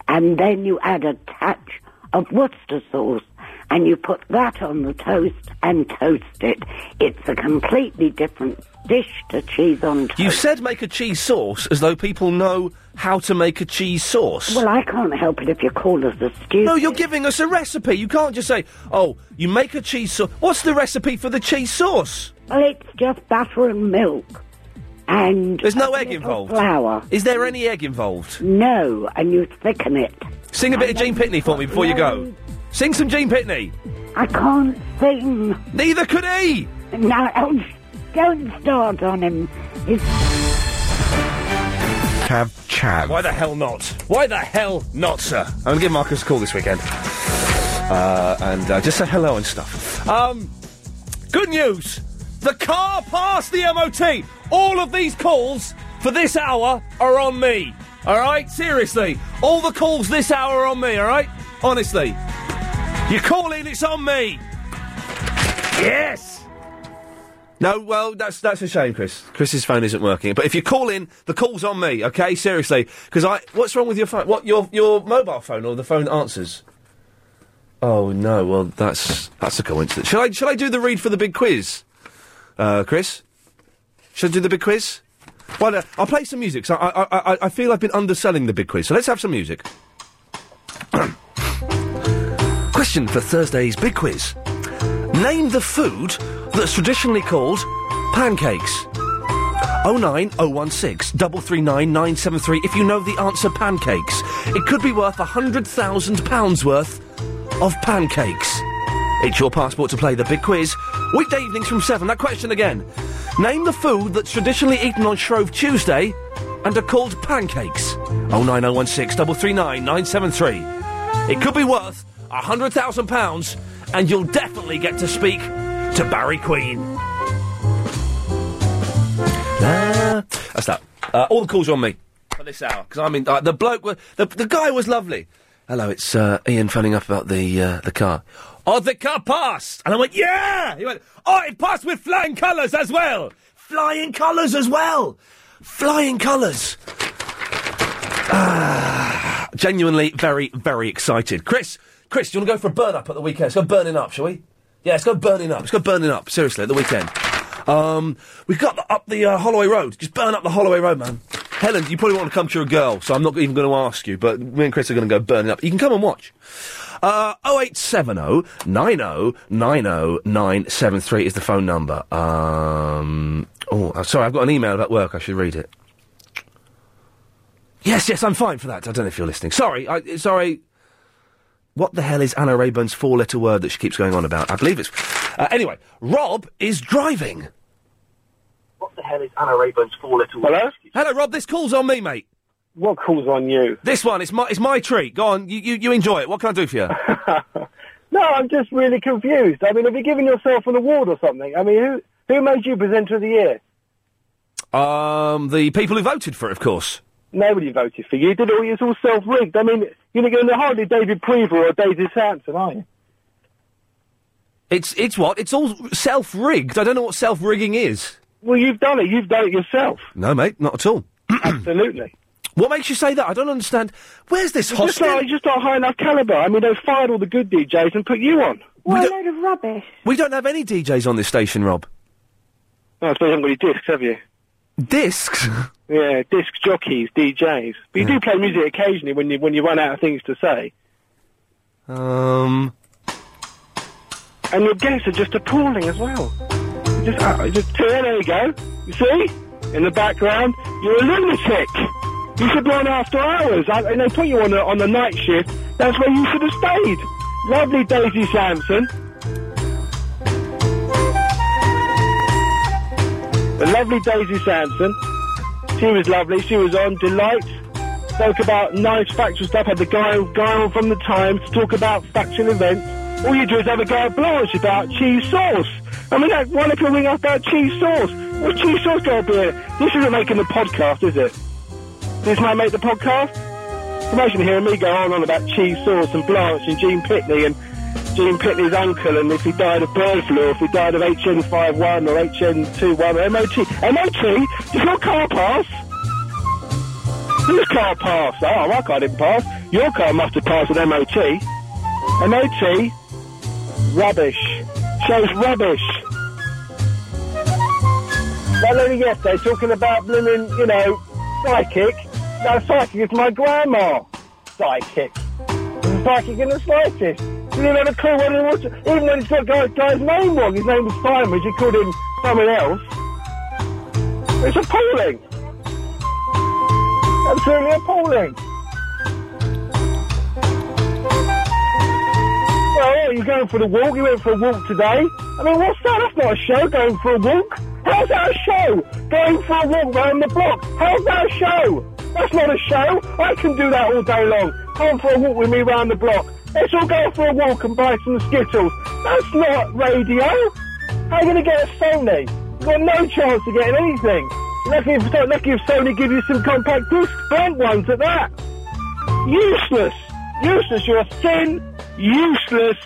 [SPEAKER 24] and then you add a touch of Worcester sauce, and you put that on the toast and toast it. It's a completely different dish to cheese on toast.
[SPEAKER 2] You said make a cheese sauce as though people know how to make a cheese sauce.
[SPEAKER 24] Well, I can't help it if you call us a stupid.
[SPEAKER 2] No, you're giving us a recipe. You can't just say, oh, you make a cheese sauce. What's the recipe for the cheese sauce?
[SPEAKER 24] Well, it's just butter and milk, and
[SPEAKER 2] There's no
[SPEAKER 24] a
[SPEAKER 2] egg
[SPEAKER 24] little
[SPEAKER 2] involved.
[SPEAKER 24] Flour. Mm.
[SPEAKER 2] Is there any egg involved?
[SPEAKER 24] No, and you thicken it.
[SPEAKER 2] Sing a bit of Gene Pitney for me before you go. Sing some Gene Pitney.
[SPEAKER 24] I can't sing.
[SPEAKER 2] Neither could he.
[SPEAKER 24] No, oh, don't start on him. It's
[SPEAKER 2] Have chab. Why the hell not? Why the hell not, sir? I'm going to give Marcus a call this weekend. Uh, and uh, just say hello and stuff. Um, good news! The car passed the MOT! All of these calls for this hour are on me. Alright? Seriously. All the calls this hour are on me, alright? Honestly. You call in, it's on me. Yes! No, well, that's that's a shame, Chris. Chris's phone isn't working. But if you call in, the call's on me. Okay, seriously, because I what's wrong with your phone? What your your mobile phone or the phone that answers? Oh no, well that's that's a coincidence. Shall I shall I do the read for the big quiz, uh, Chris? Shall I do the big quiz? Well, uh, I'll play some music. So I, I I I feel I've been underselling the big quiz. So let's have some music. Question for Thursday's big quiz. Name the food that's traditionally called pancakes. 09016 339 973 if you know the answer pancakes. It could be worth £100,000 worth of pancakes. It's your passport to play the big quiz. Weekday evenings from 7. That question again. Name the food that's traditionally eaten on Shrove Tuesday and are called pancakes. 09016 339 973. It could be worth £100,000 and you'll definitely get to speak to Barry Queen. Ah, That's that. Uh, all the calls are on me for this hour because I mean uh, the bloke, wa- the the guy was lovely. Hello, it's uh, Ian phoning up about the uh, the car. Oh, the car passed, and I went yeah. He went oh, it passed with flying colours as well, flying colours as well, flying colours. Ah, genuinely very very excited. Chris, Chris, do you want to go for a burn up at the weekend? Let's go burning up, shall we? Yeah, let's go burning up. Let's go burning up. Seriously, at the weekend. Um, we've got the, up the uh, Holloway Road. Just burn up the Holloway Road, man. Helen, you probably want to come to a girl, so I'm not even going to ask you, but me and Chris are going to go burning up. You can come and watch. Uh, 0870 90 90 973 is the phone number. Um, oh, I'm sorry, I've got an email about work. I should read it. Yes, yes, I'm fine for that. I don't know if you're listening. Sorry, I, sorry. What the hell is Anna Rayburn's four letter word that she keeps going on about? I believe it's. Uh, anyway, Rob is driving.
[SPEAKER 5] What the hell is Anna Rayburn's four little Hello?
[SPEAKER 2] Hello, Rob, this call's on me, mate.
[SPEAKER 5] What call's on you?
[SPEAKER 2] This one, it's my, it's my treat. Go on, you, you, you enjoy it. What can I do for you?
[SPEAKER 5] No, I'm just really confused. I mean, have you given yourself an award or something? I mean, who who made you presenter of the year?
[SPEAKER 2] um, the people who voted for it, of course.
[SPEAKER 5] Nobody voted for you, did it? It's all self-rigged. I mean, you're going to hardly David Prever or Daisy Sampson, are you?
[SPEAKER 2] It's, it's what? It's all self rigged. I don't know what self rigging is.
[SPEAKER 5] Well, you've done it. You've done it yourself.
[SPEAKER 2] No, mate, not at all.
[SPEAKER 5] Absolutely.
[SPEAKER 2] What makes you say that? I don't understand. Where's this
[SPEAKER 5] It's just
[SPEAKER 2] hostel?
[SPEAKER 5] not, it's just not high enough calibre. I mean, they fired all the good DJs and put you on.
[SPEAKER 2] What a
[SPEAKER 5] load of rubbish.
[SPEAKER 2] We don't have any DJs on this station, Rob.
[SPEAKER 5] No, I suppose you haven't got any discs, have you?
[SPEAKER 2] Discs?
[SPEAKER 5] Yeah, disc jockeys, DJs. But you do play music occasionally when you when you run out of things to say.
[SPEAKER 2] Um.
[SPEAKER 5] And your guests are just appalling as well. You Just, uh, you just there, there you go. You see, in the background, you're a lunatic. You should be on after hours. I, and they put you on the on the night shift. That's where you should have stayed. Lovely Daisy Sampson. The lovely Daisy Sampson. She was lovely. She was on delight. Spoke about nice factual stuff. Had the guy guy on from the Times to talk about factual events. All you do is have a go at Blanche about cheese sauce. I mean, that one can ring up about cheese sauce. What's cheese sauce going to be? in it? This isn't making the podcast, is it? This might make the podcast. Imagine hearing me go on and on about cheese sauce and Blanche and Gene Pitney and Gene Pitney's uncle and if he died of bird flu, if he died of HN51 or HN21 or MOT. MOT? Does your car pass? Whose car passed? Oh, my car didn't pass. Your car must have passed an MOT. MOT? Rubbish. Shows rubbish. Well, only yesterday, talking about blooming, you know, psychic. No, psychic is my grandma. Psychic. Psychic in the slightest. You didn't have a clue what it was. Even when he's got guy, guy's name wrong, his name was Simon, she called him someone else. It's appalling. Absolutely appalling. Well, are you going for the walk? You went for a walk today. I mean, what's that? That's not a show, going for a walk. How's that a show? Going for a walk round the block. How's that a show? That's not a show. I can do that all day long. Come for a walk with me round the block. Let's all go for a walk and buy some Skittles. That's not radio. How are you going to get a Sony? You've got no chance of getting anything. Lucky if, lucky if Sony give you some compact discs, burnt ones at that. Useless. Useless. You're a thin, useless,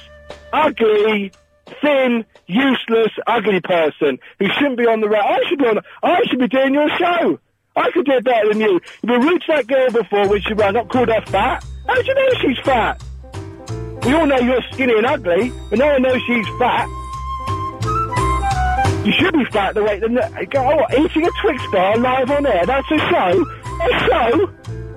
[SPEAKER 5] ugly thin, useless, ugly person who shouldn't be on the radio. I should be on. I should be doing your show. I could do it better than you. You've been rude to that girl before when she ran up, called her fat. How do you know she's fat? We all know you're skinny and ugly, but no one knows she's fat. You should be fat the way that go. Oh, eating a Twix bar live on air. That's a show. A show.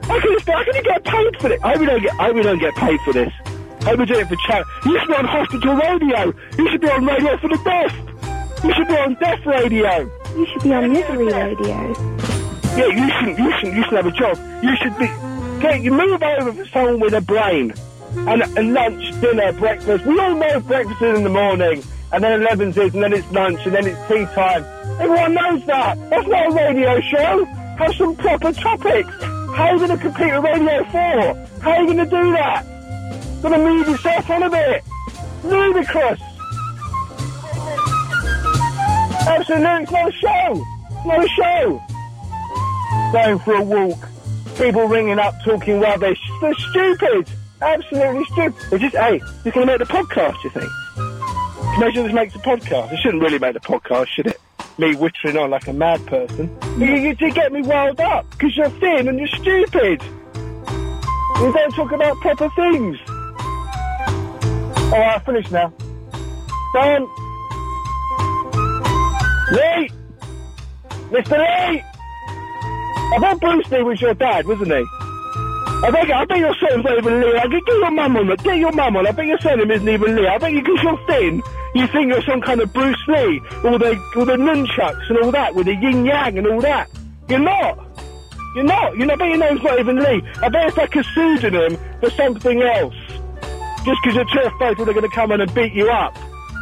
[SPEAKER 5] How can, this, how can you get paid for this? I hope we don't get. I hope we don't get paid for this. I hope we do it for charity. You should be on hospital radio. You should be on radio for the deaf. You should be on deaf radio.
[SPEAKER 25] You should be on misery radio.
[SPEAKER 5] Yeah, you shouldn't. You shouldn't. You should have a job. You should be. Get you move over for someone with a brain. And, and lunch, dinner, breakfast. We all know breakfast is in the morning, and then 11's is, and then it's lunch, and then it's tea time. Everyone knows that. That's not a radio show. Have some proper topics. How are you going to compete with Radio 4? How are you going to do that? Going to move yourself on a bit. Ludicrous. Absolutely, it's not a show. It's not a show going for a walk, people ringing up talking rubbish. They're stupid, absolutely stupid. They're just, hey, you're going to make the podcast, you think? Imagine this makes a podcast. It shouldn't really make the podcast, should it? Me whittering on like a mad person. You, you, you get me riled up because you're thin and you're stupid. You don't talk about proper things. All right, I'll finish now. Done. Lee! Mr. Lee! I bet Bruce Lee was your dad, wasn't he? I bet, I bet your son's not even Lee. I could get your mum on it. Get your mum on it. I bet your surname isn't even Lee. I bet you, because you're thin, you think you're some kind of Bruce Lee. All the, all the nunchucks and all that, with the yin-yang and all that. You're not. You're not. You're not. I bet your name's not even Lee. I bet it's like a pseudonym for something else. Just because you're too afraid that they're going to come in and beat you up.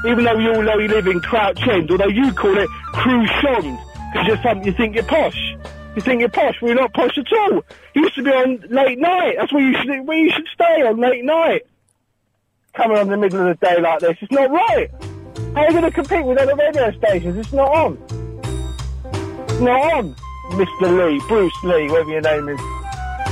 [SPEAKER 5] Even though you all know you live in Crouch End, although you call it Cruchon, because you're some, you think you're posh. You think you're posh? We're not posh at all. You used to be on late night. That's where you should where you should stay on late night. Coming on in the middle of the day like this, it's not right. How are you going to compete with other radio stations? It's not on. It's not on, Mr. Lee, Bruce Lee, whatever your name is.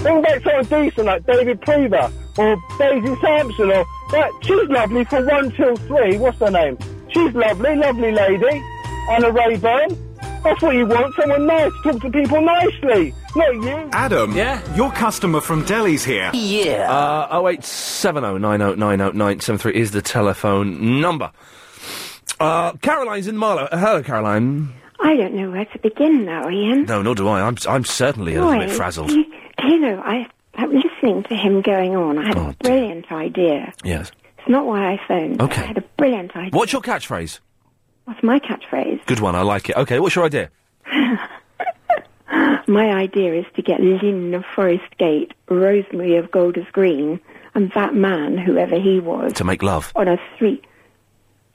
[SPEAKER 5] Bring back someone decent like David Prever or Daisy Sampson or that. She's lovely for one till three. What's her name? She's lovely, lovely lady. Anna Rayburn. That's what you want. Someone nice. Talk to people nicely. Not you.
[SPEAKER 3] Adam, yeah, your customer from Delhi's here.
[SPEAKER 2] Uh, 08709090973 is the telephone number. Uh, Caroline's in Marlow. Uh, hello, Caroline.
[SPEAKER 25] I don't know where to begin now, Ian.
[SPEAKER 2] No, nor do I. I'm, I'm certainly a little bit
[SPEAKER 25] Boy,
[SPEAKER 2] frazzled.
[SPEAKER 25] Do you, do you know, I, I'm listening to him going on. I had
[SPEAKER 2] Oh,
[SPEAKER 25] a brilliant idea.
[SPEAKER 2] Yes.
[SPEAKER 25] It's not why I phoned. but
[SPEAKER 2] Okay.
[SPEAKER 25] I had a brilliant idea.
[SPEAKER 2] What's your catchphrase?
[SPEAKER 25] What's my catchphrase?
[SPEAKER 2] Good one. I like it. Okay, what's your idea?
[SPEAKER 25] My idea is to get Lynn of Forest Gate, Rosemary of Golders Green, and that man, whoever he was,
[SPEAKER 2] To make love.
[SPEAKER 25] on a street.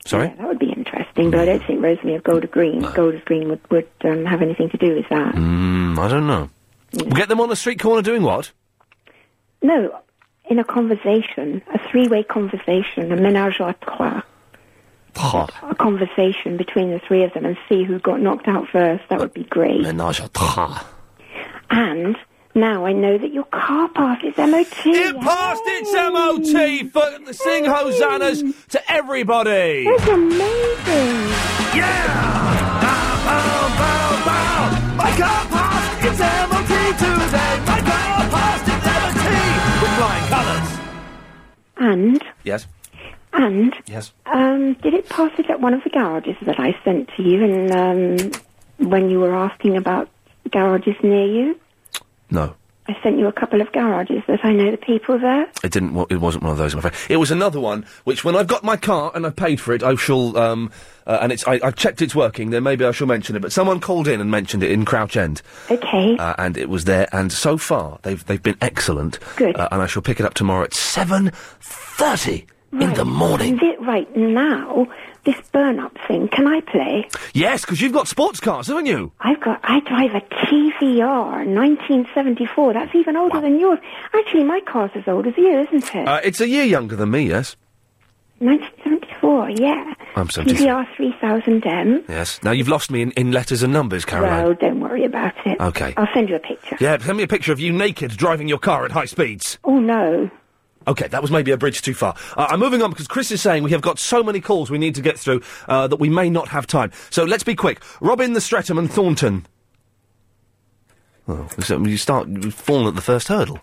[SPEAKER 2] Sorry?
[SPEAKER 25] That would be interesting, but I don't think Rosemary of Golders Green, Golders Green would, would um, have anything to do with that.
[SPEAKER 2] Mm, I don't know. Get them on a street corner doing what?
[SPEAKER 25] No, in a conversation, a three-way conversation, a ménage à trois,
[SPEAKER 2] Oh,
[SPEAKER 25] a conversation between the three of them, and see who got knocked out first. That would be great.
[SPEAKER 2] ménage à trois.
[SPEAKER 25] And now I know that your car passed its MOT.
[SPEAKER 2] It passed its MOT for sing hosannas to everybody.
[SPEAKER 25] That's amazing.
[SPEAKER 2] My car passed its MOT today. My car passed its MOT with flying colours.
[SPEAKER 25] And
[SPEAKER 2] Yes.
[SPEAKER 25] and
[SPEAKER 2] Yes.
[SPEAKER 25] um, did it pass it at one of the garages that I sent to you? And um, when you were asking about garages near you,
[SPEAKER 2] No,
[SPEAKER 25] I sent you a couple of garages that I know the people there.
[SPEAKER 2] it didn't. wa- It wasn't one of those. I'm afraid it was another one. Which, when I've got my car and I paid for it, I shall. Um, uh, and it's. I, I've checked it's working. Then maybe I shall mention it. But someone called in and mentioned it in Crouch End.
[SPEAKER 25] Okay.
[SPEAKER 2] uh, and it was there. And so far, they've they've been excellent.
[SPEAKER 25] Good.
[SPEAKER 2] Uh, and I shall pick it up tomorrow at seven thirty in the morning.
[SPEAKER 25] Thi- right now, this burn up thing. Can I play?
[SPEAKER 2] Yes, because you've got sports cars, haven't you?
[SPEAKER 25] I've got. I drive a TVR 1974. That's even older than yours. Actually, my car's as old as you, isn't it?
[SPEAKER 2] Uh, it's a year younger than me. Yes,
[SPEAKER 25] 1974. Yeah.
[SPEAKER 2] I'm so dis-
[SPEAKER 25] TVR 3000M.
[SPEAKER 2] Yes. Now you've lost me in, in letters and numbers, Caroline.
[SPEAKER 25] Well, don't worry about it.
[SPEAKER 2] Okay.
[SPEAKER 25] I'll send you a picture.
[SPEAKER 2] Yeah, send me a picture of you naked driving your car at high speeds.
[SPEAKER 25] Oh no.
[SPEAKER 2] Okay, that was maybe a bridge too far. Uh, I'm moving on because Chris is saying we have got so many calls we need to get through uh, that we may not have time. So let's be quick. Robin the Streatham and Thornton. Oh, so you start you fall at the first hurdle.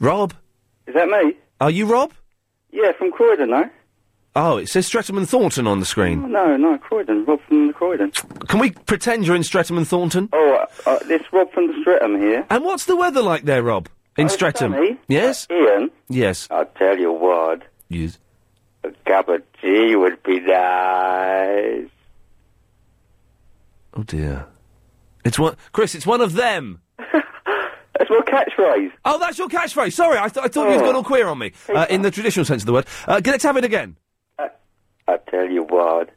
[SPEAKER 2] Rob,
[SPEAKER 16] Is that me?
[SPEAKER 2] are you Rob?
[SPEAKER 16] Yeah, from Croydon, no?
[SPEAKER 2] Oh, it says Streatham and Thornton on the
[SPEAKER 16] Oh,
[SPEAKER 2] screen.
[SPEAKER 16] no, no, Croydon. Rob from the Croydon.
[SPEAKER 2] Can we pretend you're in Streatham and Thornton?
[SPEAKER 16] Oh, uh, uh, this Rob from the Streatham here. Oh,
[SPEAKER 2] And what's the weather like there, Rob? In Streatham?
[SPEAKER 16] sunny. Uh,
[SPEAKER 2] Yes?
[SPEAKER 16] Ian,
[SPEAKER 2] Yes.
[SPEAKER 16] I tell you what.
[SPEAKER 2] Yes.
[SPEAKER 16] A cup of tea would be nice.
[SPEAKER 2] Oh dear. It's one, Chris. It's one of them.
[SPEAKER 16] That's my catchphrase.
[SPEAKER 2] Oh, that's your catchphrase. Sorry, I, th- I thought you'd gone all queer on me uh, in the traditional sense of the word. Uh, g- let's have it again.
[SPEAKER 16] I tell you what.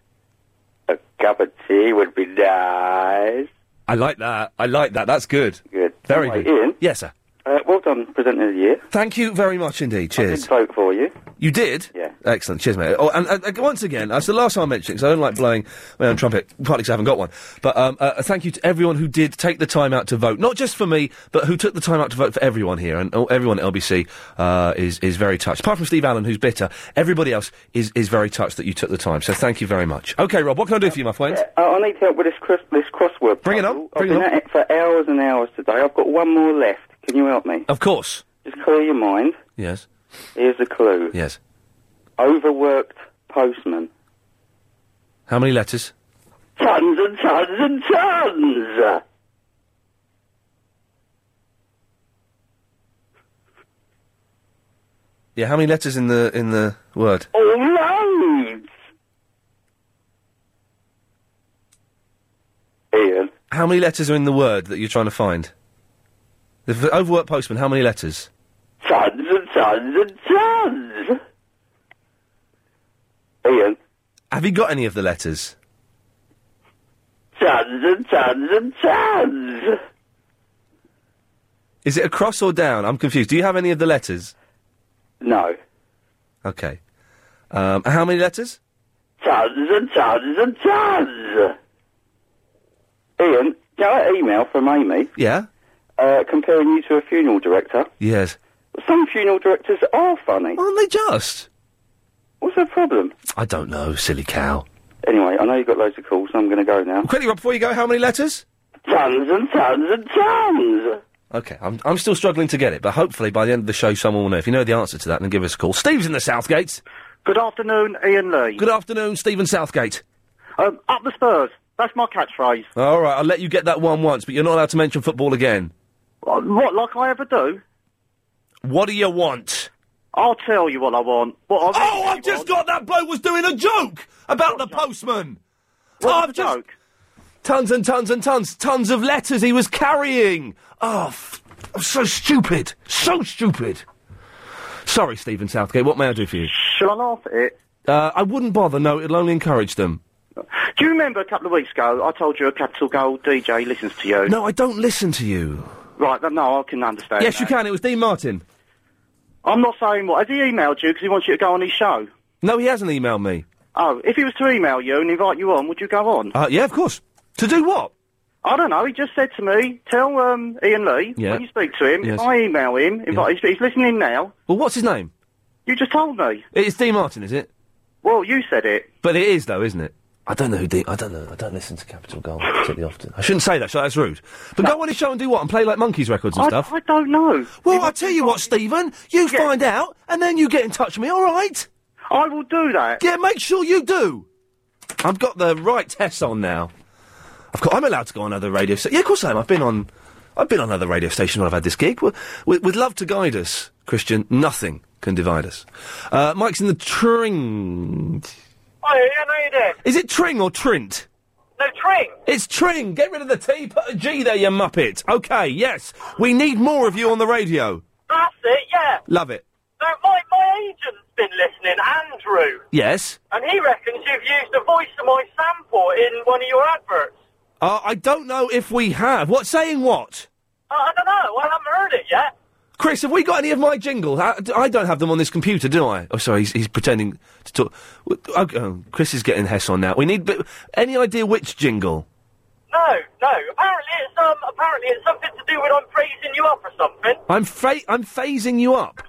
[SPEAKER 16] A cup of tea would be nice.
[SPEAKER 2] I like that. I like that. That's good.
[SPEAKER 16] Good.
[SPEAKER 2] Very
[SPEAKER 16] Anyway,
[SPEAKER 2] good.
[SPEAKER 16] Ian?
[SPEAKER 2] Yes, sir.
[SPEAKER 16] Uh, well done, presenter of the year.
[SPEAKER 2] Thank you very much indeed. Cheers.
[SPEAKER 16] Did vote for you.
[SPEAKER 2] You did? Yeah. Excellent. Cheers, mate. Oh, and, and, uh, once again, that's the last time I mentioned it, 'cause I don't like blowing my own trumpet, partly because I haven't got one. But um, uh, thank you to everyone who did take the time out to vote, not just for me, but who took the time out to vote for everyone here. And oh, everyone at LBC uh, is, is very touched. Apart from Steve Allen, who's bitter, everybody else is, is very touched that you took the time. So thank you very much. Okay, Rob, what can I do for you, my friend?
[SPEAKER 16] Uh, I need help with this, cross- this crossword. Bring it on. Bring I've been at it for hours and hours today. I've got one more left. Can you help me?
[SPEAKER 2] Of course.
[SPEAKER 16] Just clear your mind.
[SPEAKER 2] Yes.
[SPEAKER 16] Here's a clue.
[SPEAKER 2] Yes.
[SPEAKER 16] Overworked postman.
[SPEAKER 2] How many letters?
[SPEAKER 16] Tons and tons and tons.
[SPEAKER 2] Yeah, how many letters in the in the word?
[SPEAKER 16] All right. Ian.
[SPEAKER 2] How many letters are in the word that you're trying to find? The f- overworked postman, how many letters?
[SPEAKER 16] Tons and tons and tons. Ian.
[SPEAKER 2] Have you got any of the letters?
[SPEAKER 16] Tons and tons and tons.
[SPEAKER 2] Is it across or down? I'm confused. Do you have any of the letters?
[SPEAKER 16] No.
[SPEAKER 2] Okay. Um, how many letters?
[SPEAKER 16] Tons and tons and tons. Ian, got an email from Amy
[SPEAKER 2] Yeah?
[SPEAKER 16] uh, comparing you to a funeral director.
[SPEAKER 2] Yes.
[SPEAKER 16] Some funeral directors are funny.
[SPEAKER 2] Aren't they just?
[SPEAKER 16] What's the problem?
[SPEAKER 2] I don't know, silly cow.
[SPEAKER 16] Anyway, I know you've got loads of calls, so I'm going to go now.
[SPEAKER 2] Quickly, Rob, before you go, how many letters?
[SPEAKER 16] Tons and tons and tons.
[SPEAKER 2] Okay, I'm, I'm still struggling to get it, but hopefully by the end of the show someone will know. If you know the answer to that, then give us a call. Steve's in the Southgate.
[SPEAKER 5] Good afternoon, Ian Lee.
[SPEAKER 2] Good afternoon, Stephen Southgate.
[SPEAKER 5] Um, up the Spurs. That's my catchphrase.
[SPEAKER 2] All right, I'll let you get that one once, but you're not allowed to mention football again.
[SPEAKER 5] Uh, What, like I ever do?
[SPEAKER 2] What do you want?
[SPEAKER 5] I'll tell you what I want. What I
[SPEAKER 2] oh, I've just got that bloke was doing a joke about the postman. oh, I've just... Tons and tons and tons, tons of letters he was carrying. Oh, f- I'm so stupid, so stupid. Sorry, Stephen Southgate. What may I do for you?
[SPEAKER 5] Shall I laugh at it?
[SPEAKER 2] Uh, I wouldn't bother. No, it'll only encourage them.
[SPEAKER 5] Do you remember a couple of weeks ago I told you a Capital Gold DJ listens to you?
[SPEAKER 2] No, I don't listen to you.
[SPEAKER 5] Right, then, no, I can understand.
[SPEAKER 2] yes, you can. It was Dean Martin.
[SPEAKER 5] I'm not saying what. Has he emailed you because he wants you to go on his show?
[SPEAKER 2] No, he hasn't emailed me.
[SPEAKER 5] Oh, if he was to email you and invite you on, would you go on?
[SPEAKER 2] Uh, yeah, of course. To do what?
[SPEAKER 5] I don't know. He just said to me, tell um, Ian Lee
[SPEAKER 2] Yeah.
[SPEAKER 5] when you speak to him.
[SPEAKER 2] Yes.
[SPEAKER 5] If I email him, invite, he's, he's listening now.
[SPEAKER 2] Well, what's his name?
[SPEAKER 5] You just told me.
[SPEAKER 2] It's Dean Martin, is it?
[SPEAKER 5] Well, you said it.
[SPEAKER 2] But it is though, isn't it? I don't know who Dean. I don't know. I don't listen to Capital Gold particularly often. I shouldn't say that. So that's rude. But go on his show and do what? And play like monkeys records and
[SPEAKER 5] I,
[SPEAKER 2] stuff.
[SPEAKER 5] I don't know.
[SPEAKER 2] Well, I tell you what, Stephen, you find out, and then you get in touch with me, all right?
[SPEAKER 5] I will do that.
[SPEAKER 2] Yeah, make sure you do. I've got the right tests on now. Of course, I'm allowed to go on other radio. Sta- yeah, of course I am. I've been on. I've been on other radio stations when I've had this gig. With, with, with love to guide us, Christian, nothing can divide us. Uh, Mike's in the Tring.
[SPEAKER 26] Hi, Ian, how you doing?
[SPEAKER 2] Is it Tring or Trint?
[SPEAKER 26] No, Tring.
[SPEAKER 2] It's Tring. Get rid of the T. Put a G there, you muppet. Okay, yes. We need more of you on the radio.
[SPEAKER 26] That's it, yeah.
[SPEAKER 2] Love it.
[SPEAKER 26] So my, my agent's been listening, Andrew,
[SPEAKER 2] Yes.
[SPEAKER 26] and he reckons you've used the voice of my sample in one of your adverts.
[SPEAKER 2] Uh, I don't know if we have. What saying what?
[SPEAKER 26] Uh, I don't know, I haven't heard it yet.
[SPEAKER 2] Chris, have we got any of my jingles? I, I don't have them on this computer, do I? Oh, sorry, he's, he's pretending to oh, talk. W- Okay, oh, Chris is getting Hess on now. We need bit, any idea which jingle?
[SPEAKER 5] No, no. Apparently it's um. Apparently it's something to do with I'm praising you up or something.
[SPEAKER 2] I'm fa- I'm phasing you up.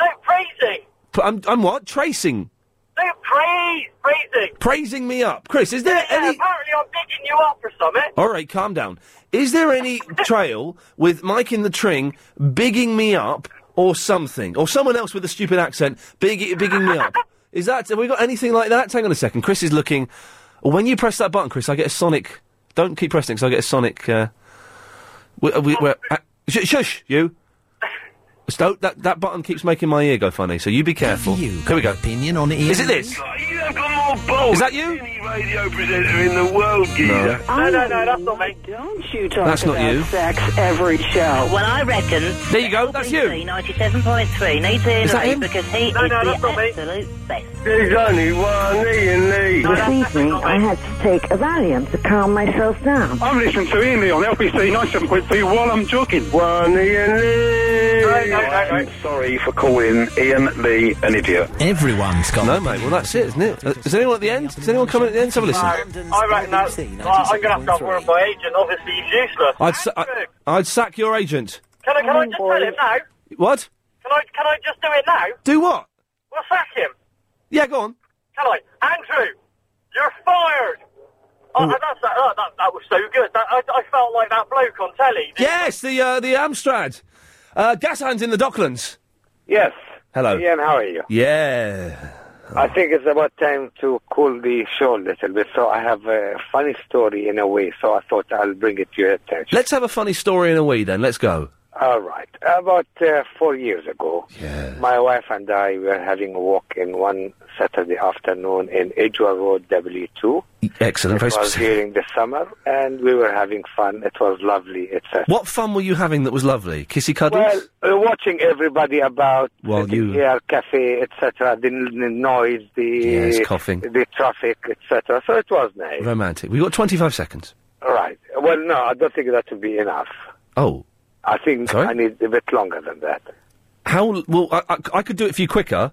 [SPEAKER 5] No praising.
[SPEAKER 2] P- I'm I'm what? Tracing.
[SPEAKER 5] No praise. Praising.
[SPEAKER 2] Praising me up. Chris, is there
[SPEAKER 5] Yeah,
[SPEAKER 2] any
[SPEAKER 5] apparently I'm picking you up or something.
[SPEAKER 2] All right, calm down. Is there any trail with Mike in the Tring bigging me up or something? Or someone else with a stupid accent big, bigging me up? Is that, have we got anything like that? Hang on a second. Chris is looking. When you press that button, Chris, I get a sonic. Don't keep pressing because I get a sonic. Uh, we, we, we're, uh, sh- shush, you. Sto- that, that button keeps making my ear go funny, so you be careful. Here we go. Opinion on
[SPEAKER 27] Ian?
[SPEAKER 2] Is it this?
[SPEAKER 27] You have got more balls.
[SPEAKER 2] Is that you?
[SPEAKER 27] than Any radio presenter in the world, geezer.
[SPEAKER 8] No, no, no, that's not me. Don't you talk
[SPEAKER 2] That's not
[SPEAKER 8] about
[SPEAKER 2] you.
[SPEAKER 8] sex every show. Well, I reckon.
[SPEAKER 2] There you go, that's you.
[SPEAKER 8] 97.3 needs Ian
[SPEAKER 2] Is that
[SPEAKER 8] Lee
[SPEAKER 2] him?
[SPEAKER 8] because he
[SPEAKER 2] No,
[SPEAKER 8] is
[SPEAKER 2] no,
[SPEAKER 8] the
[SPEAKER 2] that's not me.
[SPEAKER 8] absolute best.
[SPEAKER 28] There's only one Ian Lee.
[SPEAKER 24] This evening, I had to take a Valium to calm myself down.
[SPEAKER 29] I'm listening to Ian Lee on LBC 97.3 while I'm jogging. One Ian Lee.
[SPEAKER 30] I'm sorry for calling Ian Lee an idiot.
[SPEAKER 2] Everyone's got. No, mate. Well, that's it, isn't it? Uh, Is anyone at the end? Is anyone coming at the end? Let's Have a listen.
[SPEAKER 5] No, I reckon that's. I- I'm going to have to have a word with my agent. Obviously he's useless.
[SPEAKER 2] I'd, sa- I, I'd sack your agent.
[SPEAKER 5] Can I? Can I just tell him now?
[SPEAKER 2] What?
[SPEAKER 5] Can I? Can I just do it now?
[SPEAKER 2] Do what?
[SPEAKER 5] Well, sack him.
[SPEAKER 2] Yeah, go on.
[SPEAKER 5] Can I? Andrew, you're fired. Oh, and that's, that, that, that, that was so good. That, I, I felt like that bloke on telly.
[SPEAKER 2] Yes, the uh, the Amstrad. Uh, gas hands in the Docklands.
[SPEAKER 31] Yes.
[SPEAKER 2] Hello.
[SPEAKER 31] Ian, how are you?
[SPEAKER 2] Yeah.
[SPEAKER 31] I think it's about time to cool the show a little bit. So I have a funny story in a way. So I thought I'll bring it to your attention.
[SPEAKER 2] Let's have a funny story in a wee then. Let's go.
[SPEAKER 31] All right. About uh, four years ago, my wife and I were having a walk in one Saturday afternoon in Edgeware Road, W2.
[SPEAKER 2] Excellent. Very
[SPEAKER 31] it was
[SPEAKER 2] specific.
[SPEAKER 31] during the summer, and we were having fun. It was lovely, etc.
[SPEAKER 2] What fun were you having that was lovely? Kissy cuddles.
[SPEAKER 31] Well, uh, watching everybody about
[SPEAKER 2] Well,
[SPEAKER 31] the
[SPEAKER 2] you-
[SPEAKER 31] air, cafe, etc., the, n- the noise, the
[SPEAKER 2] Yes, coughing.
[SPEAKER 31] the traffic, etc. So it was nice.
[SPEAKER 2] Romantic. We've got 25 seconds.
[SPEAKER 31] All right. Well, no, I don't think that would be enough.
[SPEAKER 2] Oh.
[SPEAKER 31] I think I need a bit longer than that.
[SPEAKER 2] How. l- Well, I, I, I could do it for you quicker.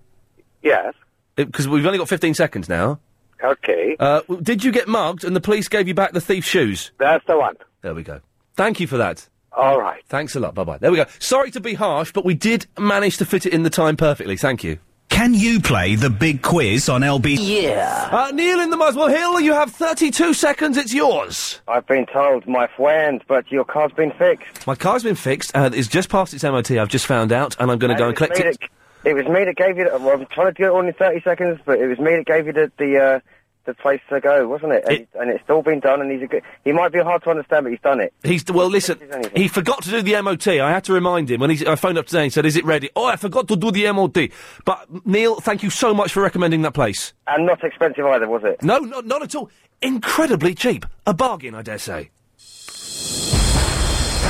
[SPEAKER 31] Yes.
[SPEAKER 2] Because we've only got 15 seconds now.
[SPEAKER 31] Okay.
[SPEAKER 2] Uh, w- did you get mugged and the police gave you back the thief's shoes?
[SPEAKER 31] That's the one.
[SPEAKER 2] There we go. Thank you for that.
[SPEAKER 31] All right.
[SPEAKER 2] Thanks a lot. Bye bye. There we go. Sorry to be harsh, but we did manage to fit it in the time perfectly. Thank you.
[SPEAKER 16] Can you play the big quiz on LB?
[SPEAKER 2] Uh, Neil in the Muswell Hill, you have 32 seconds. It's yours.
[SPEAKER 6] I've been told, my friend, but your car's been fixed.
[SPEAKER 2] My car's been fixed. Uh, it's just past its MOT. I've just found out, and I'm going to go and
[SPEAKER 6] was
[SPEAKER 2] collect
[SPEAKER 6] me
[SPEAKER 2] it.
[SPEAKER 6] That, it was me that gave you. The, well, I'm trying to do it all in 30 seconds, but it was me that gave you the the, uh, the place to go, wasn't it? And, and it's all been done, and he's a good. He might be hard to understand, but he's done it.
[SPEAKER 2] He's well. Listen, he forgot to do the MOT. I had to remind him when he. I phoned up today and said, "Is it ready?" Oh, I forgot to do the MOT. But Neil, thank you so much for recommending that place.
[SPEAKER 6] And not expensive either, was it?
[SPEAKER 2] No, not not at all. Incredibly cheap. A bargain, I dare say.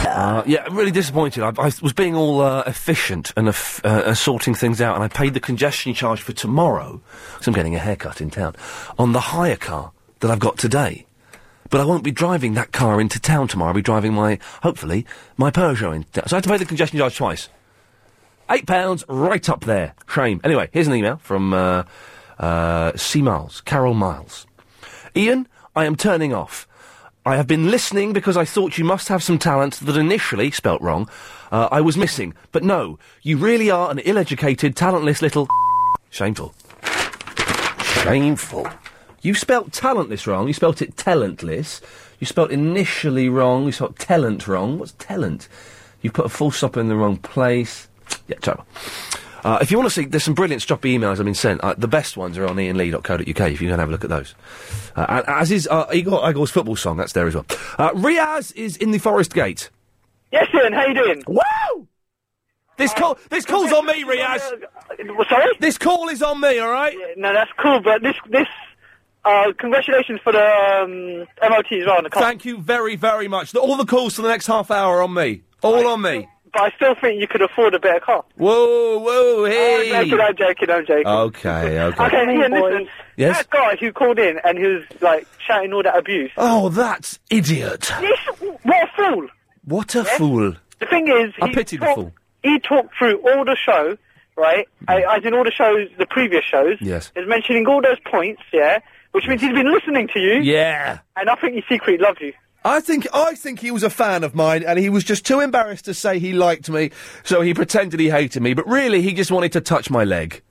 [SPEAKER 2] Uh, yeah, I'm really disappointed. I, I was being all uh, efficient and eff- uh, uh, sorting things out, and I paid the congestion charge for tomorrow, so I'm getting a haircut in town, on the hire car that I've got today. But I won't be driving that car into town tomorrow. I'll be driving my, hopefully, my Peugeot into town. So I have to pay the congestion charge twice. Eight pounds, right up there. Shame. Anyway, here's an email from uh, uh, C Miles, Carol Miles. Ian, I am turning off. I have been listening because I thought you must have some talent that initially, spelt wrong, uh, I was missing. But no, you really are an ill-educated, talentless little. Shameful. Shameful. You spelt talentless wrong. You spelt it talentless. You spelt initially wrong. You spelt talent wrong. What's talent? You put a full stop in the wrong place. Yeah, terrible. Uh, if you want to see, there's some brilliant stroppy emails I've been sent. Uh, the best ones are on ianlee.co.uk if you can have a look at those. Uh, and, as is uh, Igor Igor's football song, that's there as well. Uh, Riaz is in the Forest Gate.
[SPEAKER 5] Yes, Ian, how you doing? Uh,
[SPEAKER 2] Woo! This call, this call's on me, Riaz.
[SPEAKER 5] sorry?
[SPEAKER 2] This call is on me, all right?
[SPEAKER 5] no, that's cool, but this, this, uh, congratulations for the um, MOT as well on the car.
[SPEAKER 2] Thank you very, very much. The- all the calls for the next half hour are on me. All on me.
[SPEAKER 5] But I still think you could afford a better car.
[SPEAKER 2] Whoa, whoa, hey!
[SPEAKER 5] Oh, I'm joking, I'm joking, I'm joking.
[SPEAKER 2] Okay, okay.
[SPEAKER 5] Okay, Ian, listen.
[SPEAKER 2] Yes?
[SPEAKER 5] That guy who called in and who's, like, shouting all that abuse.
[SPEAKER 2] Oh, that's idiot.
[SPEAKER 5] This, what a fool!
[SPEAKER 2] What a fool.
[SPEAKER 5] The thing is,
[SPEAKER 2] I
[SPEAKER 5] he
[SPEAKER 2] pity the
[SPEAKER 5] talked,
[SPEAKER 2] fool.
[SPEAKER 5] he talked through all the show, right? I, as in all the shows, the previous shows.
[SPEAKER 2] Yes.
[SPEAKER 5] Is mentioning all those points, yeah? Which means he's been listening to you.
[SPEAKER 2] Yeah.
[SPEAKER 5] And I think he secretly loves you.
[SPEAKER 2] I think I think he was a fan of mine, and he was just too embarrassed to say he liked me, so he pretended he hated me. But really, he just wanted to touch my leg.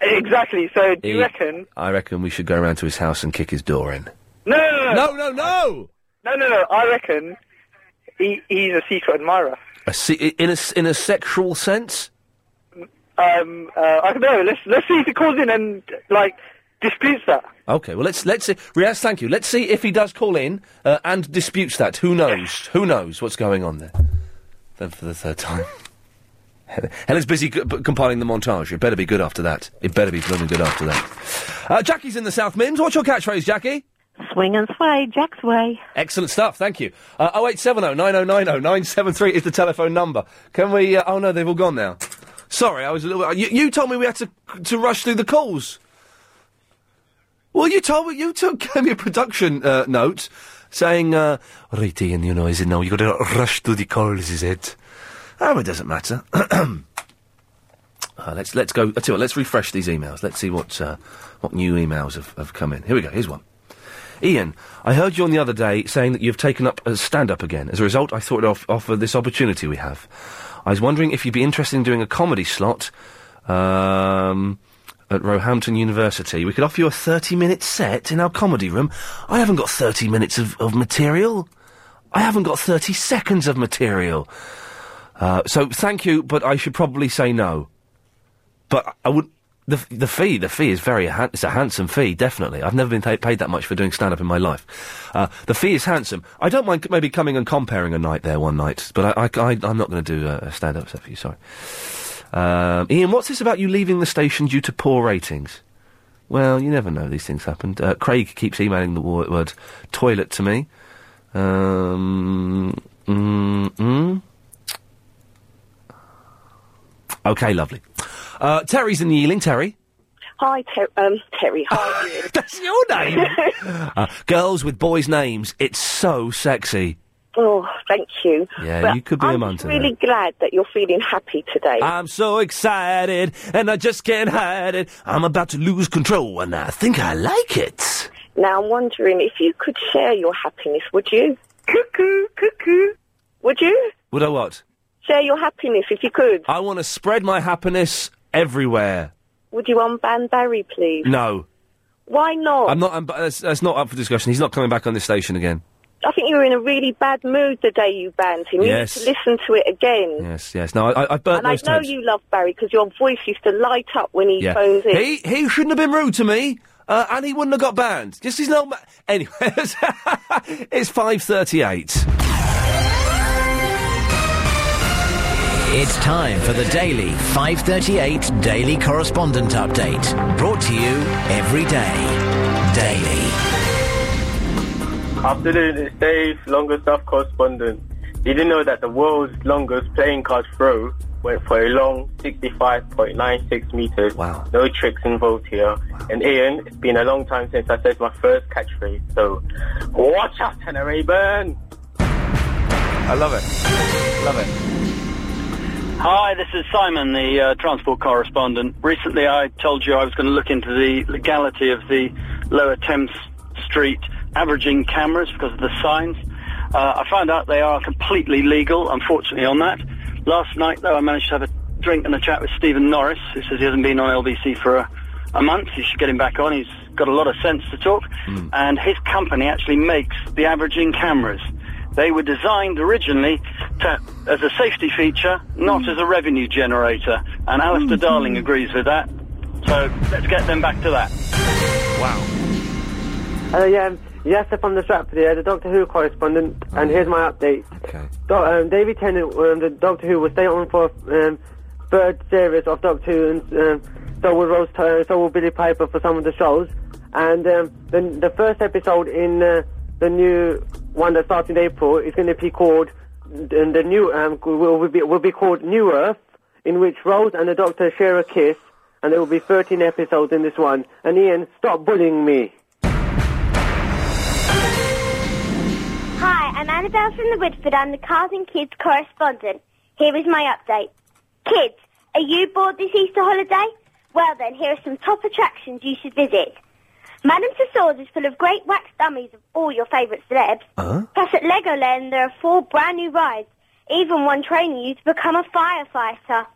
[SPEAKER 5] Exactly. So do you
[SPEAKER 2] He-
[SPEAKER 5] reckon?
[SPEAKER 2] I reckon we should go round to his house and kick his door in.
[SPEAKER 5] No, no,
[SPEAKER 2] no, no, no,
[SPEAKER 5] no, no, no. I reckon he, he's a secret admirer.
[SPEAKER 2] A se- in a s- in a sexual sense.
[SPEAKER 5] Um, uh, I don't know. Let's let's see if he calls in and like disputes that.
[SPEAKER 2] Okay, well let's let's see. Riaz, thank you. Let's see if he does call in uh, and disputes that. Who knows? Who knows what's going on there? Then for the third time, Helen- Helen's busy c- p- compiling the montage. It better be good after that. It better be blooming good after that. Uh, Jackie's in the South Mims. What's your catchphrase, Jackie?
[SPEAKER 32] Swing and sway, Jack's way.
[SPEAKER 2] Excellent stuff. Thank you. Uh, 0870 9090 973 is the telephone number. Can we? Uh, oh no, they've all gone now. Sorry, I was a little. uh, You, you told me we had to to rush through the calls. Well, you told me you took gave me a production uh, note saying, uh, "Right, Ian, you know, is it now? You got to rush through the calls, is it?" Oh, it doesn't matter. uh, let's let's go. I tell you what, let's refresh these emails. Let's see what uh, what new emails have, have come in. Here we go. Here's one. Ian, I heard you on the other day saying that you've taken up a stand up again. As a result, I thought I'd off- offer this opportunity we have. I was wondering if you'd be interested in doing a comedy slot um, at Roehampton University. We could offer you a 30 minute set in our comedy room. I haven't got 30 minutes of, of material. I haven't got 30 seconds of material. Uh, so thank you, but I should probably say no. But I would. The, the fee, the fee is very, han- it's a handsome fee, definitely. I've never been ta paid that much for doing stand-up in my life. Uh, the fee is handsome. I don't mind c- maybe coming and comparing a night there one night, but I, am not going to do a, a stand-up set for you, sorry. Um, Ian, what's this about you leaving the station due to poor ratings? Well, you never know. These things happened. Uh, Craig keeps emailing the wor- word toilet to me. Um, mm, mm. Okay, lovely. Uh, Terry's in the Ealing. Terry.
[SPEAKER 13] Hi, Ter- um, Terry. Hi, Ian.
[SPEAKER 2] That's your name. Uh, girls with boys' names. It's so sexy.
[SPEAKER 13] oh, thank you.
[SPEAKER 2] Yeah,
[SPEAKER 13] But
[SPEAKER 2] you could be a
[SPEAKER 13] I'm
[SPEAKER 2] mum
[SPEAKER 13] just
[SPEAKER 2] to
[SPEAKER 13] really glad that you're feeling happy today.
[SPEAKER 2] I'm so excited and I just can't hide it. I'm about to lose control and I think I like it.
[SPEAKER 13] now, I'm wondering if you could share your happiness, would you? Cuckoo, cuckoo. Would you
[SPEAKER 2] Would I what?
[SPEAKER 13] share your happiness if you could?
[SPEAKER 2] I want to spread my happiness everywhere.
[SPEAKER 13] Would you unban Barry, please?
[SPEAKER 2] No.
[SPEAKER 13] Why not?
[SPEAKER 2] I'm not. I'm, that's, that's not up for discussion. He's not coming back on this station again.
[SPEAKER 13] I think you were in a really bad mood the day you banned him.
[SPEAKER 2] Yes.
[SPEAKER 13] You need to listen to it again.
[SPEAKER 2] Yes, yes. No, I, I- I've burnt
[SPEAKER 13] and I
[SPEAKER 2] those
[SPEAKER 13] know
[SPEAKER 2] tapes.
[SPEAKER 13] you love Barry because your voice used to light up when he
[SPEAKER 2] yeah.
[SPEAKER 13] phones in.
[SPEAKER 2] He he shouldn't have been rude to me, uh, and he wouldn't have got banned. Just he's not. Ma- anyway, it's five thirty-eight.
[SPEAKER 11] It's time for the daily 538 Daily Correspondent Update. Brought to you every day. Daily.
[SPEAKER 33] Afternoon, it's Dave, longest Duff correspondent. Did you know that the world's longest playing card throw went for a long 65.96 metres?
[SPEAKER 2] Wow.
[SPEAKER 33] No tricks involved here. And Ian, it's been a long time since I said my first catchphrase, so watch out, Tenerife!
[SPEAKER 2] I love it. Love it.
[SPEAKER 29] Hi, this is Simon, the uh, transport correspondent. Recently, I told you I was going to look into the legality of the Lower Thames Street averaging cameras because of the signs. Uh, I found out they are completely legal, unfortunately, on that. Last night, though, I managed to have a drink and a chat with Stephen Norris, who says he hasn't been on LBC for a, a month. You should get him back on. He's got a lot of sense to talk. And his company actually makes the averaging cameras. They were designed originally to, as a safety feature, not as a revenue generator. And Alistair Darling agrees with that. So let's get them back to that. Wow.
[SPEAKER 6] Uh, yeah, um, yes, up on the strap there, the Doctor Who correspondent, and here's my update.
[SPEAKER 2] Okay.
[SPEAKER 6] Do- um, David Tennant, um, the Doctor Who, will stay on for um, third series of Doctor Who, and um, so will Rose, uh, so will Billy Piper for some of the shows, and um, the the first episode in uh, the new one that starts in April is going to be called, and the new um, will be will be called New Earth, in which Rose and the Doctor share a kiss, and there will be 13 episodes in this one. And Ian, stop bullying me.
[SPEAKER 34] Hi, I'm Annabelle from the Woodford. I'm the Cars and Kids correspondent. Here is my update. Kids, are you bored this Easter holiday? Well then, here are some top attractions you should visit. Madame Tussauds is full of great wax dummies of all your favourite celebs.
[SPEAKER 2] Huh?
[SPEAKER 34] Plus, at Legoland, there are four brand new rides, even one training you to become a firefighter.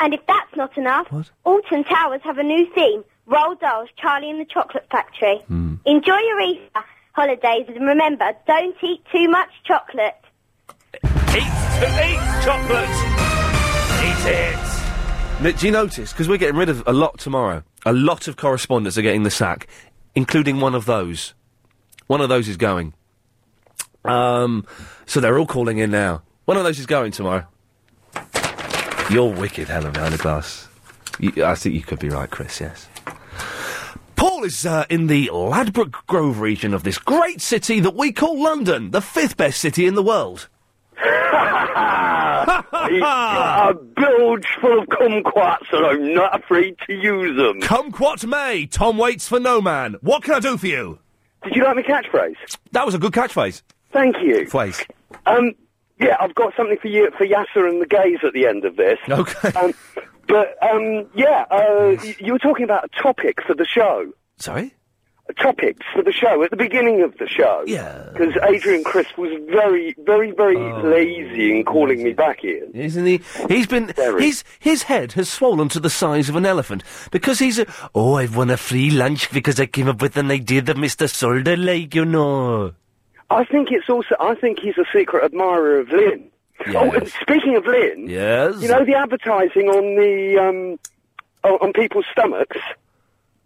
[SPEAKER 34] And if that's not enough, Alton Towers have a new theme, Roald Dahl's Charlie and the Chocolate Factory. Enjoy your Easter holidays and remember, don't eat too much chocolate.
[SPEAKER 5] Eat chocolate. Eat it.
[SPEAKER 2] Nick, do you notice? Because we're getting rid of a lot tomorrow. A lot of correspondents are getting the sack, including one of those. One of those is going. Um, so they're all calling in now. One of those is going tomorrow. You're wicked, Helen behind the glass. You, I think you could be right, Chris. Yes. Paul is uh, in the Ladbroke Grove region of this great city that we call London, the fifth best city in the world. Ah.
[SPEAKER 5] a bilge full of kumquats, and I'm not afraid to use them.
[SPEAKER 2] Kumquat May, Tom waits for no man. What can I do for you?
[SPEAKER 5] Did you like my catchphrase?
[SPEAKER 2] That was a good catchphrase.
[SPEAKER 5] Thank you.
[SPEAKER 2] Phrase.
[SPEAKER 5] Um, yeah, I've got something for you for Yasser and the gays at the end of this.
[SPEAKER 2] Okay.
[SPEAKER 5] Um, but um, yeah, uh, y- you were talking about a topic for the show.
[SPEAKER 2] Sorry.
[SPEAKER 5] Topics for the show at the beginning of the show.
[SPEAKER 2] Yeah. Oh.
[SPEAKER 5] Because Adrian Chris was very, very, very lazy in calling me back in.
[SPEAKER 2] Isn't he? He's been. His his head has swollen to the size of an elephant because he's a. Oh, I've won a free lunch because I came up with an idea that Mister Solder like, you know.
[SPEAKER 5] I think it's also. I think he's a secret admirer of Lynn. Oh, and speaking of Lynn,
[SPEAKER 2] Yes.
[SPEAKER 5] you know the advertising on the um, o- on people's stomachs.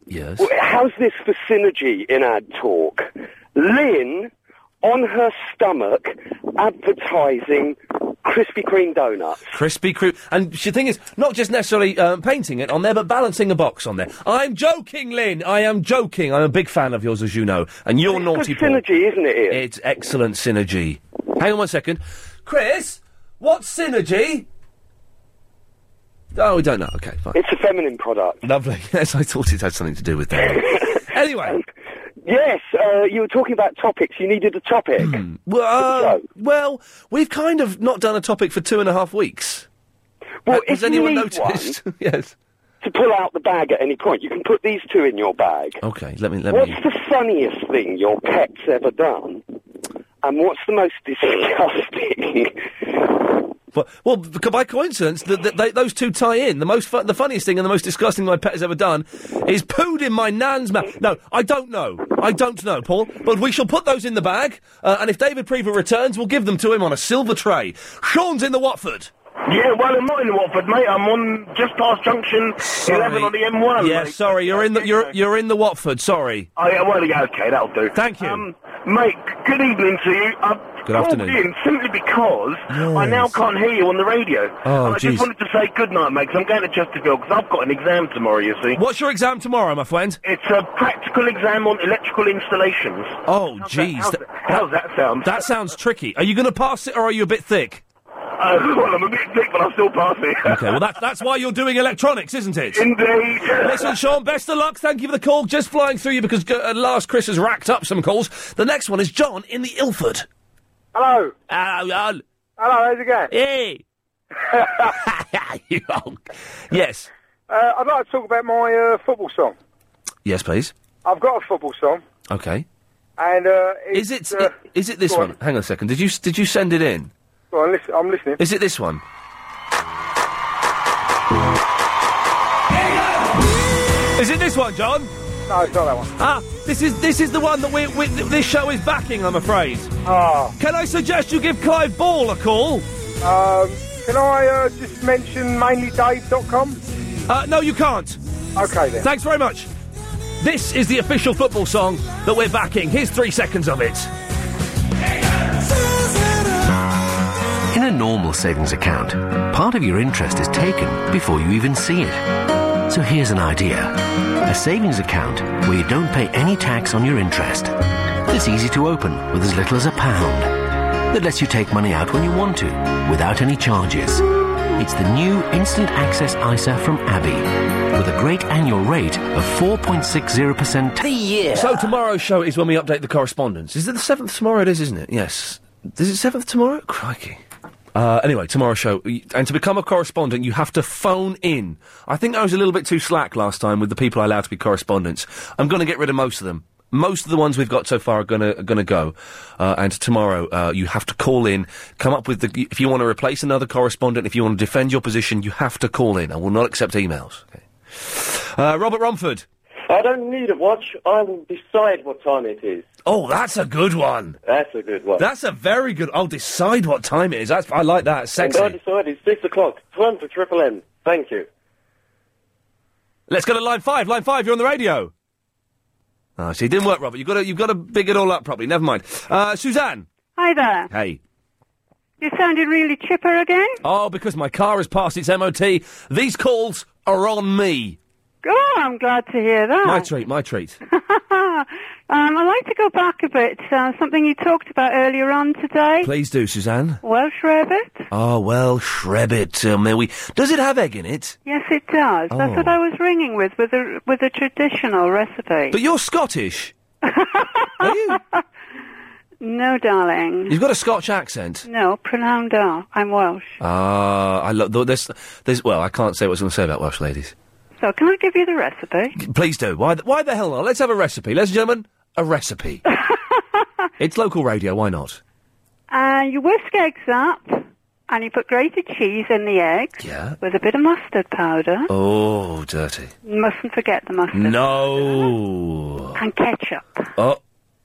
[SPEAKER 2] Yes.
[SPEAKER 5] Well, How's this for synergy in ad talk? Lynn on her stomach advertising Krispy Kreme donuts.
[SPEAKER 2] Crispy crew. And the thing is, not just necessarily um, painting it on there, but balancing a box on there. I'm joking, Lynn. I am joking. I'm a big fan of yours, as you know. And you're naughty. Paul.
[SPEAKER 5] synergy, isn't it? Ian?
[SPEAKER 2] It's excellent synergy. Hang on one second. Chris, what's synergy? Oh, we don't know. Okay, fine.
[SPEAKER 5] It's a feminine product.
[SPEAKER 2] Lovely. Yes, I thought it had something to do with that. anyway.
[SPEAKER 5] Yes, uh, you were talking about topics. You needed a topic.
[SPEAKER 2] Well, uh, well, we've kind of not done a topic for two and a half weeks.
[SPEAKER 5] Well,
[SPEAKER 2] Ha- has
[SPEAKER 5] if you
[SPEAKER 2] anyone
[SPEAKER 5] need
[SPEAKER 2] noticed?
[SPEAKER 5] one-
[SPEAKER 2] yes.
[SPEAKER 5] To pull out the bag at any point, you can put these two in your bag.
[SPEAKER 2] Okay, let me let
[SPEAKER 5] what's
[SPEAKER 2] me.
[SPEAKER 5] the funniest thing your pet's ever done? And what's the most disgusting?
[SPEAKER 2] But, well, b- by coincidence, th th they, those two tie in. The most, fu- the funniest thing and the most disgusting my pet has ever done is pooed in my nan's mouth. No, I don't know. I don't know, Paul. But we shall put those in the bag, uh, and if David Prever returns, we'll give them to him on a silver tray. Sean's in the Watford.
[SPEAKER 16] Yeah, well, I'm not in Watford, mate. I'm on just past junction 11 on the M1.
[SPEAKER 2] Yeah,
[SPEAKER 16] mate.
[SPEAKER 2] sorry, you're in the you're you're in the Watford. Sorry.
[SPEAKER 16] Oh, yeah, well, yeah, okay, that'll do.
[SPEAKER 2] Thank you.
[SPEAKER 16] Um, mate, good evening to you. I've
[SPEAKER 2] Good
[SPEAKER 16] called
[SPEAKER 2] afternoon.
[SPEAKER 16] in simply because I now
[SPEAKER 2] Yes.
[SPEAKER 16] can't hear you on the radio.
[SPEAKER 2] Oh,
[SPEAKER 16] and I
[SPEAKER 2] jeez.
[SPEAKER 16] just wanted to say good night, mate, 'cause I'm going to Chesterfield, because I've got an exam tomorrow, you see.
[SPEAKER 2] What's your exam tomorrow, my friend?
[SPEAKER 16] It's a practical exam on electrical installations.
[SPEAKER 2] Oh, jeez.
[SPEAKER 16] how's
[SPEAKER 2] that-
[SPEAKER 16] that- how's that sound?
[SPEAKER 2] That sounds tricky. Are you going to pass it or are you a bit thick?
[SPEAKER 16] Uh, well, I'm a bit thick, but I'll still pass it.
[SPEAKER 2] Okay, well, that, that's why you're doing electronics, isn't it?
[SPEAKER 16] Indeed.
[SPEAKER 2] Listen, Sean, best of luck. Thank you for the call. Just flying through you because uh, last Chris has racked up some calls. The next one is John in the Ilford.
[SPEAKER 16] Hello.
[SPEAKER 2] Hello, Hello,
[SPEAKER 16] how's it going?
[SPEAKER 2] Uh, Hey. You old- yes.
[SPEAKER 16] Uh, I'd like to talk about my uh, football song.
[SPEAKER 2] Yes, please.
[SPEAKER 16] I've got a football song,
[SPEAKER 2] Okay.
[SPEAKER 16] and uh, it's,
[SPEAKER 2] Is it,
[SPEAKER 16] Uh,
[SPEAKER 2] is it this
[SPEAKER 16] go on,
[SPEAKER 2] one? Hang on a second. Did you, s- did you send it in?
[SPEAKER 16] go on, listen, I'm listening.
[SPEAKER 2] Is it this one? Is it this one, John?
[SPEAKER 16] No, it's not that one.
[SPEAKER 2] Ah, this is this is the one that we, we th- this show is backing. I'm afraid.
[SPEAKER 16] Ah.
[SPEAKER 2] Can I suggest you give Clive Ball a call?
[SPEAKER 16] Um, can I uh, just mention mainly Dave.com?
[SPEAKER 2] Uh, no, you can't.
[SPEAKER 16] Okay then.
[SPEAKER 2] Thanks very much. This is the official football song that we're backing. Here's three seconds of it.
[SPEAKER 11] In a normal savings account, part of your interest is taken before you even see it. So here's an idea a savings account where you don't pay any tax on your interest. It's easy to open with as little as a pound. That lets you take money out when you want to, without any charges. It's the new Instant Access ISA from Abbey, with a great annual rate of 4.60% tax.
[SPEAKER 2] So tomorrow's show is when we update the correspondence. Is it the seventh tomorrow? It is, isn't it? Yes. Is it seventh tomorrow? Crikey. Uh, anyway, tomorrow's show. Y- And to become a correspondent, you have to phone in. I think I was a little bit too slack last time with the people I allowed to be correspondents. I'm going to get rid of most of them. Most of the ones we've got so far are going to going to go. Uh, and tomorrow, uh, you have to call in, come up with the. If you want to replace another correspondent, if you want to defend your position, you have to call in. I will not accept emails. Okay. Uh, Robert Romford.
[SPEAKER 3] I don't need a watch. I will decide what time it is.
[SPEAKER 2] Oh, that's a good one.
[SPEAKER 3] That's a good one.
[SPEAKER 2] That's a very good. I'll decide what time it is. That's I like that. Sexy.
[SPEAKER 3] And I decided six o'clock. Time for Triple M. Thank you.
[SPEAKER 2] Let's go to line five. Line five, you're on the radio. Oh, see, it didn't work, Robert. You've got to, you've got to big it all up properly. Never mind. Uh, Suzanne.
[SPEAKER 7] Hi there.
[SPEAKER 2] Hey.
[SPEAKER 7] You sounded really chipper again.
[SPEAKER 2] Oh, because my car has passed its MOT, these calls are on me.
[SPEAKER 7] Oh, I'm glad to hear
[SPEAKER 2] My
[SPEAKER 7] that.
[SPEAKER 2] treat, my treat.
[SPEAKER 7] um, I'd like to go back a bit. Uh, something you talked about earlier on today.
[SPEAKER 2] Please do, Suzanne.
[SPEAKER 7] Welsh rarebit.
[SPEAKER 2] Oh, well, shred it. Um, there we... Does it have egg in it?
[SPEAKER 7] Yes, it does.
[SPEAKER 2] Oh.
[SPEAKER 7] That's what I was ringing with, with a with a traditional recipe.
[SPEAKER 2] But you're Scottish.
[SPEAKER 7] No, darling.
[SPEAKER 2] You've got a Scotch accent.
[SPEAKER 7] No, pronounced R. I'm Welsh.
[SPEAKER 2] Ah, I love... th- There's, there's... Well, I can't say what I was going to say about Welsh ladies.
[SPEAKER 7] So, can I give you the recipe?
[SPEAKER 2] Please do. Why, th- why the hell not? Let's have a recipe. Ladies and gentlemen, a recipe. it's local radio, why not?
[SPEAKER 7] Uh, you whisk eggs up, and you put grated cheese in the eggs
[SPEAKER 2] Yeah.
[SPEAKER 7] with a bit of mustard powder.
[SPEAKER 2] Oh, dirty.
[SPEAKER 7] Mustn't forget the mustard.
[SPEAKER 2] No.
[SPEAKER 7] And ketchup.
[SPEAKER 2] Oh,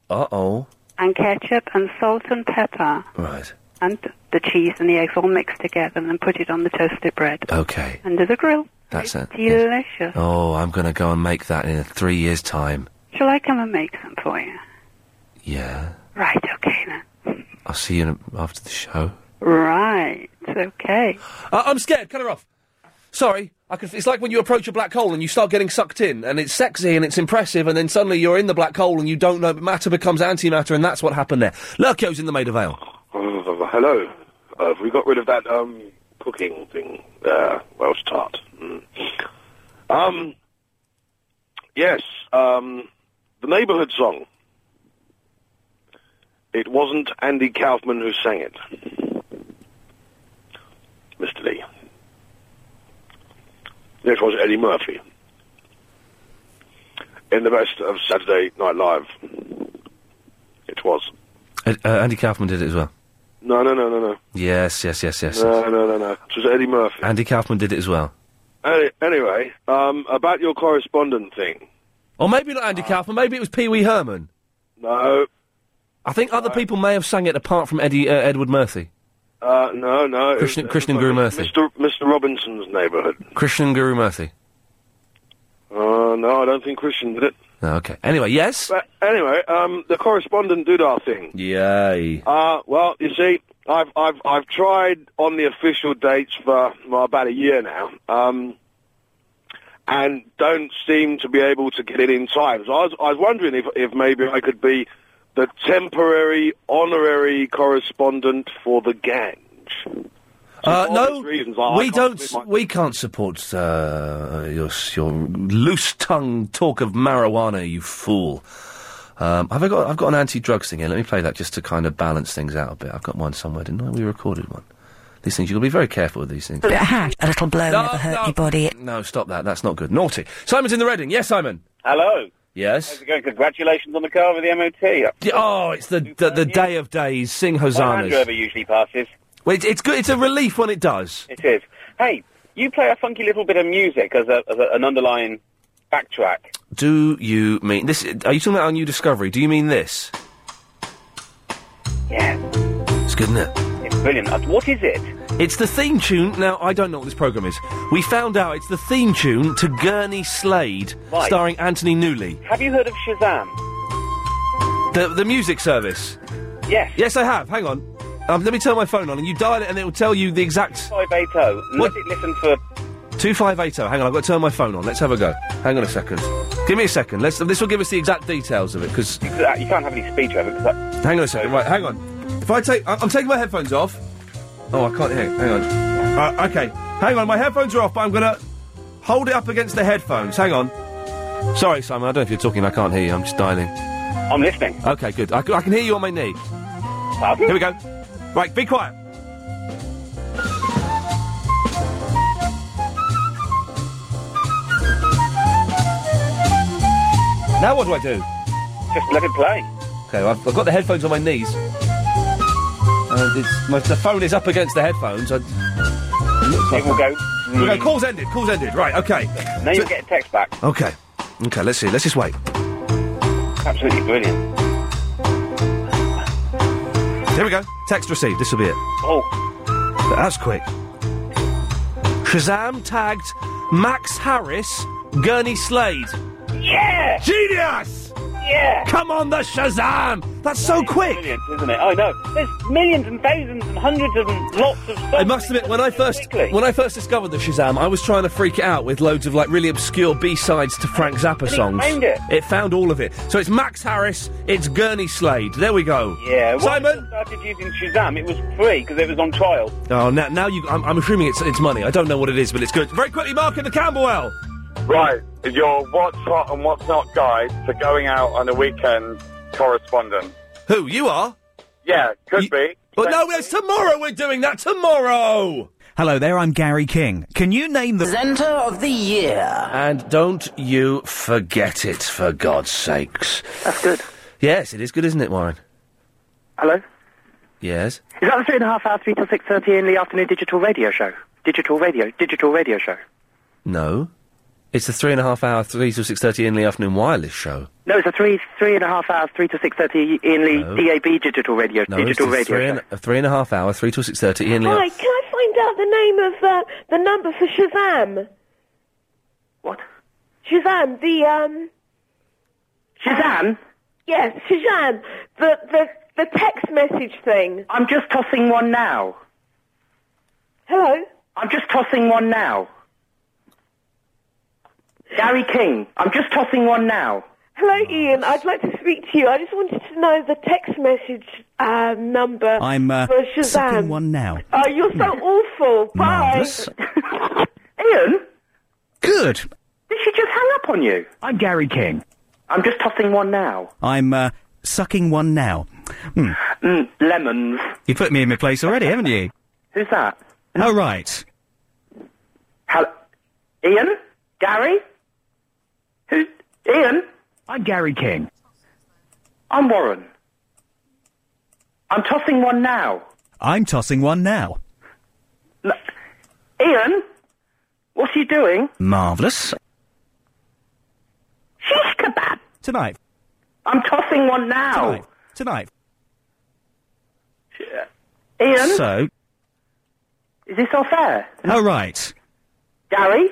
[SPEAKER 2] uh oh.
[SPEAKER 7] And ketchup and salt and pepper.
[SPEAKER 2] Right.
[SPEAKER 7] And the cheese and the eggs all mixed together and then put it on the toasted bread.
[SPEAKER 2] Okay.
[SPEAKER 7] Under the grill.
[SPEAKER 2] That's it.
[SPEAKER 7] Delicious.
[SPEAKER 2] Oh, I'm going to go and make that in three years' time.
[SPEAKER 7] Shall I come and make some for you?
[SPEAKER 2] Yeah.
[SPEAKER 7] Right, okay then.
[SPEAKER 2] I'll see you in a- after the show.
[SPEAKER 7] Right, okay.
[SPEAKER 2] Uh, I'm scared. Cut her off. Sorry. I could, it's like when you approach a black hole and you start getting sucked in, and it's sexy and it's impressive, and then suddenly you're in the black hole and you don't know. Matter becomes antimatter, and that's what happened there. Lurko's in the Maid of Vale.
[SPEAKER 7] Uh, hello. Uh, have we got rid of that um, cooking thing? Uh, Welsh tart. Mm. Um, yes, um, the neighbourhood song. It wasn't Andy Kaufman who sang it. Mr. Lee. This was Eddie Murphy. In the best of Saturday Night Live. It was.
[SPEAKER 2] Uh, uh, Andy Kaufman did it as well.
[SPEAKER 7] No, no, no, no, no.
[SPEAKER 2] Yes, yes, yes, yes.
[SPEAKER 7] No,
[SPEAKER 2] yes.
[SPEAKER 7] no, no, no. It was Eddie Murphy.
[SPEAKER 2] Andy Kaufman did it as well.
[SPEAKER 7] Any- Anyway, um, about your correspondent thing.
[SPEAKER 2] Or maybe not Andy Kaufman. Maybe it was Pee Wee Herman.
[SPEAKER 7] No,
[SPEAKER 2] I think other people may have sang it apart from Eddie uh, Edward Murphy,
[SPEAKER 7] uh, no, no. it
[SPEAKER 2] Krishna,
[SPEAKER 7] was-
[SPEAKER 2] Krishnan Guru Murphy,
[SPEAKER 7] Mr. Mr. Robinson's neighbourhood.
[SPEAKER 2] Krishnan Guru Murphy.
[SPEAKER 7] Uh, no, I don't think Christian did it.
[SPEAKER 2] Oh, okay. Anyway, yes.
[SPEAKER 7] But anyway, um, the correspondent doodah thing.
[SPEAKER 2] Yay.
[SPEAKER 7] Uh, well, you see, I've, I've, I've tried on the official dates for well, about a year now, um, and don't seem to be able to get it in time. So I was, I was wondering if, if maybe I could be the temporary honorary correspondent for the gang.
[SPEAKER 2] Uh, no,
[SPEAKER 7] reasons, I- I
[SPEAKER 2] we
[SPEAKER 7] can't
[SPEAKER 2] don't.
[SPEAKER 7] commit
[SPEAKER 2] s- We can't support uh, your s- your loose-tongued talk of marijuana, you fool. Um, have I got? I've got an anti-drugs thing here. Let me play that just to kind of balance things out a bit. I've got one somewhere, didn't I? We recorded one. These things, you've got to be very careful with these things.
[SPEAKER 9] A hack, a little blow
[SPEAKER 2] No,
[SPEAKER 9] never hurt
[SPEAKER 2] no.
[SPEAKER 9] your body.
[SPEAKER 2] No, stop that. That's not good. Naughty. Simon's in the Reading. Yes, Simon.
[SPEAKER 23] Hello.
[SPEAKER 2] Yes.
[SPEAKER 23] How's it going? Congratulations on the car with the MOT.
[SPEAKER 2] Yeah, Oh, it's the the, the day of days. Sing
[SPEAKER 23] Land Rover
[SPEAKER 2] hosannas.
[SPEAKER 23] usually passes.
[SPEAKER 2] Well, it's, it's good. It's a relief when it does.
[SPEAKER 23] It is. Hey, you play a funky little bit of music as, a, as a, an underlying backtrack.
[SPEAKER 2] Do you mean this? Are you talking about our new discovery? Do you mean this?
[SPEAKER 23] Yeah.
[SPEAKER 2] It's good, isn't it?
[SPEAKER 23] It's brilliant. Uh, What is it?
[SPEAKER 2] It's the theme tune. Now, I don't know what this programme is. We found out it's the theme tune to Gurney Slade,
[SPEAKER 23] Right.
[SPEAKER 2] starring Anthony Newley.
[SPEAKER 23] Have you heard of Shazam?
[SPEAKER 2] The, the music service.
[SPEAKER 23] Yes.
[SPEAKER 2] Yes, I have. Hang on. Um, let me turn my phone on, and you dial it, and it will tell you the exact.
[SPEAKER 23] 580.
[SPEAKER 2] What?
[SPEAKER 23] Let it listen for
[SPEAKER 2] 2580. oh. Hang on, I've got to turn my phone on. Let's have a go. Hang on a second. Give me a second. Let's, this will give us the exact details of it, because.
[SPEAKER 23] that. You can't have any speed over because that.
[SPEAKER 2] Hang on a second. Right, hang on. If I take, I- I'm taking my headphones off. Oh, I can't hear. Hang on. Uh, okay, hang on. My headphones are off, but I'm gonna hold it up against the headphones. Hang on. Sorry, Simon. I don't know if you're talking. I can't hear you. I'm just dialing.
[SPEAKER 23] I'm listening.
[SPEAKER 2] Okay, good. I, c- I can hear you on my knee. Here we go. Right, be quiet. Now what do I do?
[SPEAKER 23] Just let it play.
[SPEAKER 2] Okay, well, I've, I've got the headphones on my knees. And it's, my, the phone is up against the headphones. I,
[SPEAKER 23] It will go.
[SPEAKER 2] Okay, call's ended, call's ended. Right, okay.
[SPEAKER 23] Now you'll get a text back.
[SPEAKER 2] Okay. Okay, let's see. Let's just wait.
[SPEAKER 23] Absolutely brilliant.
[SPEAKER 2] There we go. Text received. This will be it.
[SPEAKER 23] Oh.
[SPEAKER 2] That's quick. Shazam tagged Max Harris, Gurney Slade.
[SPEAKER 23] Yeah!
[SPEAKER 2] Genius!
[SPEAKER 23] Yeah!
[SPEAKER 2] Come on, the Shazam! That's so quick!
[SPEAKER 23] Brilliant, isn't it? I know. There's millions and thousands and hundreds and lots of stuff.
[SPEAKER 2] I must admit, when I first when I first discovered the Shazam, I was trying to freak it out with loads of like really obscure B sides to Frank Zappa
[SPEAKER 23] it
[SPEAKER 2] songs.
[SPEAKER 23] found it.
[SPEAKER 2] found all of it. So it's Max Harris, it's Gurney Slade. There we go.
[SPEAKER 23] Yeah,
[SPEAKER 2] Simon.
[SPEAKER 23] When I started using Shazam, it was free because it was on trial.
[SPEAKER 2] Oh, now, now you. I'm, I'm assuming it's it's money. I don't know what it is, but it's good. Very quickly, Mark in the Camberwell.
[SPEAKER 9] Right, your what's hot and what's not guide to going out on a weekend correspondent.
[SPEAKER 2] Who you are?
[SPEAKER 9] Yeah, could be.
[SPEAKER 2] But no, it's tomorrow. We're doing that tomorrow.
[SPEAKER 16] Hello there, I'm Gary King. Can you name the presenter of the year?
[SPEAKER 2] And don't you forget it, for God's sakes. That's good. Yes, it is good, isn't it, Warren?
[SPEAKER 13] Hello?
[SPEAKER 2] Yes.
[SPEAKER 13] Is that the three and a half hour, three till six thirty in the afternoon digital radio show? Digital radio, digital radio show.
[SPEAKER 2] No. It's the three and a half hour, three till six thirty in the afternoon wireless show.
[SPEAKER 13] No, it's a three three and a half hours, three till six thirty in the
[SPEAKER 2] No.
[SPEAKER 13] DAB digital radio,
[SPEAKER 2] No,
[SPEAKER 13] digital
[SPEAKER 2] it's the
[SPEAKER 13] radio.
[SPEAKER 2] three and, a three and a half hour, three till six thirty in the.
[SPEAKER 25] Hi, can I find out the name of uh, the number for Shazam?
[SPEAKER 13] What?
[SPEAKER 25] Shazam, the um.
[SPEAKER 13] Shazam.
[SPEAKER 25] Yes, Shazam, the the the text message thing.
[SPEAKER 13] I'm just tossing one now.
[SPEAKER 25] Hello.
[SPEAKER 13] I'm just tossing one now. Gary King, I'm just tossing one now.
[SPEAKER 25] Hello,
[SPEAKER 13] Oh,
[SPEAKER 25] Ian. I'd like to speak to you. I just wanted to know the text message uh, number
[SPEAKER 16] I'm uh,
[SPEAKER 25] for Shazam.
[SPEAKER 16] sucking one now.
[SPEAKER 25] Oh, you're so awful. Bye.
[SPEAKER 16] Marvellous.
[SPEAKER 13] Ian,
[SPEAKER 16] Good.
[SPEAKER 13] did she just hang up on you?
[SPEAKER 16] I'm Gary King.
[SPEAKER 13] I'm just tossing one now.
[SPEAKER 16] I'm uh, sucking one now. Hmm.
[SPEAKER 13] Mm, lemons.
[SPEAKER 16] You put me in my place already, haven't you?
[SPEAKER 13] Who's that?
[SPEAKER 16] Oh, right.
[SPEAKER 13] Hello, Ian? Gary? Who? Ian?
[SPEAKER 16] I'm Gary King.
[SPEAKER 13] I'm Warren. I'm tossing one now.
[SPEAKER 16] I'm tossing one now.
[SPEAKER 13] Ian? What are you doing?
[SPEAKER 16] Marvellous.
[SPEAKER 13] Shish kebab.
[SPEAKER 16] Tonight.
[SPEAKER 13] I'm tossing one now.
[SPEAKER 16] Tonight. Tonight.
[SPEAKER 13] Ian?
[SPEAKER 16] So,
[SPEAKER 13] Is this off air?
[SPEAKER 16] oh, right.
[SPEAKER 13] Gary?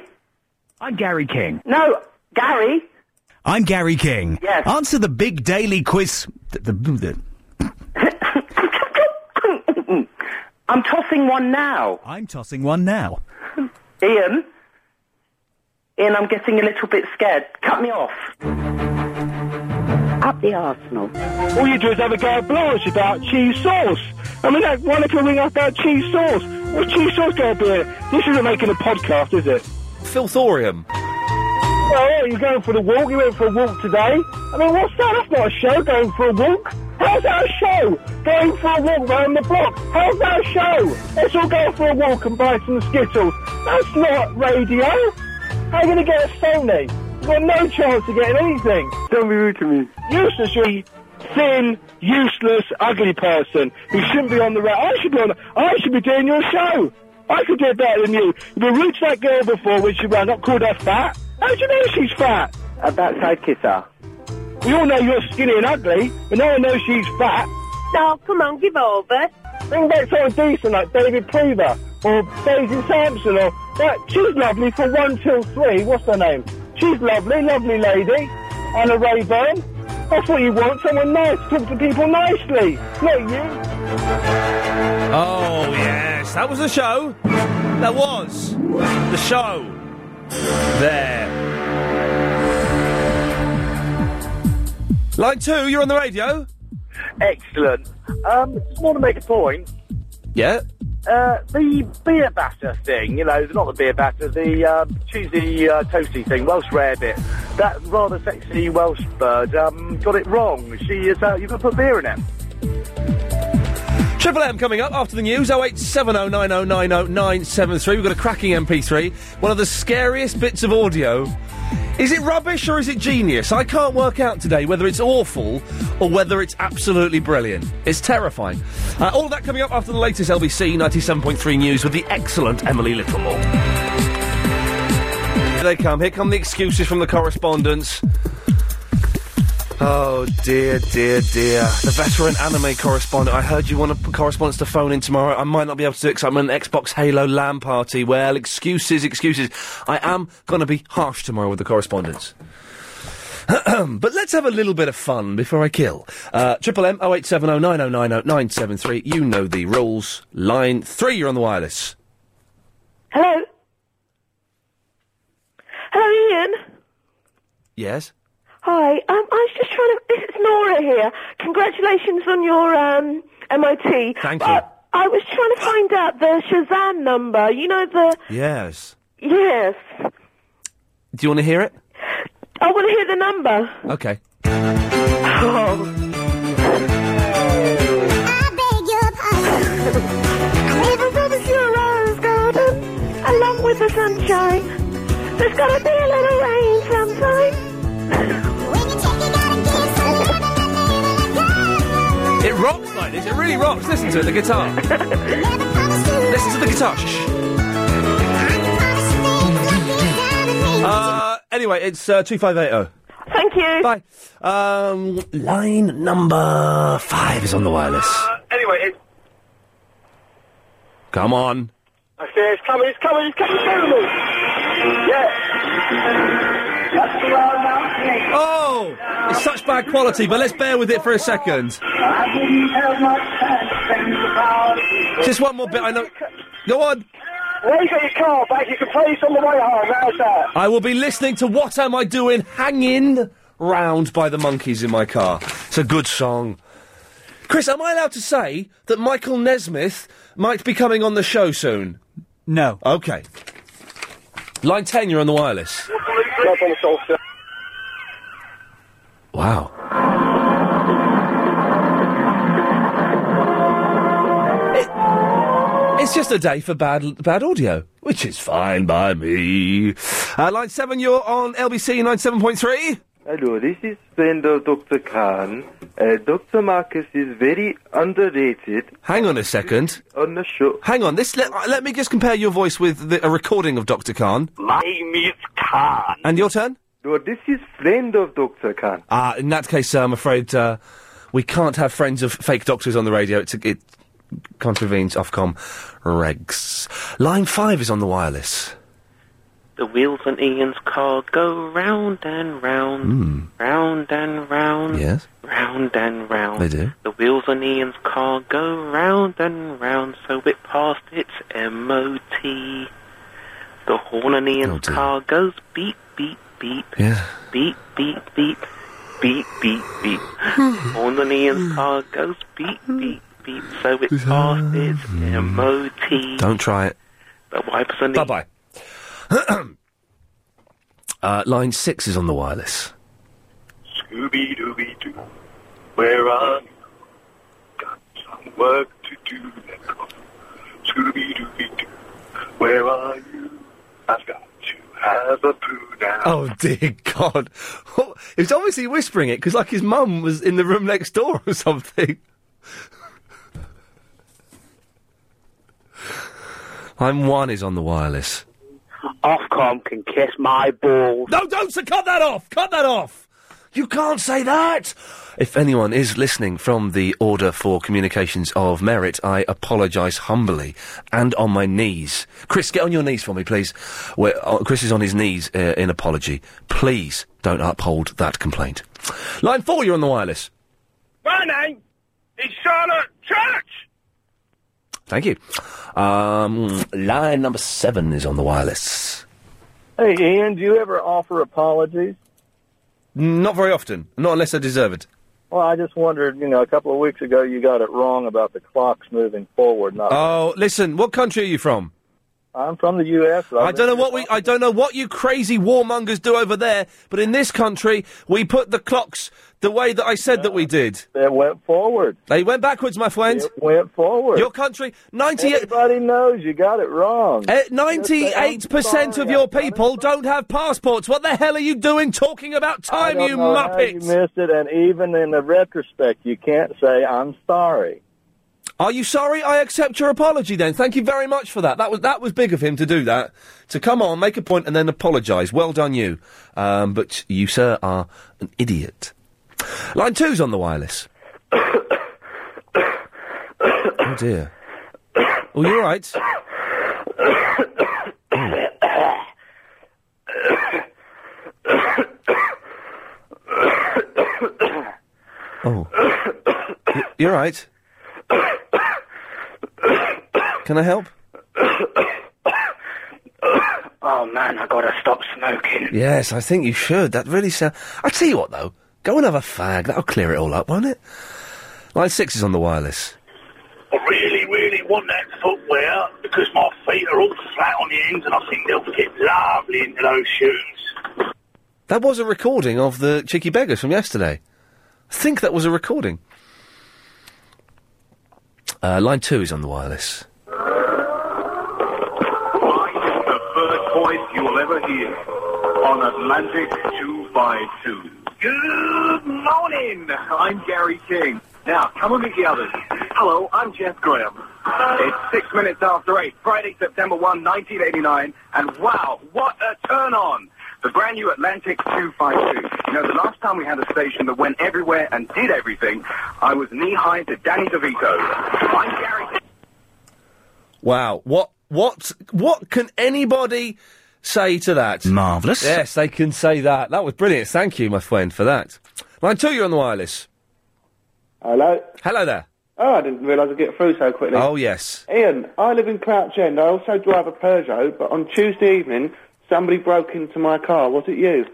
[SPEAKER 16] I'm Gary King.
[SPEAKER 13] No, Gary?
[SPEAKER 16] I'm Gary King.
[SPEAKER 13] Yes.
[SPEAKER 16] Answer the big daily quiz. The, the, the,
[SPEAKER 13] I'm tossing one now.
[SPEAKER 16] I'm tossing one now.
[SPEAKER 13] Ian? Ian, I'm getting a little bit scared. Cut me off.
[SPEAKER 24] Up the Arsenal.
[SPEAKER 5] All you do is have a go at Blanche about cheese sauce. I mean, that one little ring up about cheese sauce. What cheese sauce going to be in it? This isn't making a podcast, is it?
[SPEAKER 2] Filthorium.
[SPEAKER 5] Oh, you're going for the walk. You went for a walk today. I mean, what's that? That's not a show, going for a walk. How's that a show? Going for a walk round the block. How's that a show? Let's all go for a walk and buy some Skittles. That's not radio. How are you going to get a Sony? You've got no chance of getting anything. Don't be rude to me. Useless, you thin, useless, ugly person who shouldn't be on the radio. I should be on. I should be doing your show. I could do better than you. You've been rude to that girl before when she ran. Not called her fat. How do you know she's fat? About sidekicker. We all know you're skinny and ugly, but no one knows she's fat.
[SPEAKER 25] Oh, come on, give over.
[SPEAKER 5] Bring back someone decent like David Prever or Daisy Sampson or that. She's lovely for one, two, three. What's her name? She's lovely, lovely lady. Anna Rayburn. That's what you want, someone nice. Talk to people nicely. Not you.
[SPEAKER 2] Oh yes, that was the show. That was the show. There. Line two, you're on the radio.
[SPEAKER 35] Excellent. Um, just want to make a point.
[SPEAKER 2] Yeah.
[SPEAKER 35] Uh, the beer batter thing, you know, not the beer batter, the um, cheesy uh, toasty thing, Welsh rarebit. That rather sexy Welsh bird um, got it wrong. She is, uh, you've got to put beer in it.
[SPEAKER 2] Triple M coming up after the news 08709090973. We've got a cracking MP3, one of the scariest bits of audio Is it rubbish or is it genius? I can't work out today whether it's awful or whether it's absolutely brilliant. It's terrifying. Uh, all of that coming up after the latest LBC 97.3 news with the excellent Emily Littlemore. Here they come. Here come the excuses from the correspondents. Oh dear, dear, dear. The veteran anime correspondent. I heard you want a p- correspondence to phone in tomorrow. I might not be able to do it 'cause I'm at an Xbox Halo LAN party. Well, excuses, excuses. I am going to be harsh tomorrow with the correspondence. but let's have a little bit of fun before I kill. Uh, Triple M 0870 9090 973. You know the rules. Line three, you're on the wireless.
[SPEAKER 8] Hello? Hello, Ian.
[SPEAKER 2] Yes?
[SPEAKER 8] Hi. Um, I was just trying to. This is Nora here. Congratulations on your um, MIT.
[SPEAKER 2] Thank
[SPEAKER 8] But Uh, I was trying to find out the Shazam number. You know the.
[SPEAKER 2] Yes.
[SPEAKER 8] Yes.
[SPEAKER 2] Do you want to hear it?
[SPEAKER 8] I want to hear the number.
[SPEAKER 2] Okay.
[SPEAKER 8] Oh. I beg your pardon. I live in Provenzal Rose Garden, along with the sunshine. There's gotta be a little rain sometime.
[SPEAKER 2] It rocks like this. It really rocks. Listen to it, the guitar. Listen to the guitar. Shh. Uh, anyway, it's uh, 2580.
[SPEAKER 8] Thank you.
[SPEAKER 2] Bye. Um, line number five is on the wireless.
[SPEAKER 5] Anyway, it's,
[SPEAKER 2] Come on.
[SPEAKER 5] I say it's coming, it's coming, it's coming, it's coming. Yeah. That's the round now.
[SPEAKER 2] Oh! It's such bad quality, but let's bear with it for a second.
[SPEAKER 5] I didn't have much time to spend about
[SPEAKER 2] Just one more bit. I know. Go on.
[SPEAKER 5] Where's your car back? You can play this on the way home. How's that?
[SPEAKER 2] I will be listening to What Am I Doing Hanging Round by the Monkeys in my car. It's a good song. Chris, am I allowed to say that Michael Nesmith might be coming on the show soon? No. Okay. Line 10, you're on the wireless.
[SPEAKER 5] Not on the soul, sir.
[SPEAKER 2] Wow. It, it's just a day for bad bad audio, which is fine by me. Uh, line 7, you're on LBC 97.3.
[SPEAKER 36] Hello, this is friend of Dr. Khan. Uh, Dr. Marcus is very underrated
[SPEAKER 2] Hang on a second.
[SPEAKER 36] on the show.
[SPEAKER 2] Hang on, this let, uh, let me just compare your voice with the, a recording of Dr. Khan.
[SPEAKER 36] My name is Khan.
[SPEAKER 2] And your turn?
[SPEAKER 36] No, this is friend of Dr. Khan.
[SPEAKER 2] Uh, in that case, uh, I'm afraid uh, we can't have friends of fake doctors on the radio. It's, it contravenes Ofcom regs. Line 5 is on the wireless.
[SPEAKER 16] The wheels on Ian's car go round and round,
[SPEAKER 2] Hmm.
[SPEAKER 16] round and round,
[SPEAKER 2] Yes?
[SPEAKER 16] round and round.
[SPEAKER 2] They do.
[SPEAKER 16] The wheels on Ian's car go round and round, so it passed its MOT. The horn on
[SPEAKER 2] Oh,
[SPEAKER 16] Ian's car goes beep, beep, beep,
[SPEAKER 2] Yeah.
[SPEAKER 16] beep, beep, beep, beep, beep, beep. horn on Ian's car goes beep, beep, beep, so it passed its MOT.
[SPEAKER 2] Don't try it.
[SPEAKER 16] The wipers on
[SPEAKER 2] Bye bye. Uh, line 6 is on the wireless.
[SPEAKER 5] Scooby Dooby Doo. Where are you? Got some work to do. Scooby Dooby Doo. Where are you? I've got to have a poo now.
[SPEAKER 2] Oh dear God! Oh, It was obviously whispering it because, like, his mum was in the room next door or something. Line one is on the wireless.
[SPEAKER 5] Ofcom can kiss my balls.
[SPEAKER 2] No, don't sir, cut that off. Cut that off. You can't say that. If anyone is listening from the Order for Communications of Merit, I apologise humbly and on my knees. Chris, get on your knees for me, please. Where, uh, Chris is on his knees uh, in apology. Please don't uphold that complaint. Line four, you're on the wireless.
[SPEAKER 37] My name is Charlotte Church.
[SPEAKER 2] Thank you. Um, line number seven is on the wireless.
[SPEAKER 5] Hey, Ian, do you ever offer apologies?
[SPEAKER 2] Not very often, not unless I deserve it.
[SPEAKER 5] Well, I just wondered, you know, a couple of weeks ago you got it wrong about the clocks moving forward, not
[SPEAKER 2] Oh, listen, what country are you from?
[SPEAKER 21] I'm from the US.
[SPEAKER 2] I don't know what we, I don't know what you crazy warmongers do over there, but in this country, we put the clocks the way that I said that we did.
[SPEAKER 21] They went forward.
[SPEAKER 2] They went backwards, my friend.
[SPEAKER 21] went forward.
[SPEAKER 2] Your country, ninety-eight.
[SPEAKER 21] Everybody knows you got it wrong.
[SPEAKER 2] Eh, Ninety-eight percent of your people don't have passports. What the hell are you doing talking about
[SPEAKER 21] I
[SPEAKER 2] time,
[SPEAKER 21] don't
[SPEAKER 2] you
[SPEAKER 21] know how
[SPEAKER 2] muppet?
[SPEAKER 21] you missed it, and even in the retrospect, you can't say I'm sorry.
[SPEAKER 2] Are you sorry? I accept your apology then. Thank you very much for that. That was that was big of him to do that. To come on, make a point and then apologise. Well done you. Um, but you, sir, are an idiot. Line two's on the wireless. oh dear. Oh, you're right. Oh. Y- You're right. Can I help?
[SPEAKER 3] Oh man, I gotta stop smoking.
[SPEAKER 2] Yes, I think you should. That really sounds. I tell you what, though, go and have a fag. That'll clear it all up, won't it? Line six is on the wireless.
[SPEAKER 5] I really, really want that footwear because my feet are all flat on the ends and I think they'll fit lovely into those shoes.
[SPEAKER 2] That was a recording of the Cheeky Beggars from yesterday. I think that was a recording. Uh, line two is on the wireless.
[SPEAKER 5] The first voice you will ever hear on Atlantic 252. Good morning. I'm Gary King. Now, come and meet the others. Hello, I'm Jeff Graham. It's six minutes after eight, Friday, September 1, 1989, and wow, what a turn on! The brand new Atlantic 252. You know, the last time we had a station that went everywhere and did everything, I was knee-high to Danny DeVito. I'm Gary
[SPEAKER 2] Wow, what what what can anybody say to that?
[SPEAKER 16] Marvellous.
[SPEAKER 2] Yes, they can say that. That was brilliant. Thank you, my friend, for that. Line two, you're on the wireless.
[SPEAKER 14] Hello.
[SPEAKER 2] Hello there.
[SPEAKER 14] Oh, I didn't realise I'd get through so quickly.
[SPEAKER 2] Oh yes.
[SPEAKER 14] Ian, I live in Crouch End. I also drive a Peugeot, but on Tuesday evening, somebody broke into my car. Was it you?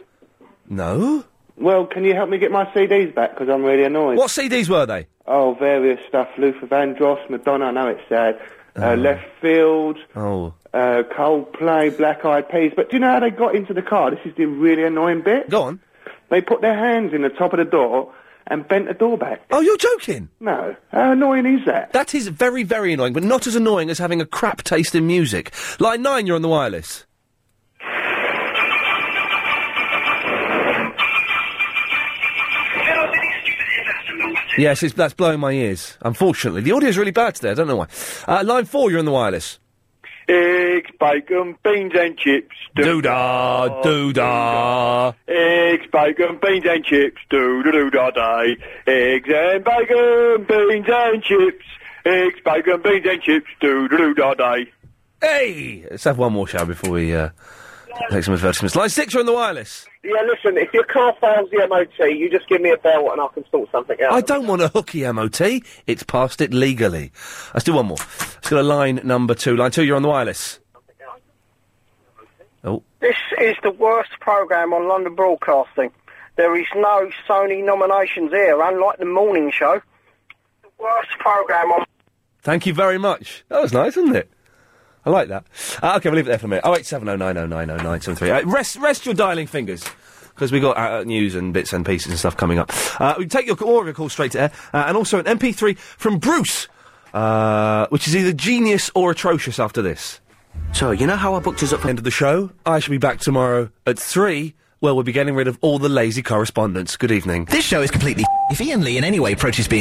[SPEAKER 2] No.
[SPEAKER 14] Well, can you help me get my CDs back? Because I'm really annoyed.
[SPEAKER 2] What CDs were they?
[SPEAKER 14] Oh, various stuff. Luther Vandross, Madonna, I know it's sad.
[SPEAKER 2] Uh-huh.
[SPEAKER 14] Uh, left Field,
[SPEAKER 2] Oh.
[SPEAKER 14] uh, Coldplay, Black Eyed Peas. But do you know how they got into the car? This is the really annoying bit.
[SPEAKER 2] Go on.
[SPEAKER 14] They put their hands in the top of the door and bent the door back.
[SPEAKER 2] Oh, you're joking?
[SPEAKER 14] No. How annoying is that?
[SPEAKER 2] That is very, very annoying, but not as annoying as having a crap taste in music. Line nine, you're on the wireless. Yes, it's, that's blowing my ears. Unfortunately, the audio's really bad today. I don't know why. Uh, line four, you're on the wireless.
[SPEAKER 38] Eggs, bacon, beans and chips.
[SPEAKER 2] Doo
[SPEAKER 14] Oh,
[SPEAKER 2] da, doo da.
[SPEAKER 38] Eggs, bacon, beans and chips. Doo da doo da day. Eggs and bacon, beans and chips. Eggs, bacon, beans and chips. Doo da doo da day.
[SPEAKER 2] Hey! Let's have one more shower before we uh, take some advertisements. Line six, you're on the wireless.
[SPEAKER 39] Yeah, listen, if your car fails the MOT, you just give me a bell and I can sort something out.
[SPEAKER 2] I don't want a hooky MOT. It's passed it legally. Let's do one more. Let's go to line number two. Line two, you're on the wireless. Oh,
[SPEAKER 23] This is the worst programme on London Broadcasting. There is no Sony nominations here, unlike the morning show. The worst programme on.
[SPEAKER 2] thank you very much. That was nice, wasn't it? I like that. Uh, okay, we'll leave it there for a minute. Oh eight seven oh nine oh nine oh nine seven three. Uh, rest, rest your dialing fingers. Because we got uh, news and bits and pieces and stuff coming up. Uh, we take your call, or your call straight to air, uh, and also an MP3 from Bruce, uh, which is either genius or atrocious after this. So you know how I booked us up. End of the show. I shall be back tomorrow at three. Well, we'll be getting rid of all the lazy correspondence. Good evening.
[SPEAKER 16] This show is completely. If Ian Lee in any way approaches being.